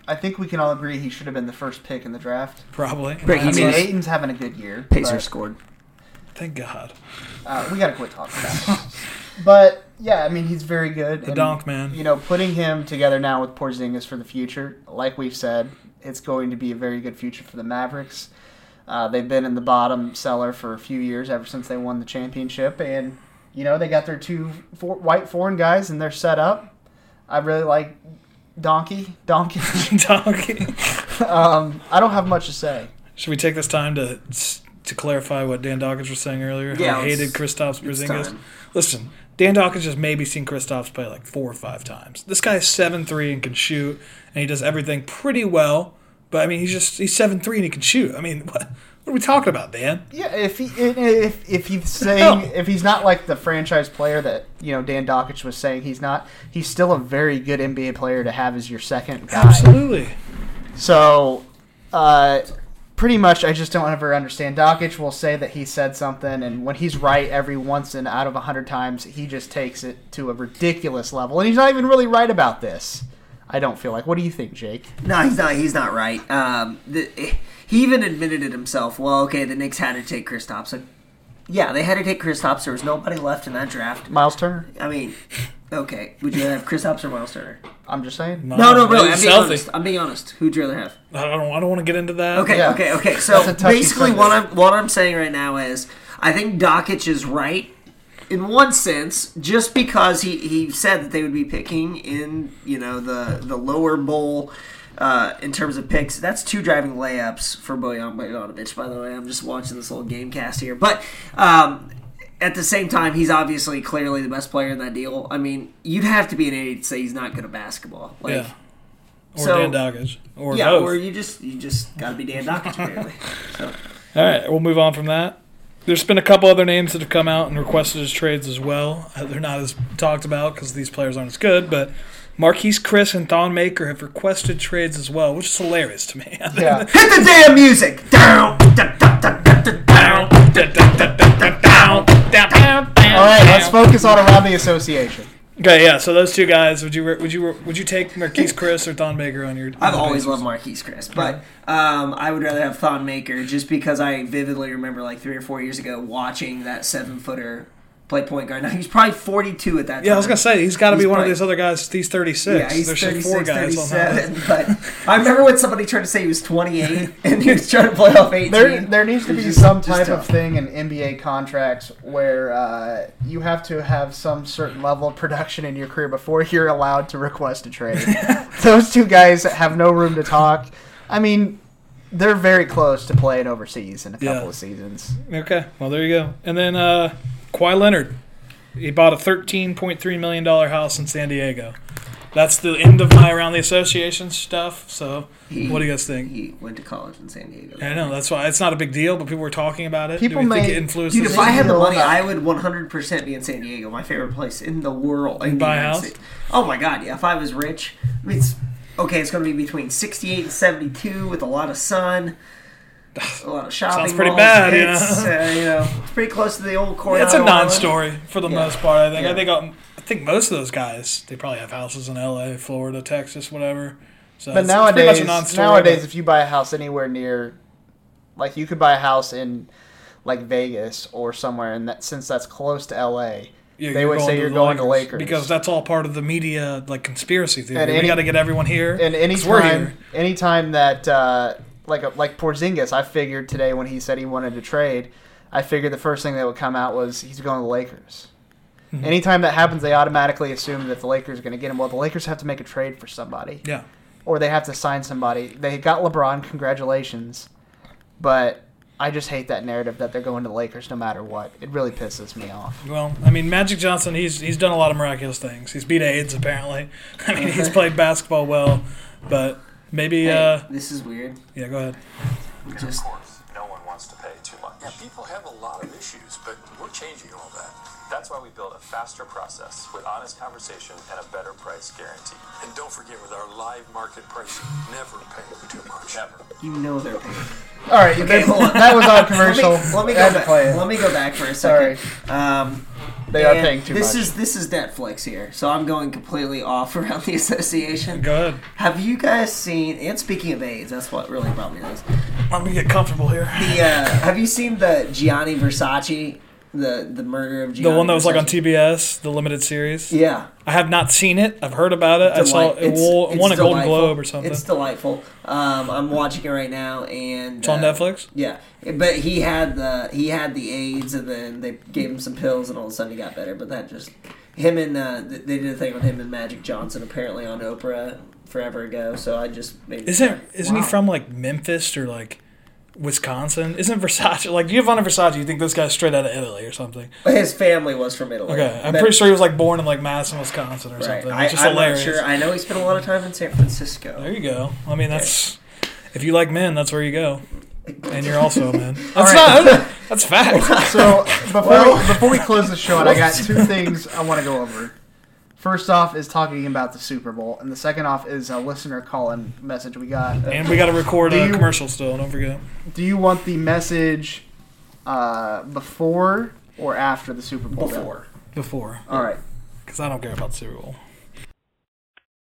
[SPEAKER 6] I think we can all agree he should have been the first pick in the draft.
[SPEAKER 5] Probably.
[SPEAKER 8] Breaking
[SPEAKER 6] I
[SPEAKER 5] That's
[SPEAKER 6] mean,
[SPEAKER 5] us.
[SPEAKER 8] news.
[SPEAKER 6] Aiton's having a good year.
[SPEAKER 8] Pacers
[SPEAKER 6] but-
[SPEAKER 8] scored.
[SPEAKER 5] Thank God.
[SPEAKER 6] Uh, we gotta quit talking about it. But yeah, I mean he's very good. The
[SPEAKER 5] donk man.
[SPEAKER 6] You know, putting him together now with Porzingis for the future, like we've said, it's going to be a very good future for the Mavericks. Uh, they've been in the bottom cellar for a few years ever since they won the championship, and you know they got their two four, white foreign guys and they're set up. I really like Donkey Donkey.
[SPEAKER 5] Donkey.
[SPEAKER 6] I don't have much to say.
[SPEAKER 5] Should we take this time to to clarify what Dan Dawkins was saying earlier?
[SPEAKER 8] Yeah,
[SPEAKER 5] how he
[SPEAKER 8] it's-
[SPEAKER 5] hated Kristaps Porzingis.
[SPEAKER 8] time.
[SPEAKER 5] Listen, Dan Dawkins has maybe seen Kristaps play like four or five times. This guy is seven three and can shoot, and he does everything pretty well. But I mean, he's just he's seven three and he can shoot. I mean, what what are we talking about, Dan?
[SPEAKER 6] Yeah, if he if if he's saying if he's not like the franchise player that you know Dan Dockich was saying he's not, he's still a very good NBA player to have as your second guy.
[SPEAKER 5] Absolutely.
[SPEAKER 6] So, uh, pretty much, I just don't ever understand. Dockich will say that he said something, and when he's right every once in out of a hundred times, he just takes it to a ridiculous level, and he's not even really right about this. I don't feel like. What do you think, Jake?
[SPEAKER 8] No, he's not. He's not right. Um, the, he even admitted it himself. Well, okay, the Knicks had to take Kristaps. Like, yeah, they had to take Kristaps. There was nobody left in that draft.
[SPEAKER 6] Miles Turner.
[SPEAKER 8] I mean, okay, would you rather have Kristaps or Miles Turner?
[SPEAKER 6] I'm just saying.
[SPEAKER 8] No, no, really.
[SPEAKER 5] It's
[SPEAKER 8] I'm being
[SPEAKER 5] healthy.
[SPEAKER 8] honest. I'm being honest. Who'd you rather have?
[SPEAKER 5] I don't. I don't want to get into that.
[SPEAKER 8] Okay,
[SPEAKER 6] Yeah.
[SPEAKER 8] okay, okay.
[SPEAKER 6] That's
[SPEAKER 8] So
[SPEAKER 6] a touchy
[SPEAKER 8] basically,
[SPEAKER 6] subject.
[SPEAKER 8] what I'm what I'm saying right now is, I think Dokic is right in one sense, just because he, he said that they would be picking in you know the the lower bowl uh, in terms of picks. That's two driving layups for Bojan Bogdanovic, by the way. I'm just watching this little game cast here. But um, at the same time, he's obviously clearly the best player in that deal. I mean, you'd have to be an idiot to say he's not good at basketball. Like,
[SPEAKER 5] yeah. Or
[SPEAKER 8] so-
[SPEAKER 5] Dan Doggage. Or
[SPEAKER 8] yeah,
[SPEAKER 5] both.
[SPEAKER 8] or you just you just gotta be Dan Dockage apparently. So
[SPEAKER 5] All right, we'll move on from that. There's been a couple other names that have come out and requested as trades as well. Uh, They're not as talked about because these players aren't as good, but Marquise Chris and Thon Maker have requested trades as well, which is hilarious to me.
[SPEAKER 6] Yeah.
[SPEAKER 8] hit the damn music. Down, da, da, da, da, da, down.
[SPEAKER 6] All right, let's focus on around the association.
[SPEAKER 5] Okay, yeah. So those two guys, would you would you would you take Marquise Chris or Thon Maker on your?
[SPEAKER 8] I've always loved Marquise Chris, but um, I would rather have Thon Maker just because I vividly remember like three or four years ago watching that seven footer play point guard. Now he's probably 42 at that time.
[SPEAKER 5] Yeah, I was gonna say he's got to be
[SPEAKER 8] He's
[SPEAKER 5] one of
[SPEAKER 8] probably-
[SPEAKER 5] these other guys. He's 36.
[SPEAKER 8] Yeah, he's
[SPEAKER 5] There's just
[SPEAKER 8] 36,
[SPEAKER 5] four guys on that.
[SPEAKER 8] 37, but I remember when somebody tried to say he was 28 and he was trying to play off 18.
[SPEAKER 6] There, there needs to be some type
[SPEAKER 8] tough.
[SPEAKER 6] of thing in NBA contracts where uh, you have to have some certain level of production in your career before you're allowed to request a trade. Those two guys have no room to talk. I mean, they're very close to playing overseas in a couple
[SPEAKER 5] Yeah.
[SPEAKER 6] of seasons.
[SPEAKER 5] Okay, well there you go. And then uh Kawhi Leonard, he bought a thirteen point three million dollar house in San Diego. That's the end of my around the association stuff. So what do you guys think?
[SPEAKER 8] He went to college in San Diego.
[SPEAKER 5] I know that's why it's not a big deal, but people were talking about it.
[SPEAKER 6] People
[SPEAKER 5] do we think
[SPEAKER 6] may-
[SPEAKER 5] it influences?
[SPEAKER 8] Dude, if I had the
[SPEAKER 6] Deal
[SPEAKER 8] money,
[SPEAKER 6] about-
[SPEAKER 8] I would 100% be in San Diego, my favorite place in the world. In the
[SPEAKER 5] buy a
[SPEAKER 8] United
[SPEAKER 5] house?
[SPEAKER 8] States. Oh my god, yeah. If I was rich, I mean, it's, okay, it's going to be between 68 and 72 with a lot of sun, a lot of shopping.
[SPEAKER 5] Sounds pretty
[SPEAKER 8] malls.
[SPEAKER 5] bad, you
[SPEAKER 8] It's,
[SPEAKER 5] know?
[SPEAKER 8] uh, you know, it's pretty close to the old Coronado.
[SPEAKER 5] it's a
[SPEAKER 8] Island.
[SPEAKER 5] non-story for the
[SPEAKER 8] Yeah.
[SPEAKER 5] most part. I think.
[SPEAKER 8] Yeah.
[SPEAKER 5] I think. um, I think most of those guys they probably have houses in L.A., Florida, Texas, whatever. So
[SPEAKER 6] But
[SPEAKER 5] it's- it's pretty much a
[SPEAKER 6] nowadays,
[SPEAKER 5] non-story,
[SPEAKER 6] nowadays,
[SPEAKER 5] but-
[SPEAKER 6] if you buy a house anywhere near, like you could buy a house in, like Vegas or somewhere, and that since that's close to LA,
[SPEAKER 5] Yeah,
[SPEAKER 6] they would
[SPEAKER 5] going
[SPEAKER 6] say
[SPEAKER 5] to
[SPEAKER 6] you're
[SPEAKER 5] the
[SPEAKER 6] going to Lakers
[SPEAKER 5] because that's all part of the media like conspiracy theory.
[SPEAKER 6] And
[SPEAKER 5] we
[SPEAKER 6] any-
[SPEAKER 5] got to get everyone here.
[SPEAKER 6] And
[SPEAKER 5] 'cause we're
[SPEAKER 6] anytime,
[SPEAKER 5] here.
[SPEAKER 6] anytime that uh, like like Porzingis, I figured today when he said he wanted to trade, I figured the first thing that would come out was he's going to the Lakers.
[SPEAKER 5] Mm-hmm.
[SPEAKER 6] Anytime that happens, they automatically assume that the Lakers are going to get him. Well, the Lakers have to make a trade for somebody,
[SPEAKER 5] yeah,
[SPEAKER 6] or they have to sign somebody. They got LeBron, congratulations, but I just hate that narrative that they're going to the Lakers no matter what. It really pisses me off.
[SPEAKER 5] Well, I mean, Magic Johnson, he's he's done a lot of miraculous things. He's beat AIDS, apparently. I mean, he's played basketball well, but maybe,
[SPEAKER 8] Hey,
[SPEAKER 5] uh,
[SPEAKER 8] this is weird.
[SPEAKER 5] yeah, go ahead.
[SPEAKER 8] Just
[SPEAKER 7] course, no one wants to pay too much. Yeah, people have a lot of issues, but we're changing all that. That's why we built a faster process with honest conversation and a better price guarantee. And don't forget, with our live market pricing, never pay too much. Never.
[SPEAKER 8] you know they're paying.
[SPEAKER 6] All right,
[SPEAKER 8] Okay, hold on.
[SPEAKER 6] that was our
[SPEAKER 8] Let me,
[SPEAKER 6] commercial.
[SPEAKER 8] let me
[SPEAKER 6] I had
[SPEAKER 8] go
[SPEAKER 6] to
[SPEAKER 8] back.
[SPEAKER 6] play it.
[SPEAKER 8] Let me go back for a
[SPEAKER 6] Sorry.
[SPEAKER 8] second. Um,
[SPEAKER 6] They are
[SPEAKER 8] and
[SPEAKER 6] paying too
[SPEAKER 8] this
[SPEAKER 6] much.
[SPEAKER 8] is this is Netflix here, so I'm going completely off around the association.
[SPEAKER 5] Go ahead.
[SPEAKER 8] Have you guys seen? And speaking of AIDS, that's what really brought me to this.
[SPEAKER 5] Let me get comfortable here.
[SPEAKER 8] The, uh, have you seen the Gianni Versace, the the murder of Gianni?
[SPEAKER 5] The one that was like on
[SPEAKER 8] Versace?
[SPEAKER 5] TBS, the limited series.
[SPEAKER 8] Yeah,
[SPEAKER 5] I have not seen it. I've heard about it. I saw
[SPEAKER 8] Delight-
[SPEAKER 5] it won,
[SPEAKER 8] it's
[SPEAKER 5] won a Golden
[SPEAKER 8] delightful.
[SPEAKER 5] Globe or something.
[SPEAKER 8] It's delightful. Um, I'm watching it right now, and it's
[SPEAKER 5] on Netflix?
[SPEAKER 8] Yeah, but he had the he had the AIDS, and then they gave him some pills, and all of a sudden he got better. But that just him and uh, th- they did a thing on him and Magic Johnson apparently on Oprah forever ago. So I just made
[SPEAKER 5] Isn't isn't he
[SPEAKER 8] Wow.
[SPEAKER 5] from like Memphis or like Wisconsin? Isn't Versace like Giovanni Versace? You think this guy's straight out of Italy or something?
[SPEAKER 8] his family was from Italy?
[SPEAKER 5] Okay, I'm
[SPEAKER 8] But-
[SPEAKER 5] pretty sure he was like born in like Madison, Wisconsin or
[SPEAKER 8] Right.
[SPEAKER 5] something.
[SPEAKER 8] I,
[SPEAKER 5] It's just
[SPEAKER 8] I'm
[SPEAKER 5] hilarious.
[SPEAKER 8] not sure. I know he spent a lot of time in San Francisco.
[SPEAKER 5] There you go. I mean, that's if you like men, that's where you go, and you're also a man. That's
[SPEAKER 6] right.
[SPEAKER 5] not. That's fact.
[SPEAKER 6] So before we, before we close the show, out, I got two things I want to go over. First off is talking about the Super Bowl, and the second off is a listener call-in message we got.
[SPEAKER 5] And we got to record
[SPEAKER 6] Do
[SPEAKER 5] a
[SPEAKER 6] you-
[SPEAKER 5] commercial still. Don't forget.
[SPEAKER 6] Do you want the message uh, before or after the Super Bowl?
[SPEAKER 8] Before.
[SPEAKER 5] Before,
[SPEAKER 6] All right.
[SPEAKER 5] because I don't care about Super Bowl.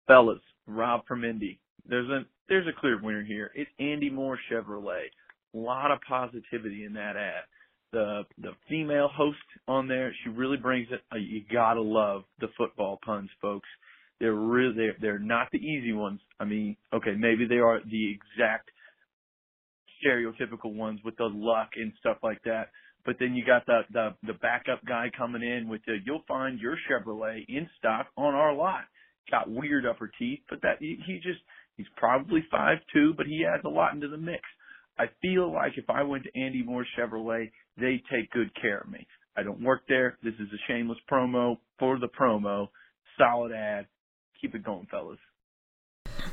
[SPEAKER 9] fellas, Rob from Indy. There's a there's a clear winner here. It's Andy Moore Chevrolet. A lot of positivity in that ad. The the female host on there, she really brings it. Uh, You gotta love the football puns, folks. They're really they're, they're not the easy ones. I mean, okay, maybe they are the exact stereotypical ones with the luck and stuff like that. But then you got the the, the backup guy coming in with the you'll find your Chevrolet in stock on our lot got weird upper teeth, but that he, he just He's probably five two, but he adds a lot into the mix. I feel like if I went to Andy Moore Chevrolet, they take good care of me. I don't work there. This is a shameless promo for the promo. Solid ad. Keep it going, fellas.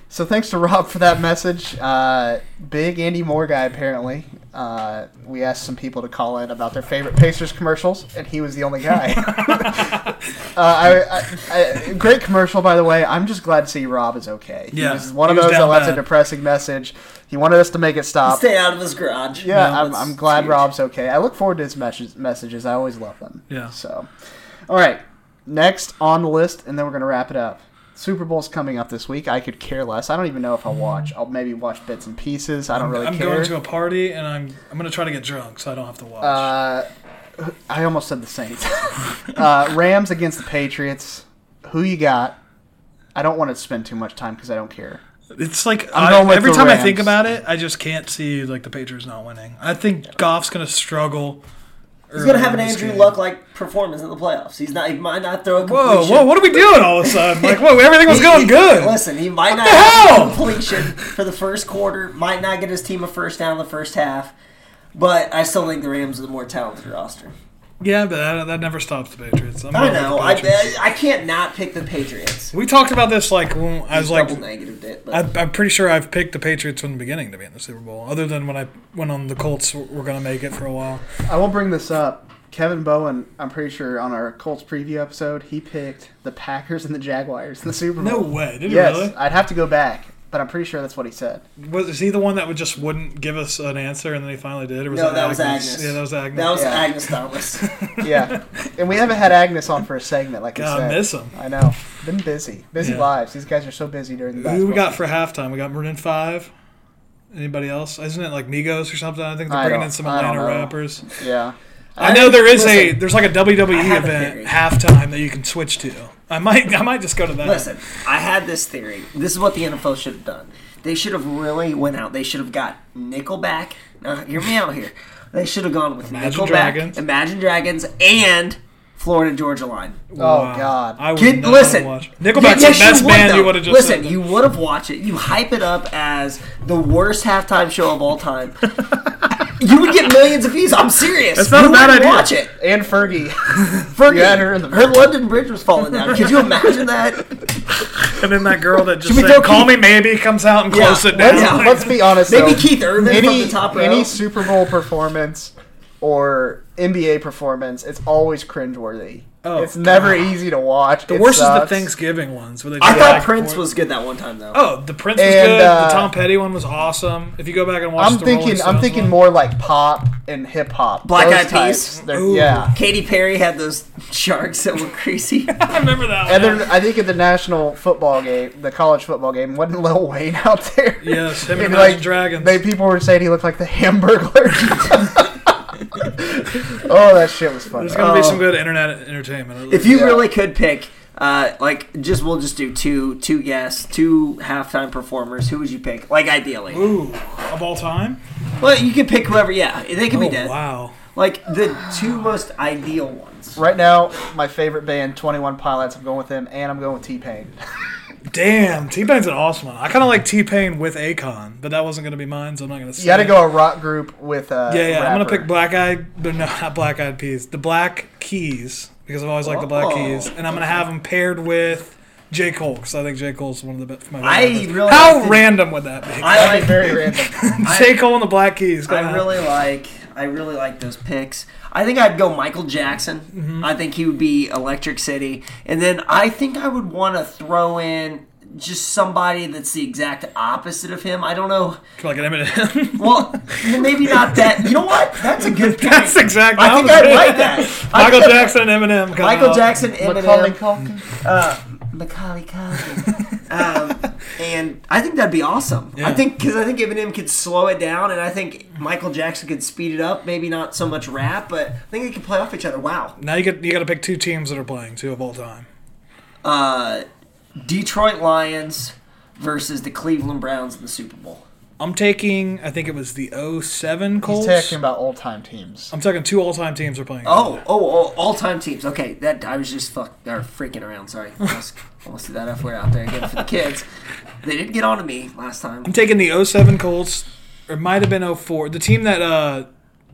[SPEAKER 6] So thanks to Rob for that message. Uh, big Andy Moore guy, apparently. Uh, we asked some people to call in about their favorite Pacers commercials, and he was the only guy. uh, I, I, I, great commercial, by the way. I'm just glad to see Rob is okay. He
[SPEAKER 5] Yeah,
[SPEAKER 6] was one of
[SPEAKER 5] he was
[SPEAKER 6] those that
[SPEAKER 5] down
[SPEAKER 6] left a
[SPEAKER 5] bad.
[SPEAKER 6] depressing message. He wanted us to make it stop.
[SPEAKER 8] Stay out of his garage.
[SPEAKER 6] Yeah,
[SPEAKER 8] No,
[SPEAKER 6] I'm,
[SPEAKER 8] that's
[SPEAKER 6] I'm glad
[SPEAKER 8] huge.
[SPEAKER 6] Rob's okay. I look forward to his mes- messages. I always love them.
[SPEAKER 5] Yeah.
[SPEAKER 6] So, all right. Next on the list, and then we're gonna wrap it up. Super Bowl's coming up this week. I could care less. I don't even know if I'll watch. I'll maybe watch bits and pieces. I don't really
[SPEAKER 5] I'm
[SPEAKER 6] care.
[SPEAKER 5] going to a party and I'm I'm gonna try to get drunk so I don't have to watch.
[SPEAKER 6] I almost said the Saints. uh, Rams against the Patriots. Who you got? I don't want to spend too much time because I don't care.
[SPEAKER 5] it's like
[SPEAKER 6] I'm
[SPEAKER 5] I-
[SPEAKER 6] going with
[SPEAKER 5] every
[SPEAKER 6] the
[SPEAKER 5] time I think
[SPEAKER 6] Rams.
[SPEAKER 5] about it, I just can't see like the Patriots not winning. I think Goff's gonna struggle.
[SPEAKER 8] He's gonna have an Andrew Luck like performance in the playoffs. He's not. He might not throw
[SPEAKER 5] Whoa,
[SPEAKER 8] a completion.
[SPEAKER 5] whoa! What are we doing all of a sudden? Like, whoa! Everything was
[SPEAKER 8] He-
[SPEAKER 5] going
[SPEAKER 8] he-
[SPEAKER 5] good.
[SPEAKER 8] Listen, he might not
[SPEAKER 5] the
[SPEAKER 8] have
[SPEAKER 5] hell?
[SPEAKER 8] a completion for the first quarter. Might not get his team a first down in the first half. But I still think the Rams are the more talented roster.
[SPEAKER 5] Yeah, but that, that never stops the Patriots. I'm
[SPEAKER 8] I
[SPEAKER 5] going with the
[SPEAKER 8] know. I,
[SPEAKER 5] Patriots.
[SPEAKER 8] I I can't not pick the Patriots.
[SPEAKER 5] We talked about this like when I was like
[SPEAKER 8] Double negative it, but
[SPEAKER 5] I, I'm pretty sure I've picked the Patriots from the beginning to be in the Super Bowl, other than when I went on the Colts were going to make it for a while.
[SPEAKER 6] I will bring this up. Kevin Bowen, I'm pretty sure on our Colts preview episode, he picked the Packers and the Jaguars in the Super
[SPEAKER 5] No
[SPEAKER 6] Bowl.
[SPEAKER 5] way, did he
[SPEAKER 6] Yes,
[SPEAKER 5] really?
[SPEAKER 6] I'd have to go back, but I'm pretty sure that's what he said.
[SPEAKER 5] Was is he the one that would just wouldn't give us an answer, and then he finally did? Or was
[SPEAKER 8] no, that was Agnes.
[SPEAKER 5] Yeah, that was Agnes.
[SPEAKER 8] That was
[SPEAKER 6] Yeah.
[SPEAKER 8] Agnes Thomas.
[SPEAKER 6] Yeah, and we haven't had Agnes on for a segment, like I
[SPEAKER 5] God,
[SPEAKER 6] said.
[SPEAKER 5] I miss him.
[SPEAKER 6] I know, been busy, busy
[SPEAKER 5] Yeah.
[SPEAKER 6] lives. These guys are so busy during the.
[SPEAKER 5] Who we
[SPEAKER 6] basketball
[SPEAKER 5] got for halftime? We got Maroon Five. Anybody else? Isn't it like Migos or something? I think
[SPEAKER 6] I
[SPEAKER 5] they're bringing
[SPEAKER 6] don't-
[SPEAKER 5] in some
[SPEAKER 6] I don't
[SPEAKER 5] Atlanta
[SPEAKER 6] know.
[SPEAKER 5] rappers.
[SPEAKER 6] season. Yeah,
[SPEAKER 5] I, know there is a
[SPEAKER 8] listen,
[SPEAKER 5] there's like a WWE
[SPEAKER 8] I have a
[SPEAKER 5] event
[SPEAKER 8] theory.
[SPEAKER 5] halftime that you can switch to. I might I might just go to that.
[SPEAKER 8] Listen, I had this theory. This is what the NFL should have done. They should have really went out. They should have got Nickelback. Now, hear me out here. They should have gone with
[SPEAKER 5] Imagine
[SPEAKER 8] Nickelback,
[SPEAKER 5] Dragons.
[SPEAKER 8] Imagine Dragons, and Florida Georgia Line.
[SPEAKER 6] Oh
[SPEAKER 5] Wow.
[SPEAKER 6] God.
[SPEAKER 5] Uh, I would
[SPEAKER 8] Get
[SPEAKER 5] not
[SPEAKER 8] listen.
[SPEAKER 5] watch.
[SPEAKER 8] Yes,
[SPEAKER 5] Nickelback's
[SPEAKER 8] you
[SPEAKER 5] the best
[SPEAKER 8] would,
[SPEAKER 5] band
[SPEAKER 8] though.
[SPEAKER 5] you would have just
[SPEAKER 8] listen.
[SPEAKER 5] said.
[SPEAKER 8] You would have watched it. You hype it up as the worst halftime show of all time. you would get millions of views. I'm serious.
[SPEAKER 5] That's not
[SPEAKER 8] You
[SPEAKER 5] a bad
[SPEAKER 8] would
[SPEAKER 5] idea.
[SPEAKER 8] Watch it.
[SPEAKER 6] and Fergie.
[SPEAKER 8] Fergie,
[SPEAKER 6] You had her in the-
[SPEAKER 8] London Bridge was falling down. Could you imagine that?
[SPEAKER 5] And then that girl that just
[SPEAKER 8] we
[SPEAKER 5] said,
[SPEAKER 8] throw
[SPEAKER 5] "Call me
[SPEAKER 8] Keith-
[SPEAKER 5] maybe" comes out and
[SPEAKER 8] Yeah,
[SPEAKER 5] close it down.
[SPEAKER 6] Let's,
[SPEAKER 8] Yeah.
[SPEAKER 6] let's be honest.
[SPEAKER 8] Maybe
[SPEAKER 6] though.
[SPEAKER 8] Keith Urban from
[SPEAKER 6] any
[SPEAKER 8] the top row.
[SPEAKER 6] any Super Bowl performance or NBA performance, it's always cringeworthy.
[SPEAKER 5] Oh,
[SPEAKER 6] it's never easy to watch.
[SPEAKER 5] The
[SPEAKER 6] It
[SPEAKER 5] worst is
[SPEAKER 6] sucks.
[SPEAKER 5] the Thanksgiving ones where they.
[SPEAKER 8] I
[SPEAKER 5] just back
[SPEAKER 8] thought
[SPEAKER 5] and
[SPEAKER 8] Prince
[SPEAKER 5] forth.
[SPEAKER 8] was good that one time though.
[SPEAKER 5] Oh, the Prince was
[SPEAKER 6] And,
[SPEAKER 5] good.
[SPEAKER 6] uh,
[SPEAKER 5] the Tom Petty one was awesome. If you go back and watch,
[SPEAKER 6] I'm
[SPEAKER 5] the Rolling
[SPEAKER 6] thinking. I'm
[SPEAKER 5] Stones
[SPEAKER 6] thinking
[SPEAKER 5] one-
[SPEAKER 6] more like pop and hip hop.
[SPEAKER 8] Black
[SPEAKER 6] Those
[SPEAKER 8] Eyed Peas?
[SPEAKER 6] types. They're-
[SPEAKER 5] Ooh.
[SPEAKER 6] Yeah.
[SPEAKER 8] Katy Perry had those sharks that were crazy.
[SPEAKER 5] I remember that.
[SPEAKER 6] And
[SPEAKER 5] one.
[SPEAKER 6] then I think at the national football game, the college football game, wasn't Lil Wayne out there?
[SPEAKER 5] yes, him and
[SPEAKER 6] And,
[SPEAKER 5] Imagine Dragons.
[SPEAKER 6] They people were saying he looked like the Hamburglar. oh, that shit was funny.
[SPEAKER 5] There's gonna be some good internet entertainment. at
[SPEAKER 8] if
[SPEAKER 5] least.
[SPEAKER 8] you really could pick, uh, like just we'll just do two two guests, two halftime performers. Who would you pick? Like ideally,
[SPEAKER 5] Ooh, of all time.
[SPEAKER 8] well you could pick whoever. Yeah, they could
[SPEAKER 5] Oh
[SPEAKER 8] be dead.
[SPEAKER 5] wow.
[SPEAKER 8] Like the two most ideal ones.
[SPEAKER 6] Right now, my favorite band, Twenty One Pilots. I'm going with them, and I'm going with T Pain.
[SPEAKER 5] Damn, T Pain's an awesome one. I kind of like T Pain with Akon, but that wasn't gonna be mine, so I'm not gonna. Say
[SPEAKER 6] You got to
[SPEAKER 5] it.
[SPEAKER 6] go a rock group with a
[SPEAKER 5] Yeah, yeah. I'm gonna
[SPEAKER 6] rapper.
[SPEAKER 5] pick Black Eyed, but no, not Black Eyed Peas. The Black Keys, because I've always liked the Black
[SPEAKER 8] Oh.
[SPEAKER 5] Keys, and I'm gonna have them paired with J Cole, because I think J Cole's one of the best. My
[SPEAKER 8] I
[SPEAKER 5] favorites.
[SPEAKER 8] really
[SPEAKER 5] How
[SPEAKER 8] like the-
[SPEAKER 5] random would that be?
[SPEAKER 8] I like
[SPEAKER 6] Very random.
[SPEAKER 5] J Cole and the Black Keys. go
[SPEAKER 8] I
[SPEAKER 5] on.
[SPEAKER 8] really like I really like those picks. I think I'd go Michael Jackson. I think he would be Electric City, and then I think I would want to throw in just somebody that's the exact opposite of him. I don't know.
[SPEAKER 5] like an Eminem.
[SPEAKER 8] Well, maybe not that. You know what? That's a good pick.
[SPEAKER 5] That's exactly.
[SPEAKER 8] I think I'd like that. I
[SPEAKER 5] Michael
[SPEAKER 8] think-
[SPEAKER 5] Jackson and Eminem. come
[SPEAKER 8] Michael
[SPEAKER 5] out.
[SPEAKER 8] Jackson,
[SPEAKER 6] Macaulay
[SPEAKER 8] Eminem,
[SPEAKER 6] Culkin.
[SPEAKER 8] Macaulay Culkin. um, and I think that'd be awesome. I think because I think Eminem could slow it down, and I think Michael Jackson could speed it up. Maybe not so much rap, but I think they could play off each other. Wow.
[SPEAKER 5] Now you got you got to pick two teams that are playing two of all time.
[SPEAKER 8] Uh, Detroit Lions versus the Cleveland Browns in the Super Bowl.
[SPEAKER 5] I'm taking. I think it was the 07 Colts.
[SPEAKER 6] He's talking about all time teams.
[SPEAKER 5] I'm talking two all-time teams are playing.
[SPEAKER 8] Oh, oh, oh all time teams. Okay, that I was just fuck or freaking around. Sorry, almost, almost threw that F word out there again for the kids. They didn't get on to me last time.
[SPEAKER 5] I'm taking the 07 Colts. Or it might have been 04. The team that uh,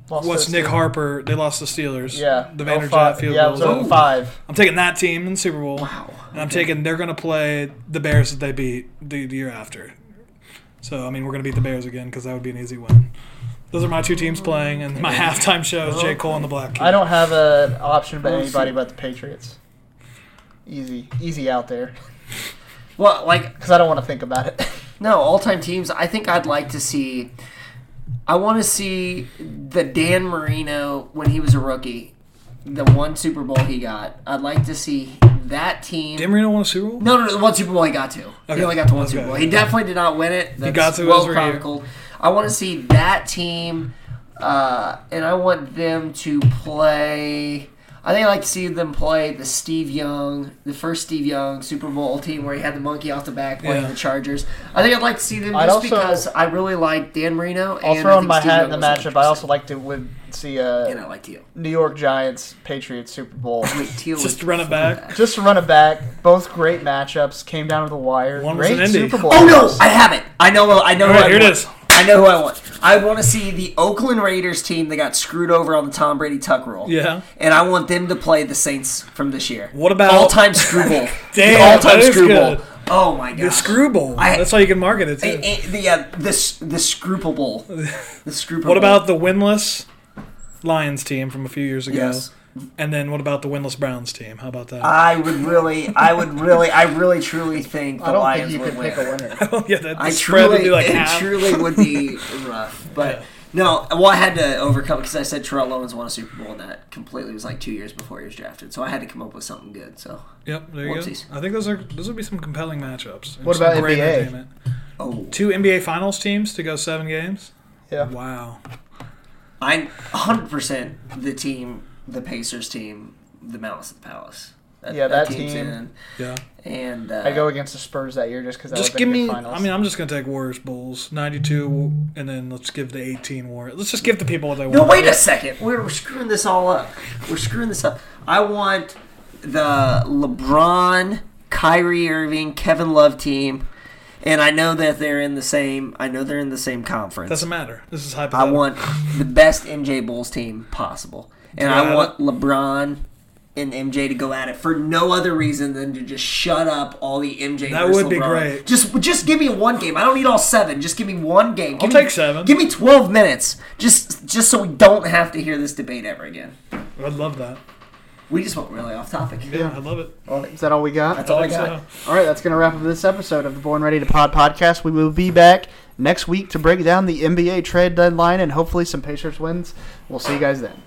[SPEAKER 6] Lost
[SPEAKER 5] what's
[SPEAKER 6] those
[SPEAKER 5] Nick
[SPEAKER 6] teams.
[SPEAKER 5] Harper? They lost the Steelers.
[SPEAKER 6] Yeah.
[SPEAKER 5] the
[SPEAKER 6] 05
[SPEAKER 5] Vanderbilt field
[SPEAKER 6] Yeah, it
[SPEAKER 5] goal.
[SPEAKER 6] was 05.
[SPEAKER 5] I'm taking that team in the Super Bowl. Wow. And I'm taking they're going to play the Bears that they beat the, the year after. So I mean we're going to beat the Bears again because that would be an easy win. Those are my two teams playing, and my halftime show is J Cole and the Black. Keys.
[SPEAKER 6] I don't have an option but anybody but the Patriots. Easy, easy out there.
[SPEAKER 8] Well, like
[SPEAKER 6] Because I don't want to think about it.
[SPEAKER 8] no, all time teams. I think I'd like to see. I want to see the Dan Marino when he was a rookie, the one Super Bowl he got. I'd like to see that team.
[SPEAKER 5] Did Marino won a Super Bowl?
[SPEAKER 8] No, no, no, the one Super Bowl he got to.
[SPEAKER 5] Okay.
[SPEAKER 8] He only got to one
[SPEAKER 5] Okay.
[SPEAKER 8] Super Bowl. He definitely did not win it. That's
[SPEAKER 5] got to
[SPEAKER 8] well
[SPEAKER 5] his review.
[SPEAKER 8] chronicled. I want to see that team, uh, and I want them to play. I think I like to see them play the Steve Young, the first Steve Young Super Bowl team where he had the monkey off the back playing
[SPEAKER 5] Yeah.
[SPEAKER 8] the Chargers. I think I'd like to see them
[SPEAKER 6] I'd
[SPEAKER 8] just
[SPEAKER 6] also-
[SPEAKER 8] because I really like Dan Marino. And
[SPEAKER 6] I'll
[SPEAKER 8] I
[SPEAKER 6] throw in
[SPEAKER 8] think
[SPEAKER 6] my
[SPEAKER 8] Steve
[SPEAKER 6] hat
[SPEAKER 8] Young
[SPEAKER 6] in the
[SPEAKER 8] was
[SPEAKER 6] matchup. I also
[SPEAKER 8] 100%.
[SPEAKER 6] like to would see
[SPEAKER 8] and I
[SPEAKER 6] a
[SPEAKER 8] like Teal.
[SPEAKER 6] New York Giants Patriots Super Bowl.
[SPEAKER 8] Wait, Teal was-
[SPEAKER 5] Just run it back.
[SPEAKER 6] Just to run it back, both great matchups came down to the wire.
[SPEAKER 5] One was
[SPEAKER 6] great
[SPEAKER 5] in Indy.
[SPEAKER 6] Super Bowl.
[SPEAKER 8] Oh no, I have it. I know. I know.
[SPEAKER 5] All
[SPEAKER 8] who
[SPEAKER 5] right,
[SPEAKER 8] I
[SPEAKER 5] here it
[SPEAKER 8] want.
[SPEAKER 5] is.
[SPEAKER 8] I know who I want. I want to see the Oakland Raiders team that got screwed over on the Tom Brady tuck roll.
[SPEAKER 5] Yeah.
[SPEAKER 8] And I want them to play the Saints from this year.
[SPEAKER 5] What about-
[SPEAKER 8] all time screwball?
[SPEAKER 5] Damn,
[SPEAKER 8] all
[SPEAKER 5] that
[SPEAKER 8] time
[SPEAKER 5] is
[SPEAKER 8] screwball.
[SPEAKER 5] good.
[SPEAKER 8] Oh my god,
[SPEAKER 5] The Screwball.
[SPEAKER 8] I-
[SPEAKER 5] That's how you can market it. Too.
[SPEAKER 8] the uh, the s- the screwball bowl. The screwball.
[SPEAKER 5] what about the winless Lions team from a few years ago?
[SPEAKER 8] Yes. Uh,
[SPEAKER 5] And then what about the winless Browns team? How about that?
[SPEAKER 8] I would really, I would really, I really truly think the
[SPEAKER 6] I don't think
[SPEAKER 8] Lions
[SPEAKER 6] you
[SPEAKER 8] would
[SPEAKER 6] could
[SPEAKER 8] win.
[SPEAKER 6] pick a winner.
[SPEAKER 5] yeah, that
[SPEAKER 8] I
[SPEAKER 5] spread
[SPEAKER 8] truly,
[SPEAKER 5] would be like
[SPEAKER 8] it
[SPEAKER 5] half.
[SPEAKER 8] truly would be rough. But no, well, I had to overcome because I said Terrell Owens won a Super Bowl, and that completely was like two years before he was drafted. So I had to come up with something good. So
[SPEAKER 5] Yep, there you
[SPEAKER 8] Whoopsies.
[SPEAKER 5] go. I think those are those would be some compelling matchups. and
[SPEAKER 6] What
[SPEAKER 5] some
[SPEAKER 6] about
[SPEAKER 5] great
[SPEAKER 6] NBA?
[SPEAKER 5] entertainment.
[SPEAKER 8] Oh.
[SPEAKER 5] Two NBA Finals teams to go seven games.
[SPEAKER 6] Yeah.
[SPEAKER 5] Wow.
[SPEAKER 8] I'm 100 percent the team, the Pacers team, the Malice of the Palace.
[SPEAKER 6] Yeah, that team.
[SPEAKER 8] in,
[SPEAKER 5] Yeah.
[SPEAKER 8] and uh,
[SPEAKER 6] I go against the Spurs that year just because that
[SPEAKER 5] Just
[SPEAKER 6] would've
[SPEAKER 5] give
[SPEAKER 6] been good
[SPEAKER 5] me.
[SPEAKER 6] Finals.
[SPEAKER 5] I mean, I'm just gonna take Warriors Bulls 92, and then let's give the 18 Warriors. Let's just give the people what they
[SPEAKER 8] No,
[SPEAKER 5] want.
[SPEAKER 8] wait a second. We're, we're screwing this all up. We're screwing this up. I want the LeBron, Kyrie Irving, Kevin Love team, and I know that they're in the same. I know they're in the same conference.
[SPEAKER 5] Doesn't matter. This is
[SPEAKER 8] I
[SPEAKER 5] hypothetical.
[SPEAKER 8] want the best MJ Bulls team possible, and
[SPEAKER 5] Got
[SPEAKER 8] I
[SPEAKER 5] it.
[SPEAKER 8] want LeBron and MJ to go at it for no other reason than to just shut up all the MJ.
[SPEAKER 5] That
[SPEAKER 8] versus
[SPEAKER 5] would be
[SPEAKER 8] LeBron.
[SPEAKER 5] great.
[SPEAKER 8] Just just give me one game. I don't need all seven. Just give me one game. Give
[SPEAKER 5] I'll
[SPEAKER 8] me,
[SPEAKER 5] take seven.
[SPEAKER 8] Give me twelve minutes. Just just so we don't have to hear this debate ever again.
[SPEAKER 5] I love that.
[SPEAKER 8] We just went really off topic.
[SPEAKER 5] Yeah, I love it.
[SPEAKER 6] Is that all we got?
[SPEAKER 8] That's oh, all I
[SPEAKER 5] Like,
[SPEAKER 8] got.
[SPEAKER 5] so-
[SPEAKER 6] All right, that's going to wrap up this episode of the Born Ready to Pod podcast. We will be back next week to break down the NBA trade deadline and hopefully some Pacers wins. We'll see you guys then.